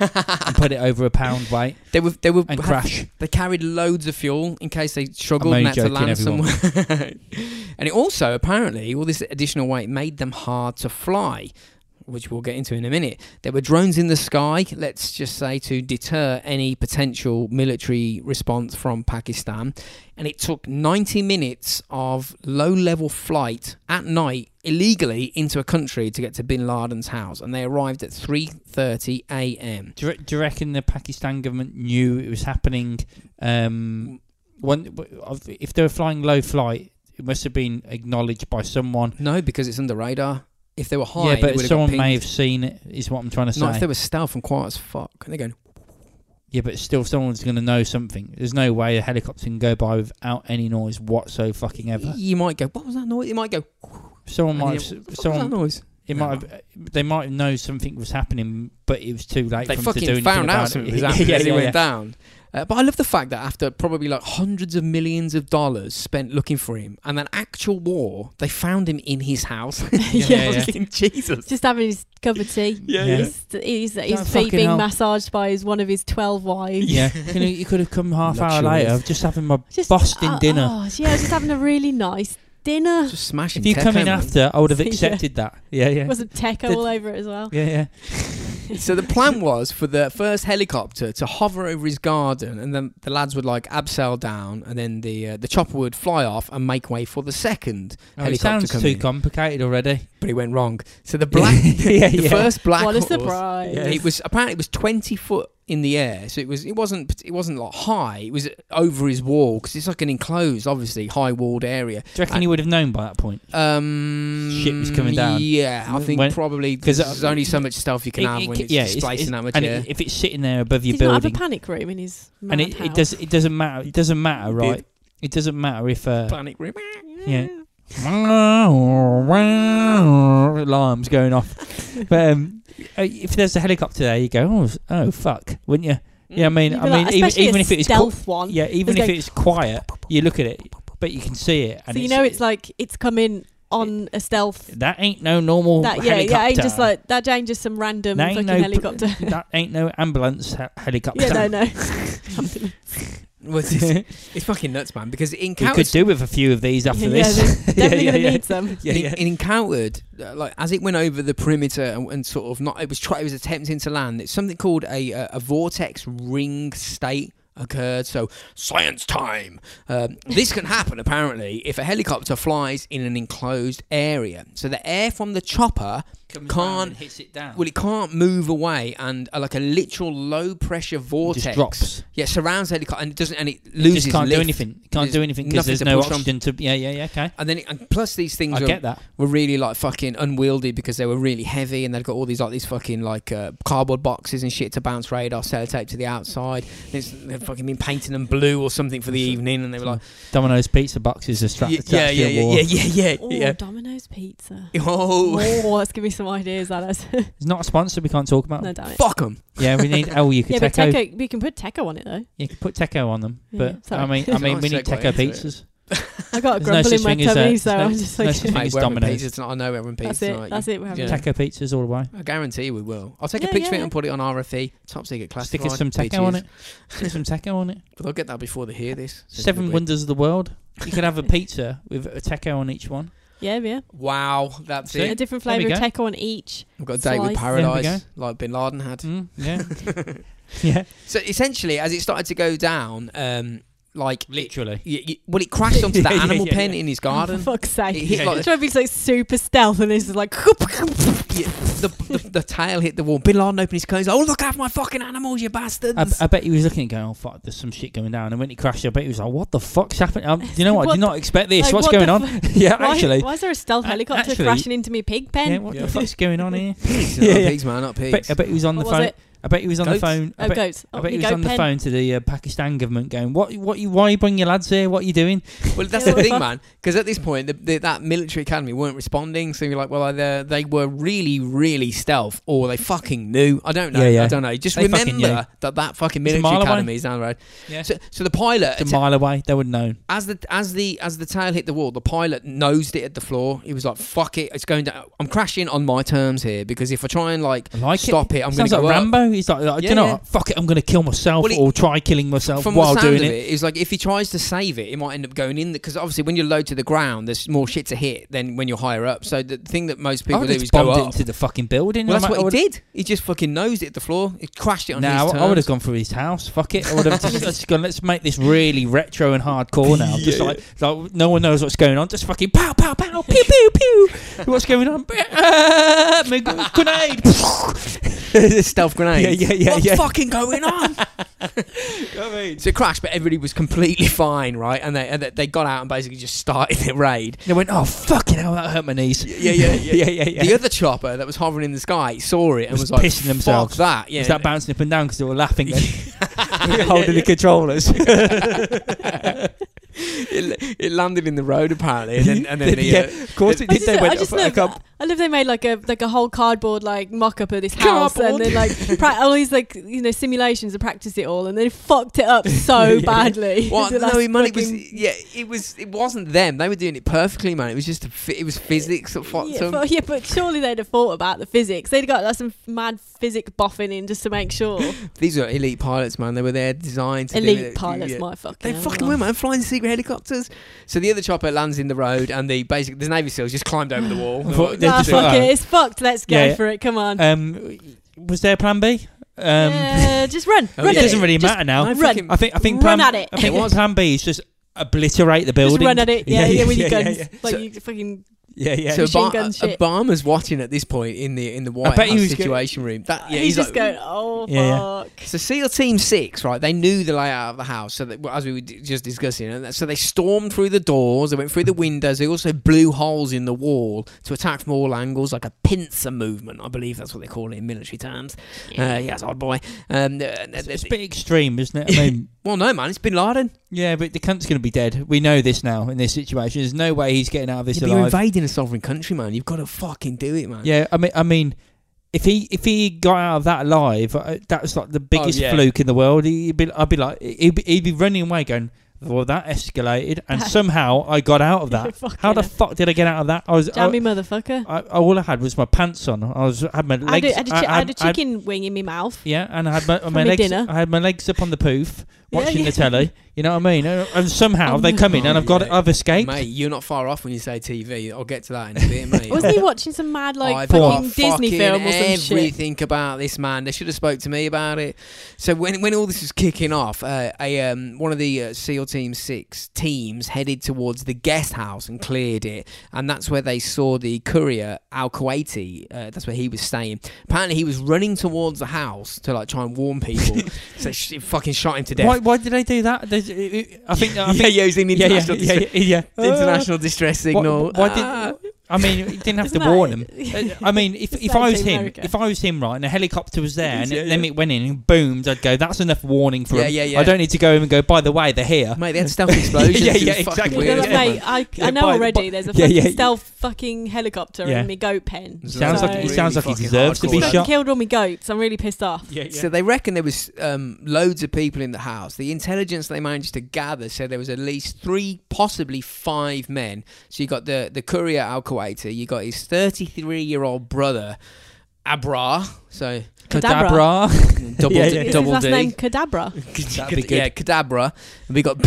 [SPEAKER 2] and put it over a pound weight
[SPEAKER 1] They were they were
[SPEAKER 2] and
[SPEAKER 1] had-
[SPEAKER 2] crash.
[SPEAKER 1] They carried loads of fuel in case they struggled
[SPEAKER 2] I'm
[SPEAKER 1] and
[SPEAKER 2] only
[SPEAKER 1] had to
[SPEAKER 2] joking,
[SPEAKER 1] land
[SPEAKER 2] everyone.
[SPEAKER 1] somewhere. and it also apparently all this additional weight made them hard to fly, which we'll get into in a minute. There were drones in the sky. Let's just say to deter any potential military response from Pakistan. And it took 90 minutes of low-level flight at night illegally into a country to get to Bin Laden's house, and they arrived at 3:30 a.m.
[SPEAKER 2] Do you, re- do you reckon the Pakistan government knew it was happening? Um, when, if they were flying low flight, it must have been acknowledged by someone.
[SPEAKER 1] No, because it's under radar. If they were high,
[SPEAKER 2] yeah, but someone may have
[SPEAKER 1] Not
[SPEAKER 2] seen it. Is what I'm trying to say.
[SPEAKER 1] if they were stealth and quiet as fuck. And they're going,
[SPEAKER 2] Yeah, but still, someone's going to know something. There's no way a helicopter can go by without any noise whatso fucking ever.
[SPEAKER 1] you might go, what was that noise? It might go,
[SPEAKER 2] Someone
[SPEAKER 1] and
[SPEAKER 2] might,
[SPEAKER 1] you- what
[SPEAKER 2] have, s-
[SPEAKER 1] was that
[SPEAKER 2] someone,
[SPEAKER 1] noise?
[SPEAKER 2] it
[SPEAKER 1] No.
[SPEAKER 2] might have, they might have known something was happening, but it was too late.
[SPEAKER 1] They
[SPEAKER 2] for them to do
[SPEAKER 1] fucking
[SPEAKER 2] anything
[SPEAKER 1] found
[SPEAKER 2] about
[SPEAKER 1] out
[SPEAKER 2] it.
[SPEAKER 1] something was happening
[SPEAKER 2] yeah,
[SPEAKER 1] as it
[SPEAKER 2] yeah,
[SPEAKER 1] went
[SPEAKER 2] yeah.
[SPEAKER 1] down. Uh, but I love the fact that after probably like hundreds of millions of dollars spent looking for him and an actual war, they found him in his house.
[SPEAKER 2] yeah, yeah.
[SPEAKER 1] Fucking Jesus.
[SPEAKER 3] Just having his cup of tea.
[SPEAKER 1] Yeah,
[SPEAKER 2] Yeah.
[SPEAKER 1] yeah.
[SPEAKER 3] His, his,
[SPEAKER 2] Don't
[SPEAKER 3] his
[SPEAKER 2] fucking
[SPEAKER 3] feet being
[SPEAKER 2] help.
[SPEAKER 3] massaged by his, one of his 12 wives.
[SPEAKER 2] Yeah, you, know, you could have come half hour
[SPEAKER 1] Luxurious.
[SPEAKER 2] later. I'm just having my
[SPEAKER 3] Just,
[SPEAKER 2] Boston
[SPEAKER 3] oh,
[SPEAKER 2] dinner.
[SPEAKER 3] oh, yeah, just having a really nice dinner.
[SPEAKER 1] Just smashing
[SPEAKER 2] if you come
[SPEAKER 1] Tekken,
[SPEAKER 2] in
[SPEAKER 1] eh, man.
[SPEAKER 2] after, I would have
[SPEAKER 3] Yeah.
[SPEAKER 2] accepted that. Yeah, yeah,
[SPEAKER 3] Wasn't tech
[SPEAKER 2] Did-
[SPEAKER 3] all over it as well?
[SPEAKER 2] yeah, yeah.
[SPEAKER 1] So the plan was for the first helicopter to hover over his garden, and then the lads would like abseil down, and then the uh, the chopper would fly off and make way for the second
[SPEAKER 2] Oh, it
[SPEAKER 1] helicopter
[SPEAKER 2] sounds
[SPEAKER 1] coming.
[SPEAKER 2] too
[SPEAKER 1] in.
[SPEAKER 2] complicated already.
[SPEAKER 1] but it went wrong. So the black,
[SPEAKER 2] Yeah,
[SPEAKER 1] the
[SPEAKER 2] yeah.
[SPEAKER 1] first black
[SPEAKER 3] what a
[SPEAKER 1] horse,
[SPEAKER 3] surprise.
[SPEAKER 2] Yeah.
[SPEAKER 1] It was apparently it was twenty foot in the air, so it was it wasn't it wasn't like high. It was over his wall because it's like an enclosed, obviously high walled area.
[SPEAKER 2] Do you reckon you would have known by that point?
[SPEAKER 1] Um,
[SPEAKER 2] Shit was coming down.
[SPEAKER 1] Yeah, I think
[SPEAKER 2] When-
[SPEAKER 1] probably
[SPEAKER 2] 'cause,
[SPEAKER 1] because
[SPEAKER 2] uh,
[SPEAKER 1] there's only so much stealth you can
[SPEAKER 2] It-
[SPEAKER 1] have
[SPEAKER 2] it
[SPEAKER 1] when
[SPEAKER 2] ca-
[SPEAKER 1] it's displacing that much
[SPEAKER 2] and
[SPEAKER 1] air.
[SPEAKER 2] it- if it's sitting there above your
[SPEAKER 3] Did he not have a
[SPEAKER 2] building,
[SPEAKER 3] panic room in his
[SPEAKER 2] and
[SPEAKER 3] mad
[SPEAKER 2] it, it
[SPEAKER 3] house?
[SPEAKER 2] does it doesn't matter. It doesn't matter,
[SPEAKER 1] did.
[SPEAKER 2] right? It doesn't matter if uh,
[SPEAKER 1] Panic room.
[SPEAKER 3] Mm.
[SPEAKER 2] Yeah. alarms going off. But um, uh, if there's a helicopter there, you go, oh, oh fuck, wouldn't you? Yeah, I mean,
[SPEAKER 3] You'd
[SPEAKER 2] I
[SPEAKER 3] be
[SPEAKER 2] mean,
[SPEAKER 3] like,
[SPEAKER 2] even,
[SPEAKER 3] especially
[SPEAKER 2] even
[SPEAKER 3] a
[SPEAKER 2] if it's qu-
[SPEAKER 3] stealth one.
[SPEAKER 2] yeah, even
[SPEAKER 3] It's
[SPEAKER 2] if
[SPEAKER 3] going-
[SPEAKER 2] it's quiet, you look at it, but you can see it. And
[SPEAKER 3] so you
[SPEAKER 2] it's-
[SPEAKER 3] know it's like it's come in on a stealth.
[SPEAKER 2] that ain't no normal
[SPEAKER 3] That yeah,
[SPEAKER 2] helicopter.
[SPEAKER 3] yeah, ain't just like that ain't just some random
[SPEAKER 2] That ain't
[SPEAKER 3] fucking
[SPEAKER 2] no br-
[SPEAKER 3] helicopter.
[SPEAKER 2] that ain't no ambulance he- helicopter.
[SPEAKER 3] yeah, no, no.
[SPEAKER 1] Well, it's, it's- it's fucking nuts, man. Because it
[SPEAKER 2] We could
[SPEAKER 1] encountered,
[SPEAKER 2] do with a few of these after
[SPEAKER 3] yeah,
[SPEAKER 2] this.
[SPEAKER 3] they're definitely
[SPEAKER 2] yeah,
[SPEAKER 3] gonna
[SPEAKER 2] yeah.
[SPEAKER 3] need some.
[SPEAKER 2] yeah,
[SPEAKER 1] it,
[SPEAKER 2] yeah.
[SPEAKER 1] it encountered uh, like as it went over the perimeter and, and sort of not. It was try, it was attempting to land. It's something called a uh, a vortex ring state occurred. So science time. Um, this can happen apparently if a helicopter flies in an enclosed area. So the air from the chopper round and
[SPEAKER 2] hits it down.
[SPEAKER 1] well, it can't move away, and uh, like a literal low pressure vortex
[SPEAKER 2] just drops.
[SPEAKER 1] Yeah, surrounds the helicopter and it doesn't, and it
[SPEAKER 2] It
[SPEAKER 1] loses
[SPEAKER 2] just can't do
[SPEAKER 1] lift.
[SPEAKER 2] anything. It Can't
[SPEAKER 1] There's
[SPEAKER 2] do anything because
[SPEAKER 1] nothing
[SPEAKER 2] there's
[SPEAKER 1] to
[SPEAKER 2] no
[SPEAKER 1] push on.
[SPEAKER 2] oxygen to. Yeah, yeah, yeah. Okay,
[SPEAKER 1] And then, it, and plus these things
[SPEAKER 2] I
[SPEAKER 1] are
[SPEAKER 2] get that.
[SPEAKER 1] were really like fucking unwieldy because they were really heavy and they'd got all these like these fucking like uh, cardboard boxes and shit to bounce radar sellotape to the outside. And it's, they've fucking been painting them blue or something for the evening, and they were like,
[SPEAKER 2] Domino's pizza boxes are strapped
[SPEAKER 1] yeah,
[SPEAKER 2] attached
[SPEAKER 1] yeah,
[SPEAKER 2] to your
[SPEAKER 1] yeah, yeah,
[SPEAKER 2] wall.
[SPEAKER 1] yeah, yeah, yeah,
[SPEAKER 3] Oh,
[SPEAKER 1] yeah.
[SPEAKER 3] Domino's pizza.
[SPEAKER 1] Oh,
[SPEAKER 3] Oh, that's gonna be some no ideas, Alice.
[SPEAKER 2] It's not a sponsor. We can't talk about.
[SPEAKER 3] no,
[SPEAKER 2] them.
[SPEAKER 3] damn it.
[SPEAKER 1] Fuck them.
[SPEAKER 2] Yeah, we need. Oh, you could
[SPEAKER 3] yeah, but
[SPEAKER 2] Teco.
[SPEAKER 3] Teco, we can put Teco on it though.
[SPEAKER 2] You could put Teco on them.
[SPEAKER 3] Yeah,
[SPEAKER 2] but
[SPEAKER 3] sorry.
[SPEAKER 2] I mean, I
[SPEAKER 1] It's a
[SPEAKER 2] mean, we
[SPEAKER 1] nice
[SPEAKER 2] need
[SPEAKER 1] segue
[SPEAKER 2] Teco
[SPEAKER 1] into it.
[SPEAKER 2] pizzas.
[SPEAKER 3] I got a
[SPEAKER 2] There's no
[SPEAKER 3] grumble
[SPEAKER 2] such
[SPEAKER 3] in my
[SPEAKER 2] thing as
[SPEAKER 3] tummy,
[SPEAKER 2] that.
[SPEAKER 3] so
[SPEAKER 2] There's no-
[SPEAKER 3] I'm just
[SPEAKER 2] there's no
[SPEAKER 3] like,
[SPEAKER 2] such thing
[SPEAKER 1] Mate,
[SPEAKER 2] as
[SPEAKER 1] we're having
[SPEAKER 2] Domino's.
[SPEAKER 1] pizza tonight. I know we're having pizza
[SPEAKER 3] that's it.
[SPEAKER 1] tonight.
[SPEAKER 3] That's it. We're having
[SPEAKER 1] Yeah.
[SPEAKER 3] it.
[SPEAKER 2] Teco pizzas all the way.
[SPEAKER 1] I guarantee we will. I'll take a
[SPEAKER 3] Yeah,
[SPEAKER 1] picture of
[SPEAKER 3] yeah.
[SPEAKER 1] it and put it on RFE. Top secret classified.
[SPEAKER 2] Stick us some Teco on it. Stick some Teco on it.
[SPEAKER 1] But they'll get that before they hear this. So
[SPEAKER 2] Seven
[SPEAKER 1] we're-
[SPEAKER 2] Wonders of the World. You could have a pizza with a Teco on each one.
[SPEAKER 3] Yeah, yeah.
[SPEAKER 1] Wow, that's
[SPEAKER 2] See?
[SPEAKER 3] A
[SPEAKER 1] it.
[SPEAKER 3] different
[SPEAKER 2] There we
[SPEAKER 3] flavour of
[SPEAKER 2] go.
[SPEAKER 3] Teco on each.
[SPEAKER 1] I've got a date with
[SPEAKER 3] Slice.
[SPEAKER 1] paradise,
[SPEAKER 2] There
[SPEAKER 1] like Bin Laden had.
[SPEAKER 2] Mm, yeah. yeah.
[SPEAKER 1] So essentially, as it started to go down, um, like
[SPEAKER 2] Literally.
[SPEAKER 1] y- y- well, it crashed onto that
[SPEAKER 2] Yeah, yeah,
[SPEAKER 1] animal
[SPEAKER 2] yeah,
[SPEAKER 1] pen
[SPEAKER 2] yeah.
[SPEAKER 1] in his
[SPEAKER 3] For
[SPEAKER 1] garden.
[SPEAKER 3] fuck's sake.
[SPEAKER 1] It hit
[SPEAKER 2] Yeah.
[SPEAKER 1] like
[SPEAKER 3] I'm trying to be like super stealth, and this is like.
[SPEAKER 1] Yeah, the, the the tail hit the wall. Bin Laden opened his clothes. Oh look after my fucking animals, you bastards!
[SPEAKER 2] I, I bet he was looking and going, oh, fuck, there's some shit going down. And when he crashed, I bet he was like, what the fuck's happening? Um, you know what? I
[SPEAKER 3] What
[SPEAKER 2] did not expect this.
[SPEAKER 3] like,
[SPEAKER 2] What's
[SPEAKER 3] what the
[SPEAKER 2] going on? yeah,
[SPEAKER 3] Why,
[SPEAKER 2] actually.
[SPEAKER 3] why is there a stealth
[SPEAKER 2] A-
[SPEAKER 3] helicopter
[SPEAKER 2] actually-
[SPEAKER 3] crashing into me pig pen?
[SPEAKER 2] Yeah, what
[SPEAKER 1] Yeah.
[SPEAKER 2] the fuck's going on here?
[SPEAKER 1] pigs,
[SPEAKER 2] Yeah,
[SPEAKER 1] not
[SPEAKER 2] yeah.
[SPEAKER 1] pigs, man, not
[SPEAKER 2] I
[SPEAKER 1] pigs.
[SPEAKER 2] bet, I bet he was on
[SPEAKER 3] What
[SPEAKER 2] the
[SPEAKER 3] was
[SPEAKER 2] phone.
[SPEAKER 3] it?
[SPEAKER 2] I bet he was on
[SPEAKER 1] Goats?
[SPEAKER 2] the phone.
[SPEAKER 3] Oh,
[SPEAKER 2] I bet,
[SPEAKER 3] goats. Oh,
[SPEAKER 2] I bet he
[SPEAKER 3] your
[SPEAKER 2] was
[SPEAKER 3] goat
[SPEAKER 2] on the
[SPEAKER 3] pen.
[SPEAKER 2] phone to the uh, Pakistan government going, what, what, you, why you bringing your lads here? What are you doing?
[SPEAKER 1] Well, that's
[SPEAKER 3] Yeah,
[SPEAKER 1] the
[SPEAKER 3] well,
[SPEAKER 1] thing,
[SPEAKER 3] fuck.
[SPEAKER 1] man. Because at this point, the, the, that military academy weren't responding. So you're like, well, either they were really, really stealth, or they fucking knew. I don't know.
[SPEAKER 2] Yeah, yeah.
[SPEAKER 1] I don't know. Just
[SPEAKER 2] They fucking
[SPEAKER 1] remember that that fucking
[SPEAKER 2] It's a
[SPEAKER 1] military
[SPEAKER 2] mile away.
[SPEAKER 1] academy is down the road.
[SPEAKER 2] Yeah.
[SPEAKER 1] So, so the pilot,
[SPEAKER 2] It's a mile away. They would have known.
[SPEAKER 1] as the as the as the tail hit the wall, the pilot nosed it at the floor. He was like, "Fuck it, it's going down. I'm crashing on my terms here because if I try and like
[SPEAKER 2] I like it.
[SPEAKER 1] stop it, I'm going
[SPEAKER 2] Sounds
[SPEAKER 1] to
[SPEAKER 2] like
[SPEAKER 1] go up."
[SPEAKER 2] Rambo. He's like, like, do
[SPEAKER 1] Yeah,
[SPEAKER 2] you know
[SPEAKER 1] yeah.
[SPEAKER 2] what? Fuck it, I'm going to kill myself
[SPEAKER 1] Well, he-
[SPEAKER 2] or try killing myself
[SPEAKER 1] From
[SPEAKER 2] while
[SPEAKER 1] the sound
[SPEAKER 2] doing
[SPEAKER 1] of
[SPEAKER 2] it.
[SPEAKER 1] it, it's like if he tries to save it, it might end up going in because obviously when you're low to the ground, there's more shit to hit than when you're higher up. So the thing that most
[SPEAKER 2] I
[SPEAKER 1] people
[SPEAKER 2] would
[SPEAKER 1] do
[SPEAKER 2] have
[SPEAKER 1] is
[SPEAKER 2] just
[SPEAKER 1] go
[SPEAKER 2] bombed it
[SPEAKER 1] up.
[SPEAKER 2] into the fucking building.
[SPEAKER 1] Well,
[SPEAKER 2] I
[SPEAKER 1] that's
[SPEAKER 2] might- I
[SPEAKER 1] what
[SPEAKER 2] would-
[SPEAKER 1] he did. He just fucking nosed it at the floor. It crashed it on
[SPEAKER 2] No,
[SPEAKER 1] his
[SPEAKER 2] I would have
[SPEAKER 1] terms.
[SPEAKER 2] gone through his house. Fuck it. I would have just, just gone, let's make this really retro and hardcore now. Just like, like no one knows what's going on. Just fucking pow, pow, pow, pew, pew, pew. what's going on? Ah, my gr- Grenade.
[SPEAKER 1] Stealth grenade.
[SPEAKER 2] yeah, yeah, yeah,
[SPEAKER 1] What's
[SPEAKER 2] yeah.
[SPEAKER 1] fucking going on? so it crashed, but everybody was completely fine, right? And they and they- they got out and basically just started their raid.
[SPEAKER 2] They went, oh, fucking hell, that hurt my knees.
[SPEAKER 1] Yeah, yeah, yeah.
[SPEAKER 2] yeah, yeah. yeah.
[SPEAKER 1] The other chopper that was hovering in the sky saw it and
[SPEAKER 2] Was
[SPEAKER 1] was, like,
[SPEAKER 2] pissing
[SPEAKER 1] "Fuck
[SPEAKER 2] themselves."
[SPEAKER 1] that, yeah.
[SPEAKER 2] Is that bouncing up and down because they were laughing and holding
[SPEAKER 1] Yeah,
[SPEAKER 2] the controllers?
[SPEAKER 1] yeah. it, it landed in the road apparently, and then, and then the,
[SPEAKER 2] yeah,
[SPEAKER 1] uh,
[SPEAKER 2] of course it
[SPEAKER 1] I
[SPEAKER 3] I
[SPEAKER 2] did.
[SPEAKER 3] just,
[SPEAKER 2] They
[SPEAKER 3] I
[SPEAKER 2] went
[SPEAKER 3] just
[SPEAKER 2] up like
[SPEAKER 3] love,
[SPEAKER 2] a
[SPEAKER 3] I love they made like a like a whole cardboard like mock up of this house and then like pra- all these like you know simulations and practice it all and they fucked it up so
[SPEAKER 2] Yeah.
[SPEAKER 3] badly.
[SPEAKER 1] What?
[SPEAKER 3] The
[SPEAKER 1] No,
[SPEAKER 3] last
[SPEAKER 1] it, man, it was
[SPEAKER 3] fucking-
[SPEAKER 1] yeah. It was. It wasn't them. They were doing it perfectly, man. It was just. A fi- it was physics that fucked
[SPEAKER 3] yeah,
[SPEAKER 1] them.
[SPEAKER 3] but, yeah, but surely they'd have thought about the physics. They'd have got like, some mad physic boffin in just to make sure.
[SPEAKER 1] These are elite pilots, man. They were there designed to do
[SPEAKER 3] Elite
[SPEAKER 1] it.
[SPEAKER 3] pilots,
[SPEAKER 1] Yeah.
[SPEAKER 3] my fucking.
[SPEAKER 1] They
[SPEAKER 3] hell,
[SPEAKER 1] fucking
[SPEAKER 3] man.
[SPEAKER 1] were, man. Flying secret helicopters. So the other chopper lands in the road, and the basic the Navy SEAls just climbed over the wall. They're like,
[SPEAKER 2] They're
[SPEAKER 3] Ah,
[SPEAKER 2] just
[SPEAKER 3] fuck
[SPEAKER 2] like-
[SPEAKER 3] it, it's fucked. Let's go
[SPEAKER 2] Yeah, yeah.
[SPEAKER 3] for it. Come on.
[SPEAKER 2] um, was there plan B? Um,
[SPEAKER 3] yeah, just run.
[SPEAKER 1] Oh, yeah.
[SPEAKER 3] run
[SPEAKER 2] It
[SPEAKER 3] at
[SPEAKER 2] doesn't really
[SPEAKER 3] Just
[SPEAKER 2] matter now.
[SPEAKER 1] no
[SPEAKER 3] run.
[SPEAKER 1] fucking-
[SPEAKER 2] I think I think
[SPEAKER 3] Run
[SPEAKER 2] plan,
[SPEAKER 3] at it.
[SPEAKER 2] I think
[SPEAKER 1] It was.
[SPEAKER 2] plan B is just obliterate the building.
[SPEAKER 3] Just run at it. Yeah, yeah, with your
[SPEAKER 2] yeah,
[SPEAKER 3] guns.
[SPEAKER 2] yeah.
[SPEAKER 3] Like
[SPEAKER 1] So-
[SPEAKER 3] you fucking.
[SPEAKER 2] Yeah, yeah.
[SPEAKER 1] So
[SPEAKER 3] Machine
[SPEAKER 1] Obama,
[SPEAKER 3] gun shit.
[SPEAKER 1] Obama's watching at this point in the in the White
[SPEAKER 2] bet he
[SPEAKER 1] House
[SPEAKER 2] was go-
[SPEAKER 1] situation room. That yeah,
[SPEAKER 3] he's,
[SPEAKER 1] he's,
[SPEAKER 3] just
[SPEAKER 1] like,
[SPEAKER 3] going, oh
[SPEAKER 2] Yeah, yeah.
[SPEAKER 3] fuck.
[SPEAKER 1] So SEAL Team Six, right? They knew the layout of the house, so that, well, as we were d- just discussing, and that- so they stormed through the doors, they went through the windows, they also blew holes in the wall to attack from all angles, like a pincer movement, I believe that's what they call it in military terms. Uh, yes, odd boy. Um, uh,
[SPEAKER 2] it's,
[SPEAKER 1] uh,
[SPEAKER 2] it's a
[SPEAKER 1] uh,
[SPEAKER 2] bit extreme, isn't it? I mean,
[SPEAKER 1] well, no, man, it's Bin Laden.
[SPEAKER 2] yeah, but the cunt's going to be dead. We know this now in this situation. There's no way he's getting out of this
[SPEAKER 1] You're
[SPEAKER 2] alive.
[SPEAKER 1] invading a sovereign country, man. You've got to fucking do it, man.
[SPEAKER 2] Yeah, I mean, I mean, if he if he got out of that alive, uh, that was like the biggest
[SPEAKER 1] Oh, yeah.
[SPEAKER 2] fluke in the world. He'd be, I'd be like, he'd be, he'd be running away, going, "Well, that escalated, and somehow I got out of that.
[SPEAKER 3] Fucking
[SPEAKER 2] How the oh,
[SPEAKER 3] hell.
[SPEAKER 2] fuck did I get out of that? I was." I,
[SPEAKER 3] Jammy motherfucker.
[SPEAKER 2] I, all I had was my pants on. I was had my legs.
[SPEAKER 3] I had, a, had, a chi-
[SPEAKER 2] I- I
[SPEAKER 3] I had a
[SPEAKER 2] I had-
[SPEAKER 3] chicken wing in my mouth.
[SPEAKER 2] Yeah, and I had my, my
[SPEAKER 3] your
[SPEAKER 2] legs.
[SPEAKER 3] dinner.
[SPEAKER 2] I had my legs up on the poof,
[SPEAKER 3] Yeah,
[SPEAKER 2] watching
[SPEAKER 3] yeah.
[SPEAKER 2] the telly. You know what I mean? And and somehow
[SPEAKER 3] Oh,
[SPEAKER 2] they
[SPEAKER 3] no.
[SPEAKER 2] come in, and
[SPEAKER 1] Oh,
[SPEAKER 2] I've got
[SPEAKER 1] yeah.
[SPEAKER 2] it. I've escaped.
[SPEAKER 1] Mate, you're not far off when you say TV. I'll get to that in a bit, mate.
[SPEAKER 3] Wasn't he watching some mad like
[SPEAKER 1] I've
[SPEAKER 3] fucking
[SPEAKER 1] got
[SPEAKER 3] Disney
[SPEAKER 1] fucking
[SPEAKER 3] film or some shit?
[SPEAKER 1] everything about this man. They should have spoke to me about it. So when when all this was kicking off, uh, a um, one of the uh, SEAL Team Six teams headed towards the guest house and cleared it, and that's where they saw the courier Al Kuwaiti. Uh, that's where he was staying. Apparently, he was running towards the house to like try and warn people. so sh- it fucking shot him to death.
[SPEAKER 2] Why? Why did they do that? There's- I think. I
[SPEAKER 1] yeah,
[SPEAKER 2] think.
[SPEAKER 1] yeah, he was in
[SPEAKER 2] yeah, yeah,
[SPEAKER 1] international
[SPEAKER 2] yeah, Uh,
[SPEAKER 1] distra-
[SPEAKER 2] yeah, yeah.
[SPEAKER 1] international distress
[SPEAKER 2] Why-
[SPEAKER 1] signal.
[SPEAKER 2] Why,
[SPEAKER 1] Ah.
[SPEAKER 2] did? I mean, you didn't have
[SPEAKER 3] Doesn't
[SPEAKER 2] to warn him.
[SPEAKER 3] that-
[SPEAKER 2] I mean, if,
[SPEAKER 3] It's
[SPEAKER 2] if
[SPEAKER 3] like
[SPEAKER 2] I was
[SPEAKER 3] Team
[SPEAKER 2] him,
[SPEAKER 3] America.
[SPEAKER 2] if I was him, right, and a helicopter was there, and
[SPEAKER 1] Yeah,
[SPEAKER 2] then
[SPEAKER 1] yeah.
[SPEAKER 2] it went in and boomed, I'd go. That's enough warning for
[SPEAKER 1] Yeah,
[SPEAKER 2] him.
[SPEAKER 1] yeah, yeah.
[SPEAKER 2] I don't need to go in and go. By the way, they're here.
[SPEAKER 1] Mate, they had stealth explosions.
[SPEAKER 2] Yeah,
[SPEAKER 1] It was
[SPEAKER 2] yeah,
[SPEAKER 1] fucking
[SPEAKER 2] exactly.
[SPEAKER 1] weird
[SPEAKER 3] They're
[SPEAKER 1] as
[SPEAKER 3] like,
[SPEAKER 2] Yeah.
[SPEAKER 1] hell,
[SPEAKER 3] mate,
[SPEAKER 1] man.
[SPEAKER 3] I,
[SPEAKER 2] Yeah,
[SPEAKER 3] I know
[SPEAKER 2] by-
[SPEAKER 3] already
[SPEAKER 2] by-
[SPEAKER 3] there's a
[SPEAKER 2] yeah,
[SPEAKER 3] fucking
[SPEAKER 2] yeah.
[SPEAKER 3] stealth fucking helicopter
[SPEAKER 2] Yeah.
[SPEAKER 3] and me goat pen.
[SPEAKER 1] It
[SPEAKER 2] Sounds like- it
[SPEAKER 1] really
[SPEAKER 2] sounds like he's
[SPEAKER 1] fucking
[SPEAKER 2] deserves to
[SPEAKER 1] hardcore,
[SPEAKER 2] be
[SPEAKER 1] that.
[SPEAKER 3] Fucking
[SPEAKER 2] shot.
[SPEAKER 3] killed all my goats. I'm really pissed off.
[SPEAKER 2] Yeah, yeah.
[SPEAKER 1] So they reckon there was um, loads of people in the house. The intelligence they managed to gather said there was at least three, possibly five men. So you got the the courier Al Kuwaiti, you got his 33 year old brother Abra, so
[SPEAKER 3] Cadabra.
[SPEAKER 2] Cadabra.
[SPEAKER 1] double
[SPEAKER 2] Yeah,
[SPEAKER 1] D,
[SPEAKER 2] yeah.
[SPEAKER 3] Is
[SPEAKER 1] double
[SPEAKER 3] his last
[SPEAKER 1] D.
[SPEAKER 3] name Cadabra?
[SPEAKER 2] That'd be good.
[SPEAKER 1] Yeah, Cadabra. We got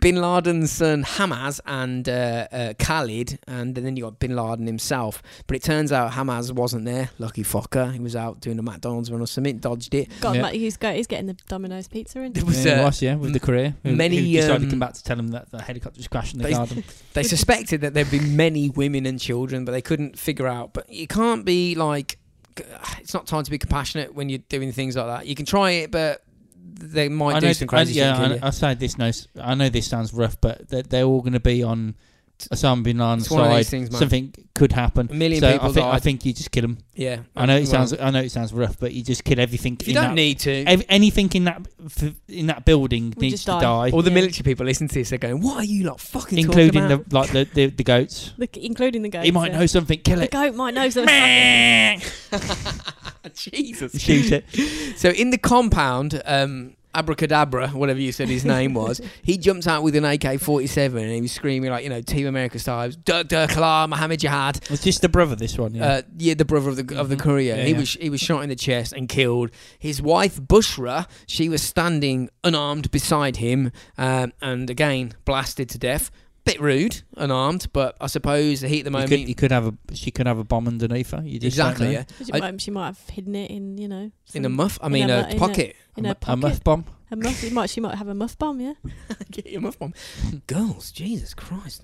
[SPEAKER 1] Bin Laden's son Hamas and uh, uh, Khalid, and then you got Bin Laden himself. But it turns out Hamas wasn't there. Lucky fucker, he was out doing a McDonald's run or something, dodged it.
[SPEAKER 3] God,
[SPEAKER 2] Yeah.
[SPEAKER 3] like, he's, go- he's getting the Domino's pizza in.
[SPEAKER 1] There was
[SPEAKER 2] yeah,
[SPEAKER 1] uh,
[SPEAKER 2] nice, yeah, with the career. Who-
[SPEAKER 1] many,
[SPEAKER 2] who decided
[SPEAKER 1] um,
[SPEAKER 2] to come back to tell him that the helicopter was crashing the
[SPEAKER 1] they-
[SPEAKER 2] garden.
[SPEAKER 1] They suspected that there'd be many women and children, but they couldn't figure out. But you can't be like, it's not time to be compassionate when you're doing things like that. You can try it, but they might
[SPEAKER 2] I
[SPEAKER 1] do
[SPEAKER 2] know,
[SPEAKER 1] some
[SPEAKER 2] I,
[SPEAKER 1] crazy
[SPEAKER 2] yeah,
[SPEAKER 1] shit. and kill you.
[SPEAKER 2] I, I say this. No, I know this sounds rough, but they're, they're all going to be on Osama bin Laden's
[SPEAKER 1] It's one of
[SPEAKER 2] side.
[SPEAKER 1] these things, mate.
[SPEAKER 2] Something could happen.
[SPEAKER 1] A million
[SPEAKER 2] so
[SPEAKER 1] people
[SPEAKER 2] I think, I
[SPEAKER 1] died.
[SPEAKER 2] think you just kill them.
[SPEAKER 1] yeah,
[SPEAKER 2] I know it
[SPEAKER 1] Well,
[SPEAKER 2] sounds. I know it sounds rough, but you just kill everything.
[SPEAKER 1] If you
[SPEAKER 2] in
[SPEAKER 1] don't
[SPEAKER 2] that,
[SPEAKER 1] need to,
[SPEAKER 2] ev- anything in that f- in that building
[SPEAKER 3] We
[SPEAKER 2] needs
[SPEAKER 3] just
[SPEAKER 2] to
[SPEAKER 3] die.
[SPEAKER 2] die,
[SPEAKER 1] all the
[SPEAKER 3] Yeah.
[SPEAKER 1] military people listen to this, they're going, "What are you lot fucking talking
[SPEAKER 2] including
[SPEAKER 1] about?"
[SPEAKER 2] the like the, the, the goats.
[SPEAKER 3] Look, including the goat.
[SPEAKER 2] He might know something. Kill
[SPEAKER 3] The
[SPEAKER 2] it.
[SPEAKER 3] goat might know something.
[SPEAKER 2] Jesus.
[SPEAKER 1] Jesus.
[SPEAKER 2] Shoot it.
[SPEAKER 1] So in the compound, um, Abracadabra, whatever you said his name was, he jumps out with an AK-47 and he was screaming like, you know, Team America style, Dirk Dirkla, Mohammed Jihad.
[SPEAKER 2] It's just the brother. This one. Yeah.
[SPEAKER 1] Uh, yeah, the brother of the of the
[SPEAKER 2] Mhm.
[SPEAKER 1] courier.
[SPEAKER 2] Yeah,
[SPEAKER 1] he
[SPEAKER 2] yeah.
[SPEAKER 1] was he was shot in the chest and killed. His wife Bushra, she was standing unarmed beside him, um, and again blasted to death. Bit rude, unarmed, but I suppose the heat of the
[SPEAKER 2] you,
[SPEAKER 1] moment.
[SPEAKER 2] could, you could have a. She could have a bomb underneath her. You just don't
[SPEAKER 1] exactly,
[SPEAKER 2] know.
[SPEAKER 1] yeah.
[SPEAKER 3] She
[SPEAKER 1] I-
[SPEAKER 3] might, she might have hidden it in, you know,
[SPEAKER 1] In a
[SPEAKER 3] some-
[SPEAKER 1] muff, I
[SPEAKER 3] In
[SPEAKER 1] mean
[SPEAKER 3] a
[SPEAKER 1] a,
[SPEAKER 3] mu- in a-
[SPEAKER 1] pocket.
[SPEAKER 3] in
[SPEAKER 2] A mu-
[SPEAKER 3] her
[SPEAKER 2] a
[SPEAKER 3] pocket.
[SPEAKER 2] muff bomb.
[SPEAKER 3] A muff. She might, she might have a muff bomb. Yeah.
[SPEAKER 1] Get your muff on. Girls, Jesus Christ.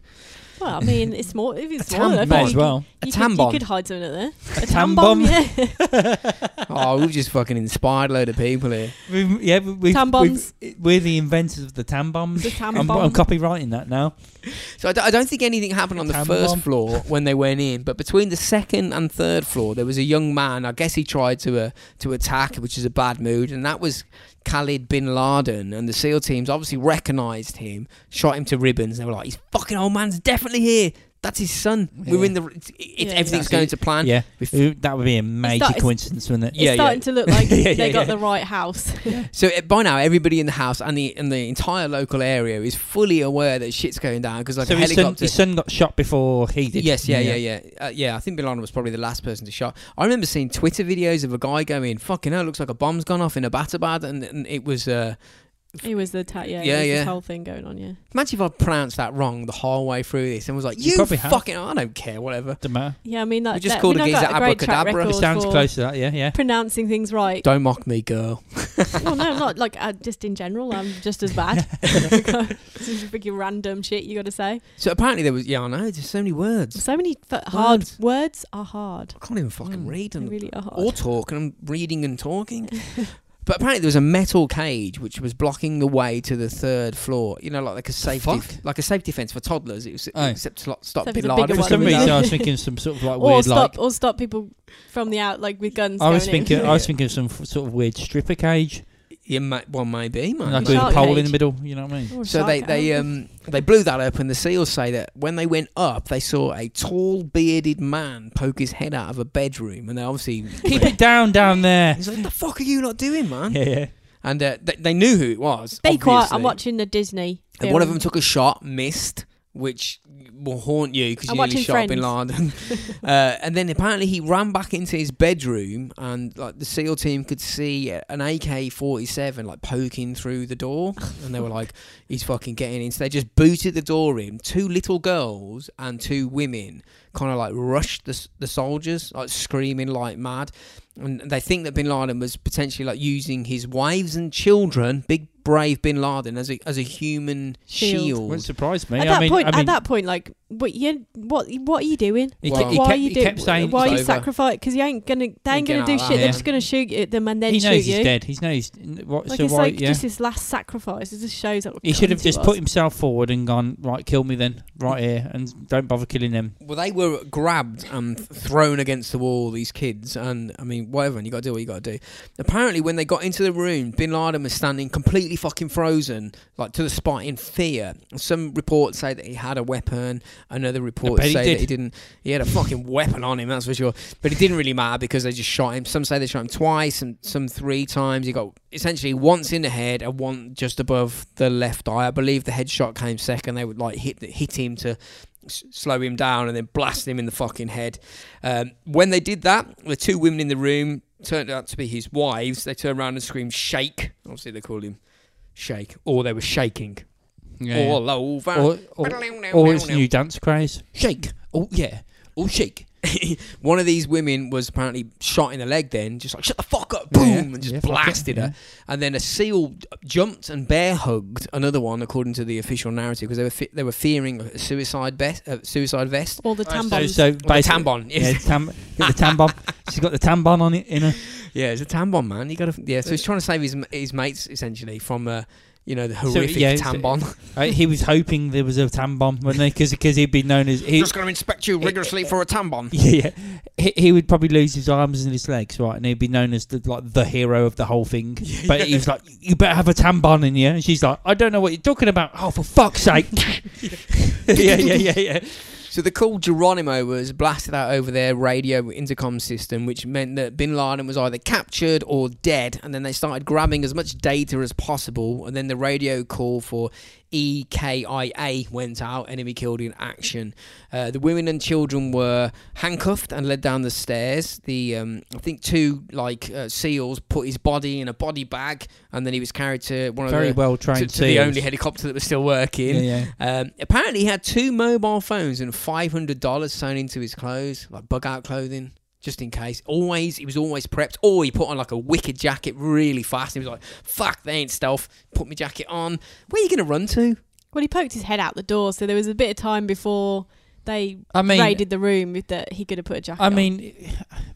[SPEAKER 3] Well, I mean, it's small. If it's
[SPEAKER 1] A tam-
[SPEAKER 3] smaller, I
[SPEAKER 1] might
[SPEAKER 2] Might
[SPEAKER 3] think
[SPEAKER 1] as
[SPEAKER 2] as
[SPEAKER 3] you
[SPEAKER 2] well.
[SPEAKER 1] A
[SPEAKER 3] could- you, could,
[SPEAKER 1] tambon.
[SPEAKER 3] you could hide something in there.
[SPEAKER 2] tam
[SPEAKER 3] A, tam
[SPEAKER 2] bomb?
[SPEAKER 3] bomb, yeah.
[SPEAKER 1] Oh, we've just fucking inspired a load of people here.
[SPEAKER 2] We've, yeah, we- we've,
[SPEAKER 3] Tam bombs.
[SPEAKER 2] we've- we're the inventors of the tam bombs.
[SPEAKER 3] the tam
[SPEAKER 2] I'm,
[SPEAKER 3] bomb.
[SPEAKER 2] I'm copywriting that now.
[SPEAKER 1] So I don't, I don't think anything happened on the
[SPEAKER 2] Time
[SPEAKER 1] first
[SPEAKER 2] bomb.
[SPEAKER 1] floor when they went in, but between the second and third floor, there was a young man. I guess he tried to uh, to attack, which is a bad mood, and that was Khalid bin Laden. And the SEAL teams obviously recognised him, shot him to ribbons. They were like, "His fucking old man's definitely here. That's his son. We're
[SPEAKER 2] Yeah.
[SPEAKER 1] in the. It, it-
[SPEAKER 3] Yeah,
[SPEAKER 1] everything's
[SPEAKER 2] exactly.
[SPEAKER 1] going to plan."
[SPEAKER 2] yeah,
[SPEAKER 1] With-
[SPEAKER 2] Ooh, that would be a major
[SPEAKER 3] it's-
[SPEAKER 2] coincidence, wouldn't it?
[SPEAKER 3] it's
[SPEAKER 1] Yeah, yeah.
[SPEAKER 3] starting to look like
[SPEAKER 2] Yeah, yeah,
[SPEAKER 3] they got
[SPEAKER 2] yeah.
[SPEAKER 3] the right house.
[SPEAKER 1] So uh, by now, everybody in the house and the and the entire local area is fully aware that shit's going down because like
[SPEAKER 2] so
[SPEAKER 1] a
[SPEAKER 2] his son,
[SPEAKER 1] helicopter.
[SPEAKER 2] his son got shot before he did.
[SPEAKER 1] Yes, yeah, yeah, yeah, yeah. Uh, yeah I think Bin Laden was probably the last person to shot. I remember seeing Twitter videos of a guy going, "Fucking hell, looks like a bomb's gone off in a batabad," and, and it was. Uh,
[SPEAKER 3] It was the ta-
[SPEAKER 1] Yeah,
[SPEAKER 3] yeah, yeah, yeah.
[SPEAKER 1] yeah.
[SPEAKER 3] This whole thing going on, yeah.
[SPEAKER 1] imagine if I pronounced that wrong the whole way through this and was like,
[SPEAKER 2] You
[SPEAKER 1] "You,
[SPEAKER 2] probably have.
[SPEAKER 1] fucking, I don't care, whatever."
[SPEAKER 2] Don't matter.
[SPEAKER 3] Yeah, I mean, like,
[SPEAKER 1] just
[SPEAKER 3] that-
[SPEAKER 1] called
[SPEAKER 3] I mean,
[SPEAKER 1] a
[SPEAKER 3] I've got
[SPEAKER 1] geezer
[SPEAKER 3] a great track
[SPEAKER 1] abracadabra. It
[SPEAKER 3] record
[SPEAKER 2] It sounds
[SPEAKER 3] for
[SPEAKER 2] close to that. Yeah, yeah.
[SPEAKER 3] Pronouncing things right.
[SPEAKER 1] Don't mock me, girl.
[SPEAKER 3] well, no, I'm not like uh, just in general. I'm just as bad. It's just freaking random shit you got to say.
[SPEAKER 1] So apparently there was. Yeah, I know. There's so many words.
[SPEAKER 3] So many f- hard
[SPEAKER 1] Words.
[SPEAKER 3] words are hard.
[SPEAKER 1] I can't even fucking
[SPEAKER 2] Mm.
[SPEAKER 1] read
[SPEAKER 3] They
[SPEAKER 1] and
[SPEAKER 3] really are hard.
[SPEAKER 1] or talk, and I'm reading and talking. But apparently there was a metal cage which was blocking the way to the third floor. You know, like, like a safety,
[SPEAKER 2] fuck?
[SPEAKER 1] like a safety fence for toddlers. It was
[SPEAKER 2] Aye.
[SPEAKER 1] except to lo- stop
[SPEAKER 3] Except
[SPEAKER 1] Bin
[SPEAKER 3] it's a
[SPEAKER 1] Laden.
[SPEAKER 3] bigger
[SPEAKER 2] For
[SPEAKER 3] one
[SPEAKER 2] some
[SPEAKER 3] we
[SPEAKER 2] reason,
[SPEAKER 3] know.
[SPEAKER 2] I was thinking some sort of like
[SPEAKER 3] or
[SPEAKER 2] weird,
[SPEAKER 3] stop
[SPEAKER 2] like
[SPEAKER 3] or stop people from the out like with guns.
[SPEAKER 2] I was
[SPEAKER 3] going in.
[SPEAKER 2] thinking, I was
[SPEAKER 1] Yeah.
[SPEAKER 2] thinking some f- sort of weird stripper cage,
[SPEAKER 1] Yeah, ma- well, maybe, maybe.
[SPEAKER 2] like with a
[SPEAKER 3] Shark
[SPEAKER 2] pole in
[SPEAKER 3] cage.
[SPEAKER 2] the middle. You know what I mean?
[SPEAKER 3] Or
[SPEAKER 1] So they
[SPEAKER 3] Oh, shark
[SPEAKER 1] they
[SPEAKER 3] out.
[SPEAKER 1] um they blew that up, and the seals say that when they went up, they saw a tall bearded man poke his head out of a bedroom, and they obviously
[SPEAKER 2] Keep it down, down there.
[SPEAKER 1] He's like, "The fuck are you not doing, man?"
[SPEAKER 2] Yeah, yeah.
[SPEAKER 1] And uh, they, they knew who it was.
[SPEAKER 3] Be quiet. I'm
[SPEAKER 1] obviously.
[SPEAKER 3] watching the Disney.
[SPEAKER 1] And one of
[SPEAKER 3] film.
[SPEAKER 1] them took a shot, missed, which will haunt you because you
[SPEAKER 3] I'm
[SPEAKER 1] nearly
[SPEAKER 3] watching
[SPEAKER 1] shot Bin Laden. uh, and then apparently he ran back into his bedroom, and like the SEAL team could see an AK-47 like poking through the door, and they were like, "He's fucking getting in." So they just booted the door in. Two little girls and two women kind of like rushed the s- the soldiers, like screaming like mad. And they think that Bin Laden was potentially like using his wives and children, big brave Bin Laden, as a as a human
[SPEAKER 3] Shield.
[SPEAKER 1] shield.
[SPEAKER 2] Wouldn't surprise me.
[SPEAKER 3] At
[SPEAKER 2] I
[SPEAKER 3] that
[SPEAKER 2] mean,
[SPEAKER 3] point,
[SPEAKER 2] I mean,
[SPEAKER 3] at that point, like What you what what are you doing?
[SPEAKER 2] He,
[SPEAKER 1] Well-
[SPEAKER 2] ke- he
[SPEAKER 3] why are
[SPEAKER 2] kept,
[SPEAKER 3] you
[SPEAKER 2] he
[SPEAKER 3] doing?
[SPEAKER 2] kept saying
[SPEAKER 3] why are you
[SPEAKER 1] it's over.
[SPEAKER 3] sacrificing? Because you ain't gonna they ain't
[SPEAKER 1] Thinking
[SPEAKER 3] gonna do
[SPEAKER 1] out
[SPEAKER 3] shit.
[SPEAKER 1] loud.
[SPEAKER 3] They're just gonna shoot at them and then
[SPEAKER 2] he
[SPEAKER 3] shoot
[SPEAKER 2] knows he's
[SPEAKER 3] you.
[SPEAKER 2] dead. He knows. n- What,
[SPEAKER 3] Like
[SPEAKER 2] so
[SPEAKER 3] it's
[SPEAKER 2] why?
[SPEAKER 3] like
[SPEAKER 2] yeah.
[SPEAKER 3] just his last sacrifice. It just shows that
[SPEAKER 2] he should have just put himself forward and gone right. Kill me then, right here, and don't bother killing him.
[SPEAKER 1] Well, they were grabbed and th- thrown against the wall, these kids, and I mean, whatever, and you got to do what you got to do. Apparently, when they got into the room, Bin Laden was standing completely fucking frozen, like to the spot in fear. Some reports say that he had a weapon, another report
[SPEAKER 2] bet
[SPEAKER 1] say
[SPEAKER 2] he
[SPEAKER 1] that
[SPEAKER 2] did.
[SPEAKER 1] he didn't. He had a fucking weapon on him, that's for sure. But it didn't really matter because they just shot him. Some say they shot him twice, and some three times. He got essentially once in the head and one just above the left eye. I believe the headshot came second. They would like hit hit him to s- slow him down and then blast him in the fucking head. Um, when they did that, the two women in the room turned out to be his wives. They turned around and screamed, "Shake!" Obviously, they called him Shake, or they were shaking all over.
[SPEAKER 2] Or, or, or his new dance craze.
[SPEAKER 1] shake. Oh yeah. Oh shake. One of these women was apparently shot in the leg. Then just like shut the fuck up, boom,
[SPEAKER 2] Yeah,
[SPEAKER 1] and just
[SPEAKER 2] yeah, fuck it,
[SPEAKER 1] blasted
[SPEAKER 2] yeah.
[SPEAKER 1] her. And then a seal jumped and bear hugged another one, according to the official narrative, because they were fe- they were fearing a suicide vest. A suicide vest.
[SPEAKER 3] all the
[SPEAKER 2] Oh,
[SPEAKER 3] tam
[SPEAKER 2] so,
[SPEAKER 3] bombs.
[SPEAKER 2] so
[SPEAKER 1] Or a
[SPEAKER 2] basically,
[SPEAKER 1] tambon.
[SPEAKER 2] yeah,
[SPEAKER 1] Yeah.
[SPEAKER 2] tam, got the tam bomb. She's got the tam bomb on it in her.
[SPEAKER 1] yeah, it's a tambon, man. You got to yeah. So he's trying to save his his mates essentially from uh, you know the
[SPEAKER 2] So,
[SPEAKER 1] horrific
[SPEAKER 2] yeah, so-
[SPEAKER 1] tambon.
[SPEAKER 2] Uh, he was hoping there was a tam bomb, wasn't he? Because he'd be known as he,
[SPEAKER 1] going to inspect you
[SPEAKER 2] rigorously
[SPEAKER 1] for a tambon.
[SPEAKER 2] yeah, yeah. He, he would probably lose his arms and his legs, right? And he'd be known as the, like the hero of the whole thing. But he was like, "You better have a tampon in you." And she's like, "I don't know what you're talking about." Oh, for fuck's sake! yeah, yeah, yeah, yeah.
[SPEAKER 1] So the call Geronimo was blasted out over their radio intercom system, which meant that Bin Laden was either captured or dead. And then they started grabbing as much data as possible. And then the radio call for E EKIA went out, enemy killed in action. Uh, the women and children were handcuffed and led down the stairs. The um, I think two like uh, seals put his body in a body bag, and then he was carried to one
[SPEAKER 2] Very
[SPEAKER 1] of the,
[SPEAKER 2] well
[SPEAKER 1] to,
[SPEAKER 2] trained.
[SPEAKER 1] to the only helicopter that was still working.
[SPEAKER 2] Yeah, yeah.
[SPEAKER 1] Um, apparently, he had two mobile phones and five hundred dollars sewn into his clothes, like bug out clothing, just in case. Always, he was always prepped. Or he put on like a wicked jacket really fast. He was like, "Fuck, they ain't stealth. Put my jacket on. Where you gonna run to?"
[SPEAKER 3] well, he poked his head out the door, so there was a bit of time before they
[SPEAKER 2] I mean,
[SPEAKER 3] raided the room with that he could have put a jacket.
[SPEAKER 2] I mean,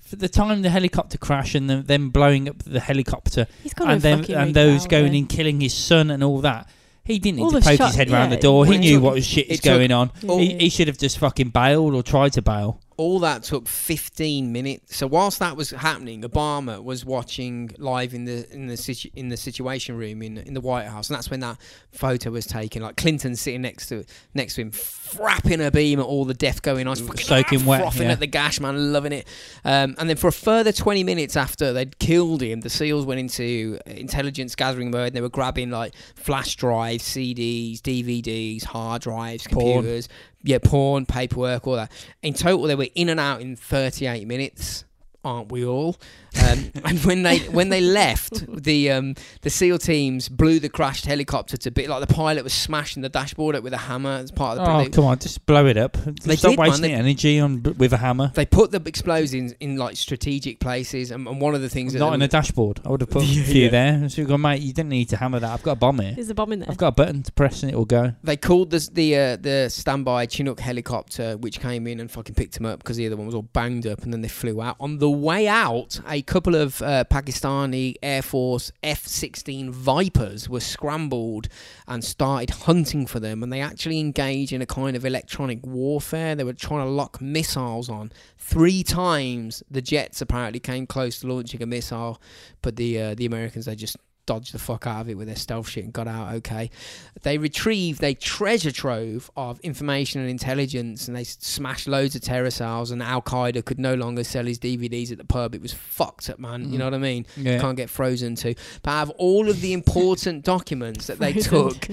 [SPEAKER 2] for the time the helicopter crash and the, them blowing up the helicopter
[SPEAKER 3] on. he's got
[SPEAKER 2] and
[SPEAKER 3] a
[SPEAKER 2] then
[SPEAKER 3] fucking
[SPEAKER 2] and
[SPEAKER 3] weak
[SPEAKER 2] those
[SPEAKER 3] now,
[SPEAKER 2] going
[SPEAKER 3] though.
[SPEAKER 2] in killing his son and all that. He didn't need
[SPEAKER 3] All
[SPEAKER 2] to
[SPEAKER 3] the
[SPEAKER 2] poke
[SPEAKER 3] shot-
[SPEAKER 2] his head round
[SPEAKER 3] yeah,
[SPEAKER 2] the door. He
[SPEAKER 3] it
[SPEAKER 2] knew
[SPEAKER 1] took-
[SPEAKER 2] what shit
[SPEAKER 1] it
[SPEAKER 2] was
[SPEAKER 1] took-
[SPEAKER 2] going on.
[SPEAKER 1] Oh.
[SPEAKER 2] He, he should have just fucking bailed or tried to bail.
[SPEAKER 1] All that took 15 minutes. So whilst that was happening, Obama was watching live in the in the situ- in the Situation Room in in the White House, and that's when that photo was taken. Like Clinton sitting next to next to him, frapping her beam at all the death going on, Fucking
[SPEAKER 2] Soaking wet,
[SPEAKER 1] frothing
[SPEAKER 2] yeah.
[SPEAKER 1] at the gash, man, loving it. Um, and then for a further 20 minutes after they'd killed him, the SEALs went into intelligence gathering mode. And they were grabbing like flash drives, CDs, DVDs, hard drives,
[SPEAKER 2] Porn.
[SPEAKER 1] computers, yeah, porn, paperwork, all that. In total, they were in and out in 38 minutes. Aren't we all? Um, and when they when they left, the um, the SEAL teams blew the crashed helicopter to bit. Like the pilot was smashing the dashboard up with a hammer as part of the.
[SPEAKER 2] Oh, come on, just blow it up.
[SPEAKER 1] They
[SPEAKER 2] Stop
[SPEAKER 1] did, man,
[SPEAKER 2] wasting
[SPEAKER 1] they-
[SPEAKER 2] your energy on b- with a hammer.
[SPEAKER 1] they put the explosives in like strategic places, and, and one of the things that
[SPEAKER 2] Not in a dashboard. I would have put
[SPEAKER 1] Yeah,
[SPEAKER 2] a few
[SPEAKER 1] yeah.
[SPEAKER 2] there. So you go, mate, you didn't need to hammer that. I've got a bomb here.
[SPEAKER 3] There's a bomb in there.
[SPEAKER 2] I've got a button to press and it will go.
[SPEAKER 1] they called the the uh, the standby Chinook helicopter, which came in and fucking picked him up because the other one was all banged up, and then they flew out. On the way out, a couple of uh, Pakistani Air Force F-16 Vipers were scrambled and started hunting for them, and they actually engaged in a kind of electronic warfare. They were trying to lock missiles on three times. The jets apparently came close to launching a missile, but the uh, the Americans they just dodged the fuck out of it with their stealth shit and got out okay they retrieved a treasure trove of information and intelligence and they s- smashed loads of terror cells and al-qaeda could no longer sell his dvds at the pub it was fucked up man you
[SPEAKER 2] Mm.
[SPEAKER 1] know what i mean
[SPEAKER 2] Yeah.
[SPEAKER 1] can't get frozen to but out of all of the important documents that they took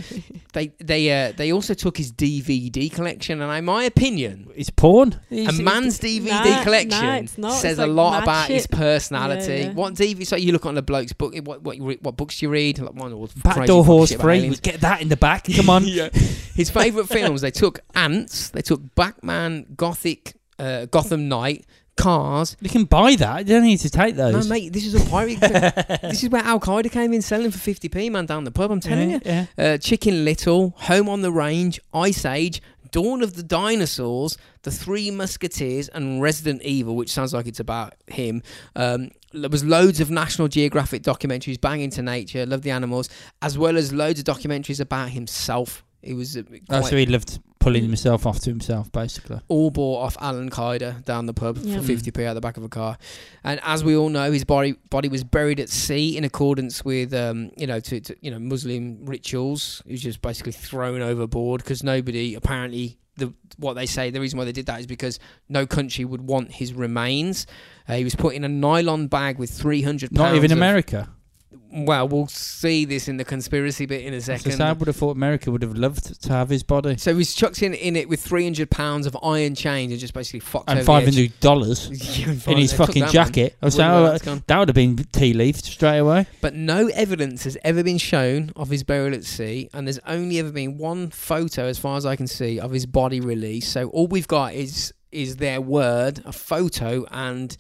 [SPEAKER 1] they they uh, they also took his dvd collection and in my opinion
[SPEAKER 2] It's porn.
[SPEAKER 1] a
[SPEAKER 2] It's-
[SPEAKER 1] man's DVD
[SPEAKER 3] Nah,
[SPEAKER 1] collection
[SPEAKER 3] nah, it's not.
[SPEAKER 1] says
[SPEAKER 3] It's like
[SPEAKER 1] a lot
[SPEAKER 3] mad
[SPEAKER 1] about his
[SPEAKER 3] shit.
[SPEAKER 1] personality.
[SPEAKER 3] Yeah, yeah.
[SPEAKER 1] What DVD? So you look on the bloke's book. What what, you re- what books do you read? Like one or crazy
[SPEAKER 2] Backdoor
[SPEAKER 1] fuck
[SPEAKER 2] horse
[SPEAKER 1] shit about
[SPEAKER 2] free.
[SPEAKER 1] aliens.
[SPEAKER 2] We'll Get that in the back. Come on.
[SPEAKER 1] Yeah. His favourite films, they took Ants, they took Batman, Gothic, uh, Gotham Knight, Cars.
[SPEAKER 2] You can buy that. You don't need to take
[SPEAKER 1] No,
[SPEAKER 2] those.
[SPEAKER 1] mate, this is a pirate. this is where Al Qaeda came in selling for 50p, man, down the pub, I'm telling
[SPEAKER 2] yeah,
[SPEAKER 1] you. Uh, Chicken Little, Home on the Range, Ice Age, Dawn of the Dinosaurs, The Three Musketeers, and Resident Evil, which sounds like it's about him. Um, there was loads of National Geographic documentaries, Bang Into Nature, Love the Animals, as well as loads of documentaries about himself. It was uh,
[SPEAKER 2] Oh,
[SPEAKER 1] quite-
[SPEAKER 2] so he loved pulling himself off to himself, basically.
[SPEAKER 1] all bought off Alan Kyder down the pub for
[SPEAKER 3] Yeah.
[SPEAKER 1] 50p out the back of a car. And as we all know, his body body was buried at sea in accordance with um, you know to, to you know Muslim rituals. He was just basically thrown overboard because nobody apparently the what they say the reason why they did that is because no country would want his remains. Uh, he was put in a nylon bag with 300
[SPEAKER 2] Not
[SPEAKER 1] pounds
[SPEAKER 2] even
[SPEAKER 1] of-
[SPEAKER 2] America.
[SPEAKER 1] Well, we'll see this in the conspiracy bit in a second.
[SPEAKER 2] So I would have thought America would have loved to have his body.
[SPEAKER 1] So he was chucked in, in it with 300 pounds of iron chains and just basically fucked
[SPEAKER 2] And
[SPEAKER 1] over the edge.
[SPEAKER 2] five hundred dollars
[SPEAKER 1] Yeah,
[SPEAKER 2] in
[SPEAKER 1] fine,
[SPEAKER 2] his
[SPEAKER 1] they took
[SPEAKER 2] fucking
[SPEAKER 1] that one.
[SPEAKER 2] jacket. I
[SPEAKER 1] Wouldn't Hmm.
[SPEAKER 2] was like,
[SPEAKER 1] know
[SPEAKER 2] oh,
[SPEAKER 1] that's gone.
[SPEAKER 2] that would have been tea leaf straight away.
[SPEAKER 1] But no evidence has ever been shown of his burial at sea, and there's only ever been one photo, as far as I can see, of his body release. So all we've got is is their word, a photo, and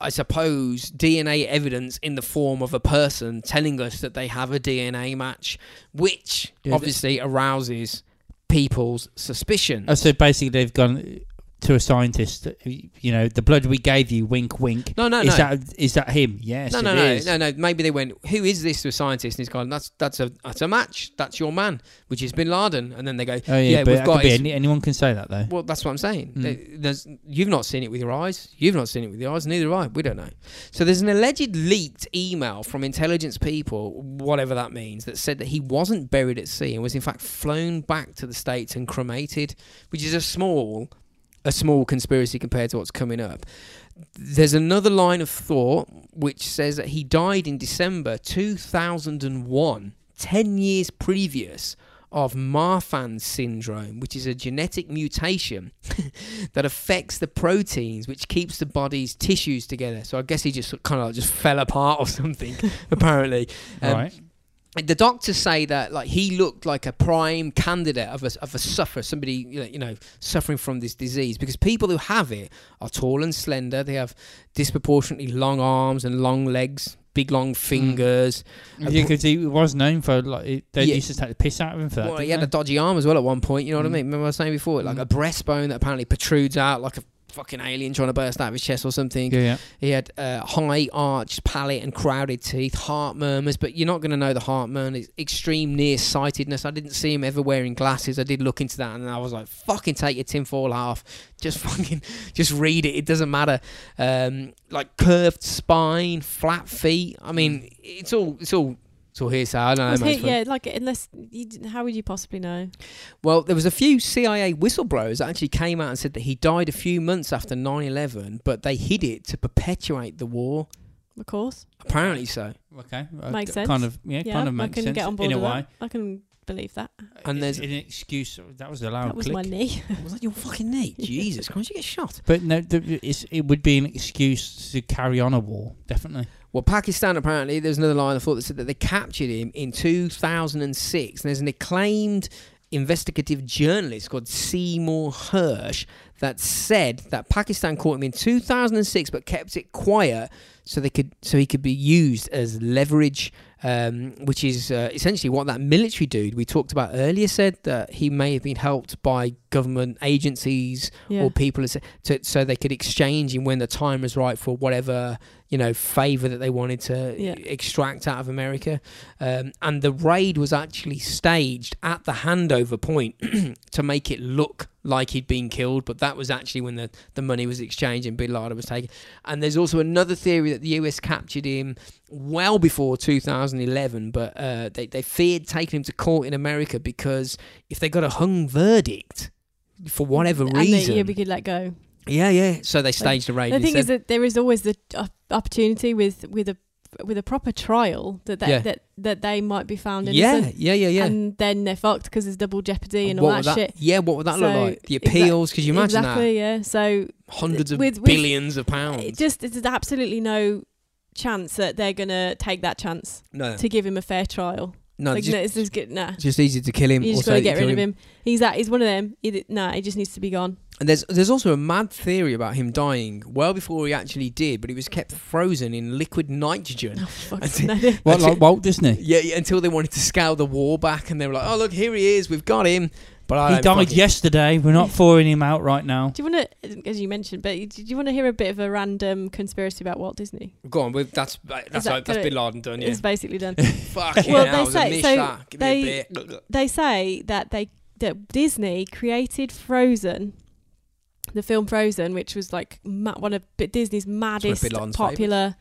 [SPEAKER 1] I suppose DNA evidence in the form of a person telling us that they have a DNA match, which
[SPEAKER 2] Yeah, but-
[SPEAKER 1] obviously arouses people's suspicion.
[SPEAKER 2] Oh, so basically they've gone to a scientist. You know, the blood we gave you, wink, wink.
[SPEAKER 1] no, no,
[SPEAKER 2] is
[SPEAKER 1] no.
[SPEAKER 2] that is that him? Yes,
[SPEAKER 1] No,
[SPEAKER 2] it
[SPEAKER 1] no, no,
[SPEAKER 2] is.
[SPEAKER 1] no, no. Maybe they went, "Who is this?" to a scientist, and he's gone, "That's that's a that's a match. That's your man, which is Bin Laden." And then they go,
[SPEAKER 2] Oh yeah,
[SPEAKER 1] Yeah,
[SPEAKER 2] but
[SPEAKER 1] we've
[SPEAKER 2] that
[SPEAKER 1] got
[SPEAKER 2] could be
[SPEAKER 1] his-
[SPEAKER 2] any, anyone can say that though.
[SPEAKER 1] "Well, that's what I'm saying.
[SPEAKER 2] Mm.
[SPEAKER 1] They- There's you've not seen it with your eyes. You've not seen it with your eyes. Neither have I. We don't know." So there's an alleged leaked email from intelligence people, whatever that means, that said that he wasn't buried at sea and was in fact flown back to the states and cremated, which is a small a small conspiracy compared to what's coming up. There's another line of thought which says that he died in December 2001, 10 years previous of Marfan syndrome, which is a genetic mutation that affects the proteins which keeps the body's tissues together. So I guess he just kind of just fell apart or something, apparently. Um,
[SPEAKER 2] right.
[SPEAKER 1] the doctors say that like he looked like a prime candidate of a of a sufferer, somebody you know- you know suffering from this disease because people who have it are tall and slender. They have disproportionately long arms and long legs, big
[SPEAKER 2] Hmm.
[SPEAKER 1] long fingers.
[SPEAKER 2] Yeah, because he was known for like it- they
[SPEAKER 1] Yeah.
[SPEAKER 2] used to take the piss out of him for that.
[SPEAKER 1] Well,
[SPEAKER 2] didn't
[SPEAKER 1] he had
[SPEAKER 2] they?
[SPEAKER 1] a dodgy arm as well at one point. You know what I
[SPEAKER 2] Mm.
[SPEAKER 1] mean? Remember I was saying before, like
[SPEAKER 2] Mm.
[SPEAKER 1] a breastbone that apparently protrudes out like a fucking alien trying to burst out of his chest or something.
[SPEAKER 2] yeah, yeah.
[SPEAKER 1] He had uh, high arched palate and crowded teeth, heart murmurs, but you're not going to know the heart murmur. It's extreme nearsightedness. I didn't see him ever wearing glasses. I did look into that and I was like, fucking take your tinfoil off. Just fucking, just read it. It doesn't matter. Um, like curved spine, flat feet. I mean, it's all, it's all, it's all hearsay. I don't know.
[SPEAKER 3] Was
[SPEAKER 1] mate,
[SPEAKER 3] he-
[SPEAKER 1] it's fine.
[SPEAKER 3] yeah, like unless you, d- how would you possibly know?
[SPEAKER 1] Well, there was a few CIA whistleblowers that actually came out and said that he died a few months after 9-11, but they hid it to perpetuate the war.
[SPEAKER 3] Of course,
[SPEAKER 1] Apparently so.
[SPEAKER 2] Okay, well,
[SPEAKER 3] Makes
[SPEAKER 2] d-
[SPEAKER 3] sense.
[SPEAKER 2] Kind of, yeah,
[SPEAKER 3] yeah,
[SPEAKER 2] kind of
[SPEAKER 3] I
[SPEAKER 2] makes
[SPEAKER 3] can
[SPEAKER 2] sense
[SPEAKER 3] get on board
[SPEAKER 2] in a
[SPEAKER 3] with
[SPEAKER 2] way.
[SPEAKER 3] that. I can believe that.
[SPEAKER 1] And there's-
[SPEAKER 2] It's an excuse. That was a loud
[SPEAKER 3] that was
[SPEAKER 2] Oh, click.
[SPEAKER 3] my knee.
[SPEAKER 1] Was that your fucking knee? Jesus Christ, you get shot.
[SPEAKER 2] But no, th- it's, it would be an excuse to carry on a war, definitely.
[SPEAKER 1] Well, Pakistan apparently, there's another line of thought that said that they captured him in 2006. And there's an acclaimed investigative journalist called Seymour Hirsch that said that Pakistan caught him in 2006 but kept it quiet so they could so he could be used as leverage um, which is uh, essentially what that military dude we talked about earlier said that he may have been helped by government agencies
[SPEAKER 3] yeah.
[SPEAKER 1] or people as- to, so they could exchange him when the time was right for whatever you know favor that they wanted to
[SPEAKER 3] Yeah.
[SPEAKER 1] extract out of America. Um, and the raid was actually staged at the handover point to make it look like he'd been killed, but that was actually when the, the money was exchanged and Bin Laden was taken. And there's also another theory that the US captured him well before 2011, but uh, they, they feared taking him to court in America because if they got a hung verdict. For whatever
[SPEAKER 3] And
[SPEAKER 1] reason,
[SPEAKER 3] That, yeah, we could let go.
[SPEAKER 1] yeah, yeah. So they staged a raid.
[SPEAKER 3] The thing
[SPEAKER 1] instead.
[SPEAKER 3] is that there is always the op- opportunity with with a with a proper trial that that
[SPEAKER 1] Yeah.
[SPEAKER 3] that, that they might be found
[SPEAKER 1] yeah,
[SPEAKER 3] innocent,
[SPEAKER 1] yeah, yeah, yeah.
[SPEAKER 3] and then they're fucked because there's double jeopardy and
[SPEAKER 1] what
[SPEAKER 3] all
[SPEAKER 1] would
[SPEAKER 3] that, shit.
[SPEAKER 1] Yeah, what would that look
[SPEAKER 3] So,
[SPEAKER 1] like? The
[SPEAKER 3] exact-
[SPEAKER 1] appeals, because you imagine
[SPEAKER 3] exactly, yeah. So
[SPEAKER 1] that hundreds of
[SPEAKER 3] With- with-
[SPEAKER 1] billions of pounds.
[SPEAKER 3] it just there's absolutely no chance that they're gonna take that chance
[SPEAKER 1] no,
[SPEAKER 3] to give him a fair trial.
[SPEAKER 1] no,
[SPEAKER 3] like,
[SPEAKER 1] Uh, just,
[SPEAKER 3] no, it's just good. Nah,
[SPEAKER 1] just easy to kill him.
[SPEAKER 3] you just
[SPEAKER 1] or
[SPEAKER 3] gotta
[SPEAKER 1] say
[SPEAKER 3] get
[SPEAKER 1] that you
[SPEAKER 3] rid of
[SPEAKER 1] kill
[SPEAKER 3] him. He's that. He's one of them. He, d- nah, he just needs to be gone.
[SPEAKER 1] And there's there's also a mad theory about him dying well before he actually did, but he was kept frozen in liquid nitrogen.
[SPEAKER 3] Oh, fuck.
[SPEAKER 1] I see.
[SPEAKER 3] no, no.
[SPEAKER 2] What,
[SPEAKER 1] That's
[SPEAKER 2] like Walt Disney?
[SPEAKER 1] Yeah, yeah, until they wanted to scale the war back, and they were like, "Oh, look, here he is, we've got him." But I
[SPEAKER 2] he
[SPEAKER 1] don't
[SPEAKER 2] died
[SPEAKER 1] fucking-
[SPEAKER 2] yesterday. We're not throwing him out right now.
[SPEAKER 3] Do you want to, as you mentioned, but do you want to hear a bit of a random conspiracy about Walt Disney?
[SPEAKER 1] Go on, with that's that's
[SPEAKER 3] that
[SPEAKER 1] like, that's
[SPEAKER 3] good?
[SPEAKER 1] Bin Laden done. Yeah.
[SPEAKER 3] It's basically done.
[SPEAKER 1] Fucking
[SPEAKER 3] Well,
[SPEAKER 1] hell,
[SPEAKER 3] they
[SPEAKER 1] I
[SPEAKER 3] say-
[SPEAKER 1] missed
[SPEAKER 3] so
[SPEAKER 1] that. Give me a bit.
[SPEAKER 3] they say that they that Disney created Frozen, the film Frozen, which was like ma- one of Bi- Disney's maddest
[SPEAKER 1] Bin Laden's
[SPEAKER 3] popular.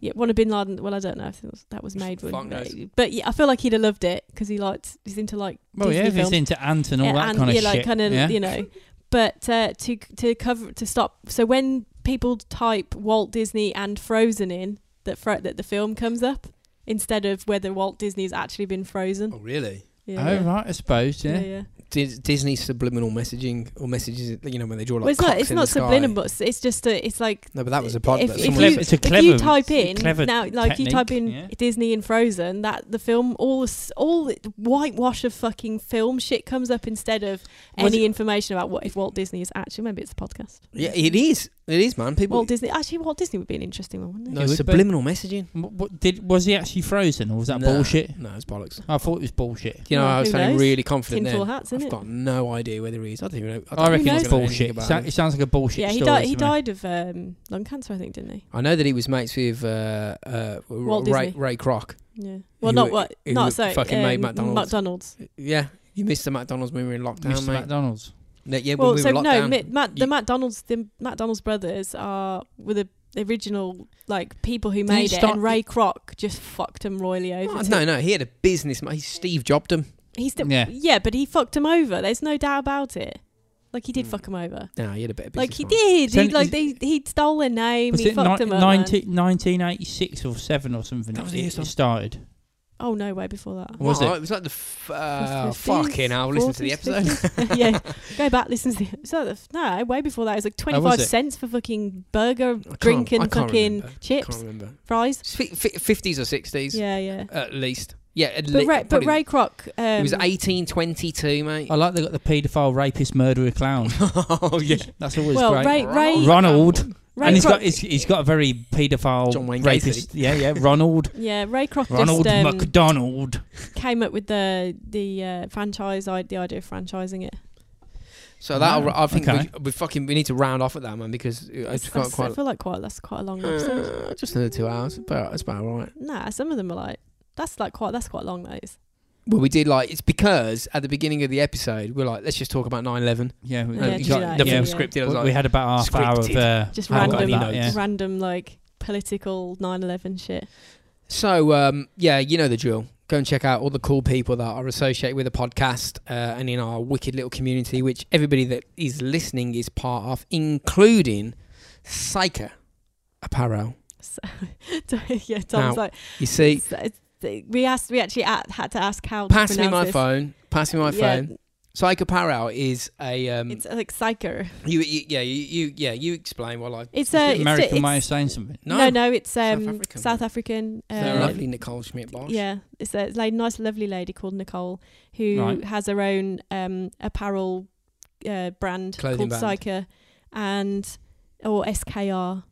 [SPEAKER 3] Yeah, one of Bin Laden. Well, I don't know if it was, that was made,
[SPEAKER 1] Fuck
[SPEAKER 3] when,
[SPEAKER 1] knows.
[SPEAKER 3] but yeah, I feel like he'd have loved it because he liked he's into like
[SPEAKER 2] Well,
[SPEAKER 3] Disney
[SPEAKER 2] yeah, if
[SPEAKER 3] films
[SPEAKER 2] he's into Ant and all that
[SPEAKER 3] and
[SPEAKER 2] kind of
[SPEAKER 3] yeah,
[SPEAKER 2] shit.
[SPEAKER 3] like kind of
[SPEAKER 2] yeah?
[SPEAKER 3] you know. But uh, to to cover to stop. So when people type Walt Disney and Frozen in, that fro- that the film comes up instead of whether Walt Disney's actually been frozen.
[SPEAKER 1] Oh, really?
[SPEAKER 3] Yeah,
[SPEAKER 2] oh
[SPEAKER 3] yeah.
[SPEAKER 2] right, I suppose. Yeah.
[SPEAKER 3] yeah, yeah.
[SPEAKER 1] Dis- Disney subliminal messaging or messages, you know, when they draw like
[SPEAKER 3] well, it's not
[SPEAKER 1] cocks
[SPEAKER 3] it's
[SPEAKER 1] in
[SPEAKER 3] not
[SPEAKER 1] the sky.
[SPEAKER 3] subliminal. It's, it's just a, it's like
[SPEAKER 1] No, but that was a pod.
[SPEAKER 3] If-
[SPEAKER 1] that
[SPEAKER 3] if
[SPEAKER 1] someone
[SPEAKER 3] you-
[SPEAKER 1] said-
[SPEAKER 2] it's a
[SPEAKER 3] if
[SPEAKER 2] clever,
[SPEAKER 3] you type in
[SPEAKER 2] clever
[SPEAKER 3] now, like you type in
[SPEAKER 2] technique, yeah.
[SPEAKER 3] Disney and Frozen, that the film all s- all the whitewash of fucking film shit comes up instead of
[SPEAKER 1] Was
[SPEAKER 3] any
[SPEAKER 1] it-
[SPEAKER 3] information about what if Walt Disney is actually maybe it's a podcast.
[SPEAKER 1] yeah, it is. It is, man. People.
[SPEAKER 3] Walt Disney actually Walt Disney would be an interesting one, wouldn't it?
[SPEAKER 1] no,
[SPEAKER 2] It would be-
[SPEAKER 1] subliminal messaging.
[SPEAKER 2] What, what, did was he actually frozen or was that
[SPEAKER 1] Nah.
[SPEAKER 2] bullshit?
[SPEAKER 1] No, it's bollocks.
[SPEAKER 2] I thought it was bullshit.
[SPEAKER 1] You know,
[SPEAKER 3] Well,
[SPEAKER 1] I was
[SPEAKER 3] who
[SPEAKER 1] sounding
[SPEAKER 3] knows?
[SPEAKER 1] really confident
[SPEAKER 3] Tinfoil
[SPEAKER 1] there.
[SPEAKER 3] hats,
[SPEAKER 1] I've
[SPEAKER 3] isn't it?
[SPEAKER 1] got no idea where there is. I don't even know. I, don't
[SPEAKER 2] I
[SPEAKER 1] even
[SPEAKER 2] reckon
[SPEAKER 3] knows?
[SPEAKER 2] it's
[SPEAKER 1] know anything
[SPEAKER 2] bullshit.
[SPEAKER 1] about
[SPEAKER 2] Sa-
[SPEAKER 1] him.
[SPEAKER 2] it sounds like a bullshit
[SPEAKER 3] Yeah, he
[SPEAKER 2] story.
[SPEAKER 3] died.
[SPEAKER 2] to
[SPEAKER 3] He
[SPEAKER 2] me.
[SPEAKER 3] died of um, lung cancer, I think, didn't he?
[SPEAKER 1] I know that he was mates with uh, uh,
[SPEAKER 3] Walt
[SPEAKER 1] Ray,
[SPEAKER 3] Disney.
[SPEAKER 1] Ray Kroc.
[SPEAKER 3] Yeah. Well,
[SPEAKER 1] He
[SPEAKER 3] not
[SPEAKER 1] wa-
[SPEAKER 3] what.
[SPEAKER 1] he wa-
[SPEAKER 3] Not so.
[SPEAKER 1] fucking made McDonald's.
[SPEAKER 3] McDonald's.
[SPEAKER 1] Yeah, you missed the McDonald's when we were in lockdown,
[SPEAKER 2] Mr.
[SPEAKER 1] mate.
[SPEAKER 2] McDonald's.
[SPEAKER 1] No, yeah, when
[SPEAKER 3] well,
[SPEAKER 1] we
[SPEAKER 3] so
[SPEAKER 1] were locked
[SPEAKER 3] no,
[SPEAKER 1] down.
[SPEAKER 3] Matt, Matt,
[SPEAKER 1] You-
[SPEAKER 3] the McDonald's, the McDonald's brothers are were the original like people who
[SPEAKER 2] Did he
[SPEAKER 3] made it,
[SPEAKER 2] start-
[SPEAKER 3] and Ray Kroc just fucked him royally over.
[SPEAKER 1] Oh,
[SPEAKER 3] too.
[SPEAKER 1] no, no, he had a business. Mate. He Steve jobbed him.
[SPEAKER 3] he's still yeah.
[SPEAKER 2] Yeah.
[SPEAKER 3] but he fucked him over. There's no doubt about it. Like he did
[SPEAKER 1] Mm.
[SPEAKER 3] fuck him over.
[SPEAKER 1] No, he had a better business.
[SPEAKER 3] Like he
[SPEAKER 1] mind.
[SPEAKER 3] did.
[SPEAKER 2] So
[SPEAKER 3] He
[SPEAKER 2] is-
[SPEAKER 3] like they, he stole their name.
[SPEAKER 2] Was
[SPEAKER 3] he
[SPEAKER 2] it ni-
[SPEAKER 3] fucked
[SPEAKER 2] 19,
[SPEAKER 3] him up. man.
[SPEAKER 2] 1986 or seven or something?
[SPEAKER 1] That was the
[SPEAKER 2] it,
[SPEAKER 1] year
[SPEAKER 2] it
[SPEAKER 1] something.
[SPEAKER 2] started.
[SPEAKER 3] Oh no, way before that.
[SPEAKER 2] Was
[SPEAKER 1] Well,
[SPEAKER 2] it?
[SPEAKER 1] It was like the f- uh,
[SPEAKER 3] 50s,
[SPEAKER 1] fucking hell. Listen to the episode.
[SPEAKER 3] 40s, 50s. yeah, go back, listen to the so No, way before that. It was like 25
[SPEAKER 2] Oh, it?
[SPEAKER 3] cents for fucking burger,
[SPEAKER 1] can't-
[SPEAKER 3] drink,
[SPEAKER 1] I
[SPEAKER 3] and
[SPEAKER 1] can't
[SPEAKER 3] fucking
[SPEAKER 1] remember.
[SPEAKER 3] chips,
[SPEAKER 1] Can't remember.
[SPEAKER 3] fries.
[SPEAKER 1] Fifties or sixties,
[SPEAKER 3] Yeah, yeah.
[SPEAKER 1] at least. Yeah, at
[SPEAKER 3] But,
[SPEAKER 1] le-
[SPEAKER 3] Ray, but
[SPEAKER 1] probably-
[SPEAKER 3] Ray Kroc. Um,
[SPEAKER 1] it was eighteen twenty-two, mate.
[SPEAKER 2] I like they got the paedophile, rapist, murderer, clown.
[SPEAKER 1] oh yeah,
[SPEAKER 2] That's always
[SPEAKER 3] Well,
[SPEAKER 2] great.
[SPEAKER 3] Ray, Ray,
[SPEAKER 1] Ron-
[SPEAKER 2] Ronald,
[SPEAKER 3] Ray
[SPEAKER 2] and he's
[SPEAKER 3] Kroc-
[SPEAKER 2] got he's, he's got a very paedophile,
[SPEAKER 1] John Wayne
[SPEAKER 2] rapist. Yeah, yeah. Ronald,
[SPEAKER 3] yeah, Ray Kroc
[SPEAKER 2] Ronald
[SPEAKER 3] just um,
[SPEAKER 2] McDonald.
[SPEAKER 3] came up with the the uh, franchise, i- the idea of franchising it.
[SPEAKER 1] So that
[SPEAKER 2] Wow.
[SPEAKER 1] I think
[SPEAKER 2] Okay.
[SPEAKER 1] we, we fucking we need to round off at that man because I
[SPEAKER 3] That's-
[SPEAKER 1] just can't
[SPEAKER 3] that's- I
[SPEAKER 1] quite.
[SPEAKER 3] feel like quite that's quite a long episode.
[SPEAKER 1] Uh, just another two hours. But it's about right.
[SPEAKER 3] Nah, some of them are like that's like quite that's quite long. That is.
[SPEAKER 1] Well, we did like it's because at the beginning of the episode we're like, let's just talk about 9-11.
[SPEAKER 2] Yeah, we-
[SPEAKER 3] Yeah,
[SPEAKER 2] we
[SPEAKER 1] And
[SPEAKER 3] do
[SPEAKER 1] got
[SPEAKER 3] that,
[SPEAKER 1] nothing
[SPEAKER 3] yeah.
[SPEAKER 1] scripted. I was
[SPEAKER 2] we,
[SPEAKER 1] like,
[SPEAKER 2] we had about half hour of
[SPEAKER 1] scripted.
[SPEAKER 2] uh,
[SPEAKER 3] Just
[SPEAKER 1] I haven't got
[SPEAKER 3] random,
[SPEAKER 1] any
[SPEAKER 3] like,
[SPEAKER 1] notes.
[SPEAKER 3] random like political 9/11 shit.
[SPEAKER 1] So um, yeah, you know the drill. Go and check out all the cool people that are associated with the podcast uh, and in our wicked little community, which everybody that is listening is part of, including Psyker Apparel.
[SPEAKER 3] So, yeah, Tom's
[SPEAKER 1] Now,
[SPEAKER 3] like
[SPEAKER 1] You see,
[SPEAKER 3] so it's- we asked. We actually a had to ask how.
[SPEAKER 1] pass
[SPEAKER 3] to
[SPEAKER 1] me
[SPEAKER 3] pronounce
[SPEAKER 1] my
[SPEAKER 3] this.
[SPEAKER 1] phone. Pass me my
[SPEAKER 3] Yeah,
[SPEAKER 1] phone. Psyker Apparel is a um,
[SPEAKER 3] It's like psycho.
[SPEAKER 1] you, you yeah you, you yeah you explain while I
[SPEAKER 3] It's
[SPEAKER 1] Is
[SPEAKER 3] a
[SPEAKER 1] it
[SPEAKER 3] it's,
[SPEAKER 2] American
[SPEAKER 3] it's,
[SPEAKER 2] way of saying something.
[SPEAKER 1] no,
[SPEAKER 3] No, no, it's um South
[SPEAKER 1] African
[SPEAKER 3] African.
[SPEAKER 1] one. the
[SPEAKER 3] uh,
[SPEAKER 1] lovely Nicole Schmidt Bosch.
[SPEAKER 3] Yeah, it's a like, nice, lovely lady called Nicole who
[SPEAKER 2] Right.
[SPEAKER 3] has her own um, apparel uh, brand
[SPEAKER 1] Clothing
[SPEAKER 3] called
[SPEAKER 1] brand.
[SPEAKER 3] Psyker and or SKR.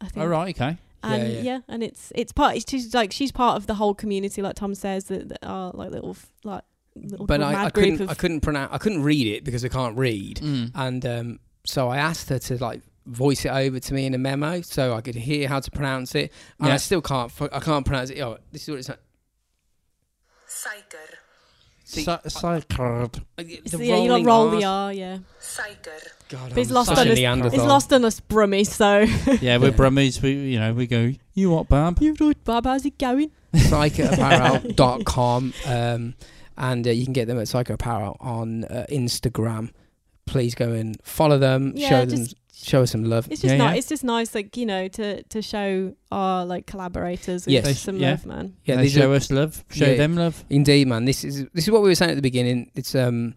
[SPEAKER 3] I think.
[SPEAKER 2] Oh right, okay.
[SPEAKER 3] And
[SPEAKER 1] yeah.
[SPEAKER 3] yeah, and it's it's part. It's just like she's part of the whole community, like Tom says, that, that are like little f- like little
[SPEAKER 1] but
[SPEAKER 3] mad
[SPEAKER 1] I, I
[SPEAKER 3] group
[SPEAKER 1] couldn't
[SPEAKER 3] of
[SPEAKER 1] I couldn't pronounce I couldn't read it because I can't read.
[SPEAKER 2] Mm.
[SPEAKER 1] and um, so I asked her to like voice it over to me in a memo so I could hear how to pronounce it. And I
[SPEAKER 2] Yeah.
[SPEAKER 1] still can't. fu- I can't pronounce it. Oh, this is what it's. like.
[SPEAKER 4] Suiker,
[SPEAKER 1] See,
[SPEAKER 2] Sa- sacred.
[SPEAKER 3] So, yeah, you like roll the R, yeah.
[SPEAKER 4] suiker,
[SPEAKER 1] God,
[SPEAKER 3] But it's
[SPEAKER 1] I'm
[SPEAKER 3] lost
[SPEAKER 1] such
[SPEAKER 2] on
[SPEAKER 1] a
[SPEAKER 2] us-
[SPEAKER 1] Neanderthal.
[SPEAKER 3] It's lost on us Brummies, so
[SPEAKER 2] Yeah, we're Brummies. We you know we go. You what, Barb?
[SPEAKER 3] you right, Bob, how's it going?
[SPEAKER 1] psychoapparel.com um, and uh, you can get them at psychoapparel on uh, Instagram. Please go and follow them.
[SPEAKER 3] Yeah,
[SPEAKER 1] show them.
[SPEAKER 3] just
[SPEAKER 1] Show us some love.
[SPEAKER 3] it's just
[SPEAKER 2] Yeah,
[SPEAKER 3] nice.
[SPEAKER 2] yeah.
[SPEAKER 3] It's just nice, like you know, to to show our like collaborators with
[SPEAKER 1] Yes.
[SPEAKER 2] They-
[SPEAKER 3] some
[SPEAKER 2] yeah.
[SPEAKER 3] love, man.
[SPEAKER 1] Yeah,
[SPEAKER 2] Yeah, they
[SPEAKER 1] these are-
[SPEAKER 2] show us love. Show
[SPEAKER 1] Yeah.
[SPEAKER 2] them love.
[SPEAKER 1] Indeed, man. This is this is what we were saying at the beginning. It's um,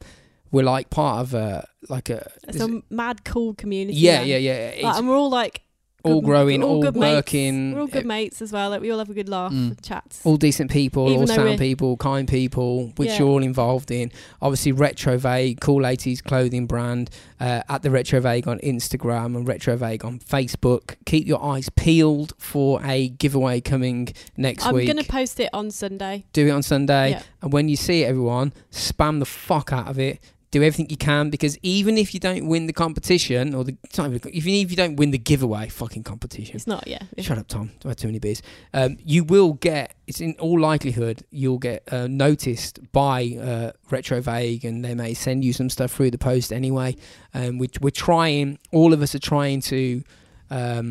[SPEAKER 1] we're like part of a like a
[SPEAKER 3] It's a mad cool community.
[SPEAKER 1] yeah
[SPEAKER 3] man.
[SPEAKER 1] yeah yeah.
[SPEAKER 3] Like,
[SPEAKER 1] It's
[SPEAKER 3] and we're all like
[SPEAKER 1] all
[SPEAKER 3] good-
[SPEAKER 1] growing, all,
[SPEAKER 3] good mates.
[SPEAKER 1] working.
[SPEAKER 3] We're all
[SPEAKER 1] uh,
[SPEAKER 3] good mates as well. Like we all have a good laugh,
[SPEAKER 2] Mm.
[SPEAKER 3] and chats.
[SPEAKER 1] all decent people,
[SPEAKER 3] Even
[SPEAKER 1] all
[SPEAKER 3] though
[SPEAKER 1] sound
[SPEAKER 3] we're-
[SPEAKER 1] people, kind people, which
[SPEAKER 3] Yeah.
[SPEAKER 1] you're all involved in. Obviously, Retro Vague, cool 80s clothing brand, uh, at the Retro Vague on Instagram and Retro Vague on Facebook. Keep your eyes peeled for a giveaway coming next
[SPEAKER 3] I'm
[SPEAKER 1] week.
[SPEAKER 3] gonna post it on Sunday.
[SPEAKER 1] Do it on Sunday.
[SPEAKER 3] Yeah.
[SPEAKER 1] And when you see it, everyone, spam the fuck out of it. do everything you can because even if you don't win the competition or the it's not even, even if you don't win the giveaway fucking competition,
[SPEAKER 3] It's not, yeah.
[SPEAKER 1] shut up, Tom. I had too many beers. Um, you will get. It's in all likelihood you'll get uh, noticed by uh, Retrovague, and they may send you some stuff through the post anyway. Um, we, we're trying. All of us are trying to. Um,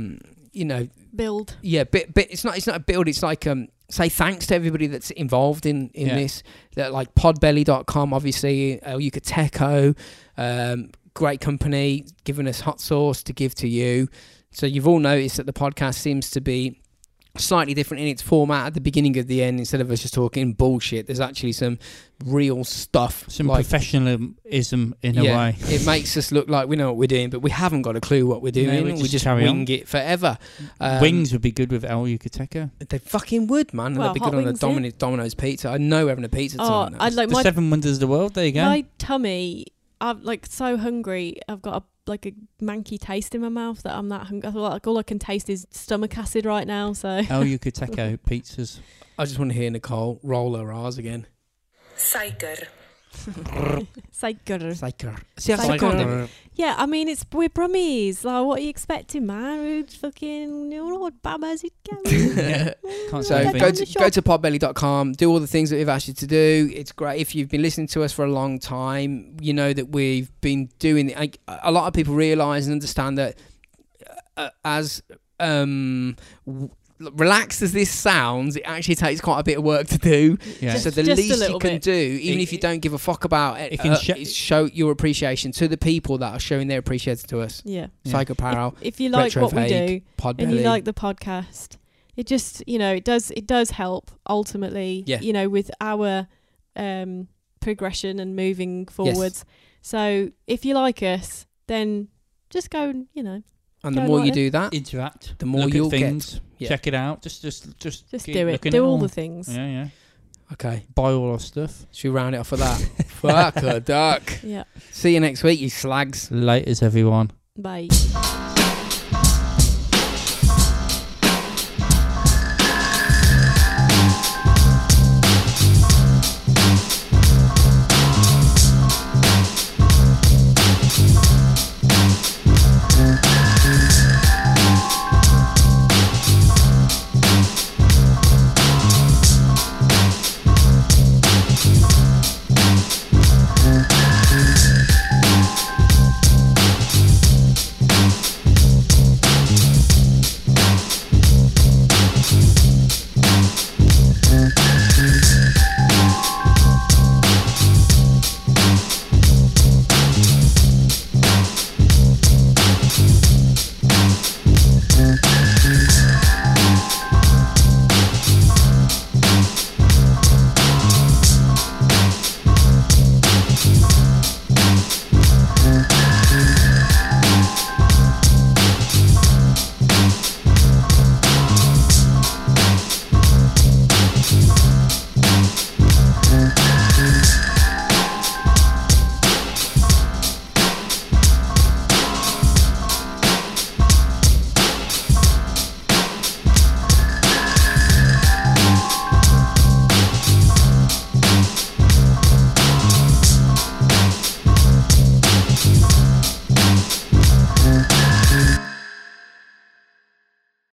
[SPEAKER 1] you know,
[SPEAKER 3] Build.
[SPEAKER 1] yeah, but but it's not it's not a build. It's like um say thanks to everybody that's involved in in
[SPEAKER 2] Yeah.
[SPEAKER 1] this. That like Podbelly.com, obviously, uh, Yucateco, um, great company, giving us hot sauce to give to you. So you've all noticed that the podcast seems to be slightly different in its format at the beginning of the end instead of us just talking bullshit there's actually some real stuff
[SPEAKER 2] Some
[SPEAKER 1] like-
[SPEAKER 2] professionalism in a way.
[SPEAKER 1] it makes us look like we know what we're doing but we haven't got a clue what we're
[SPEAKER 2] No,
[SPEAKER 1] doing
[SPEAKER 2] we
[SPEAKER 1] we
[SPEAKER 2] just
[SPEAKER 1] just
[SPEAKER 2] carry on.
[SPEAKER 1] wing it forever Um,
[SPEAKER 2] Wings would be good with El Yucateca.
[SPEAKER 1] They fucking would, man.
[SPEAKER 3] Well,
[SPEAKER 1] They'd be
[SPEAKER 3] hot
[SPEAKER 1] good on a
[SPEAKER 3] wings, yeah.
[SPEAKER 1] Domino's, Domino's pizza. I know we're having a pizza
[SPEAKER 3] Oh,
[SPEAKER 1] tonight.
[SPEAKER 3] I'd like
[SPEAKER 2] The
[SPEAKER 3] my
[SPEAKER 2] Seven Wonders of the World. There you go.
[SPEAKER 3] my tummy. I'm like so hungry. I've got a like a manky taste in my mouth that I'm that hungry. Like all I can taste is stomach acid right now. So
[SPEAKER 2] El Yucateco pizzas.
[SPEAKER 1] I just want to hear Nicole roll her R's again.
[SPEAKER 4] Suiker.
[SPEAKER 3] Psycho.
[SPEAKER 1] Psyker. See, I
[SPEAKER 3] Psyker.
[SPEAKER 1] can't
[SPEAKER 2] uh,
[SPEAKER 1] do it.
[SPEAKER 3] Yeah, I mean it's we're Brummies. Like what are you expecting, man? We're fucking you know what bammers it
[SPEAKER 1] Yeah.
[SPEAKER 3] Mm,
[SPEAKER 2] Can't say
[SPEAKER 1] So
[SPEAKER 2] anything.
[SPEAKER 1] go to, go to podbelly.com, do all the things that we've asked you to do. It's great. If you've been listening to us for a long time, you know that we've been doing like, a lot of people realize and understand that uh, as um, w- relaxed as this sounds, it actually takes quite a bit of work to do.
[SPEAKER 2] Yeah.
[SPEAKER 1] So the
[SPEAKER 3] Just a
[SPEAKER 1] least you
[SPEAKER 3] little
[SPEAKER 1] can
[SPEAKER 3] bit.
[SPEAKER 1] do, even
[SPEAKER 2] It-
[SPEAKER 1] if you don't give a fuck about it,
[SPEAKER 2] it can
[SPEAKER 1] uh,
[SPEAKER 2] sho-
[SPEAKER 1] is show your appreciation to the people that are showing their appreciation to us.
[SPEAKER 3] Yeah.
[SPEAKER 2] Yeah.
[SPEAKER 1] Psycho Power,
[SPEAKER 3] If, if you like what we do
[SPEAKER 1] Retrovague, Podbelly.
[SPEAKER 3] and you like the podcast, it just you know it does it does help ultimately.
[SPEAKER 1] Yeah.
[SPEAKER 3] You know with our um progression and moving forwards. So if you like us, then just go and you know
[SPEAKER 1] and the
[SPEAKER 3] Go
[SPEAKER 1] more
[SPEAKER 3] like
[SPEAKER 1] you
[SPEAKER 3] it.
[SPEAKER 1] do that,
[SPEAKER 2] interact.
[SPEAKER 1] The more
[SPEAKER 2] look at
[SPEAKER 1] you'll get.
[SPEAKER 2] things,
[SPEAKER 1] Yeah.
[SPEAKER 2] Check it out. Just, just, just,
[SPEAKER 3] Just
[SPEAKER 2] keep
[SPEAKER 3] do it.
[SPEAKER 2] looking
[SPEAKER 3] Do
[SPEAKER 2] at
[SPEAKER 3] all the things. Yeah.
[SPEAKER 2] Yeah, yeah.
[SPEAKER 1] okay,
[SPEAKER 2] Buy all our stuff.
[SPEAKER 1] should we round it off with that? fuck a duck. See you next week, you slags.
[SPEAKER 2] Laters, everyone.
[SPEAKER 3] Bye.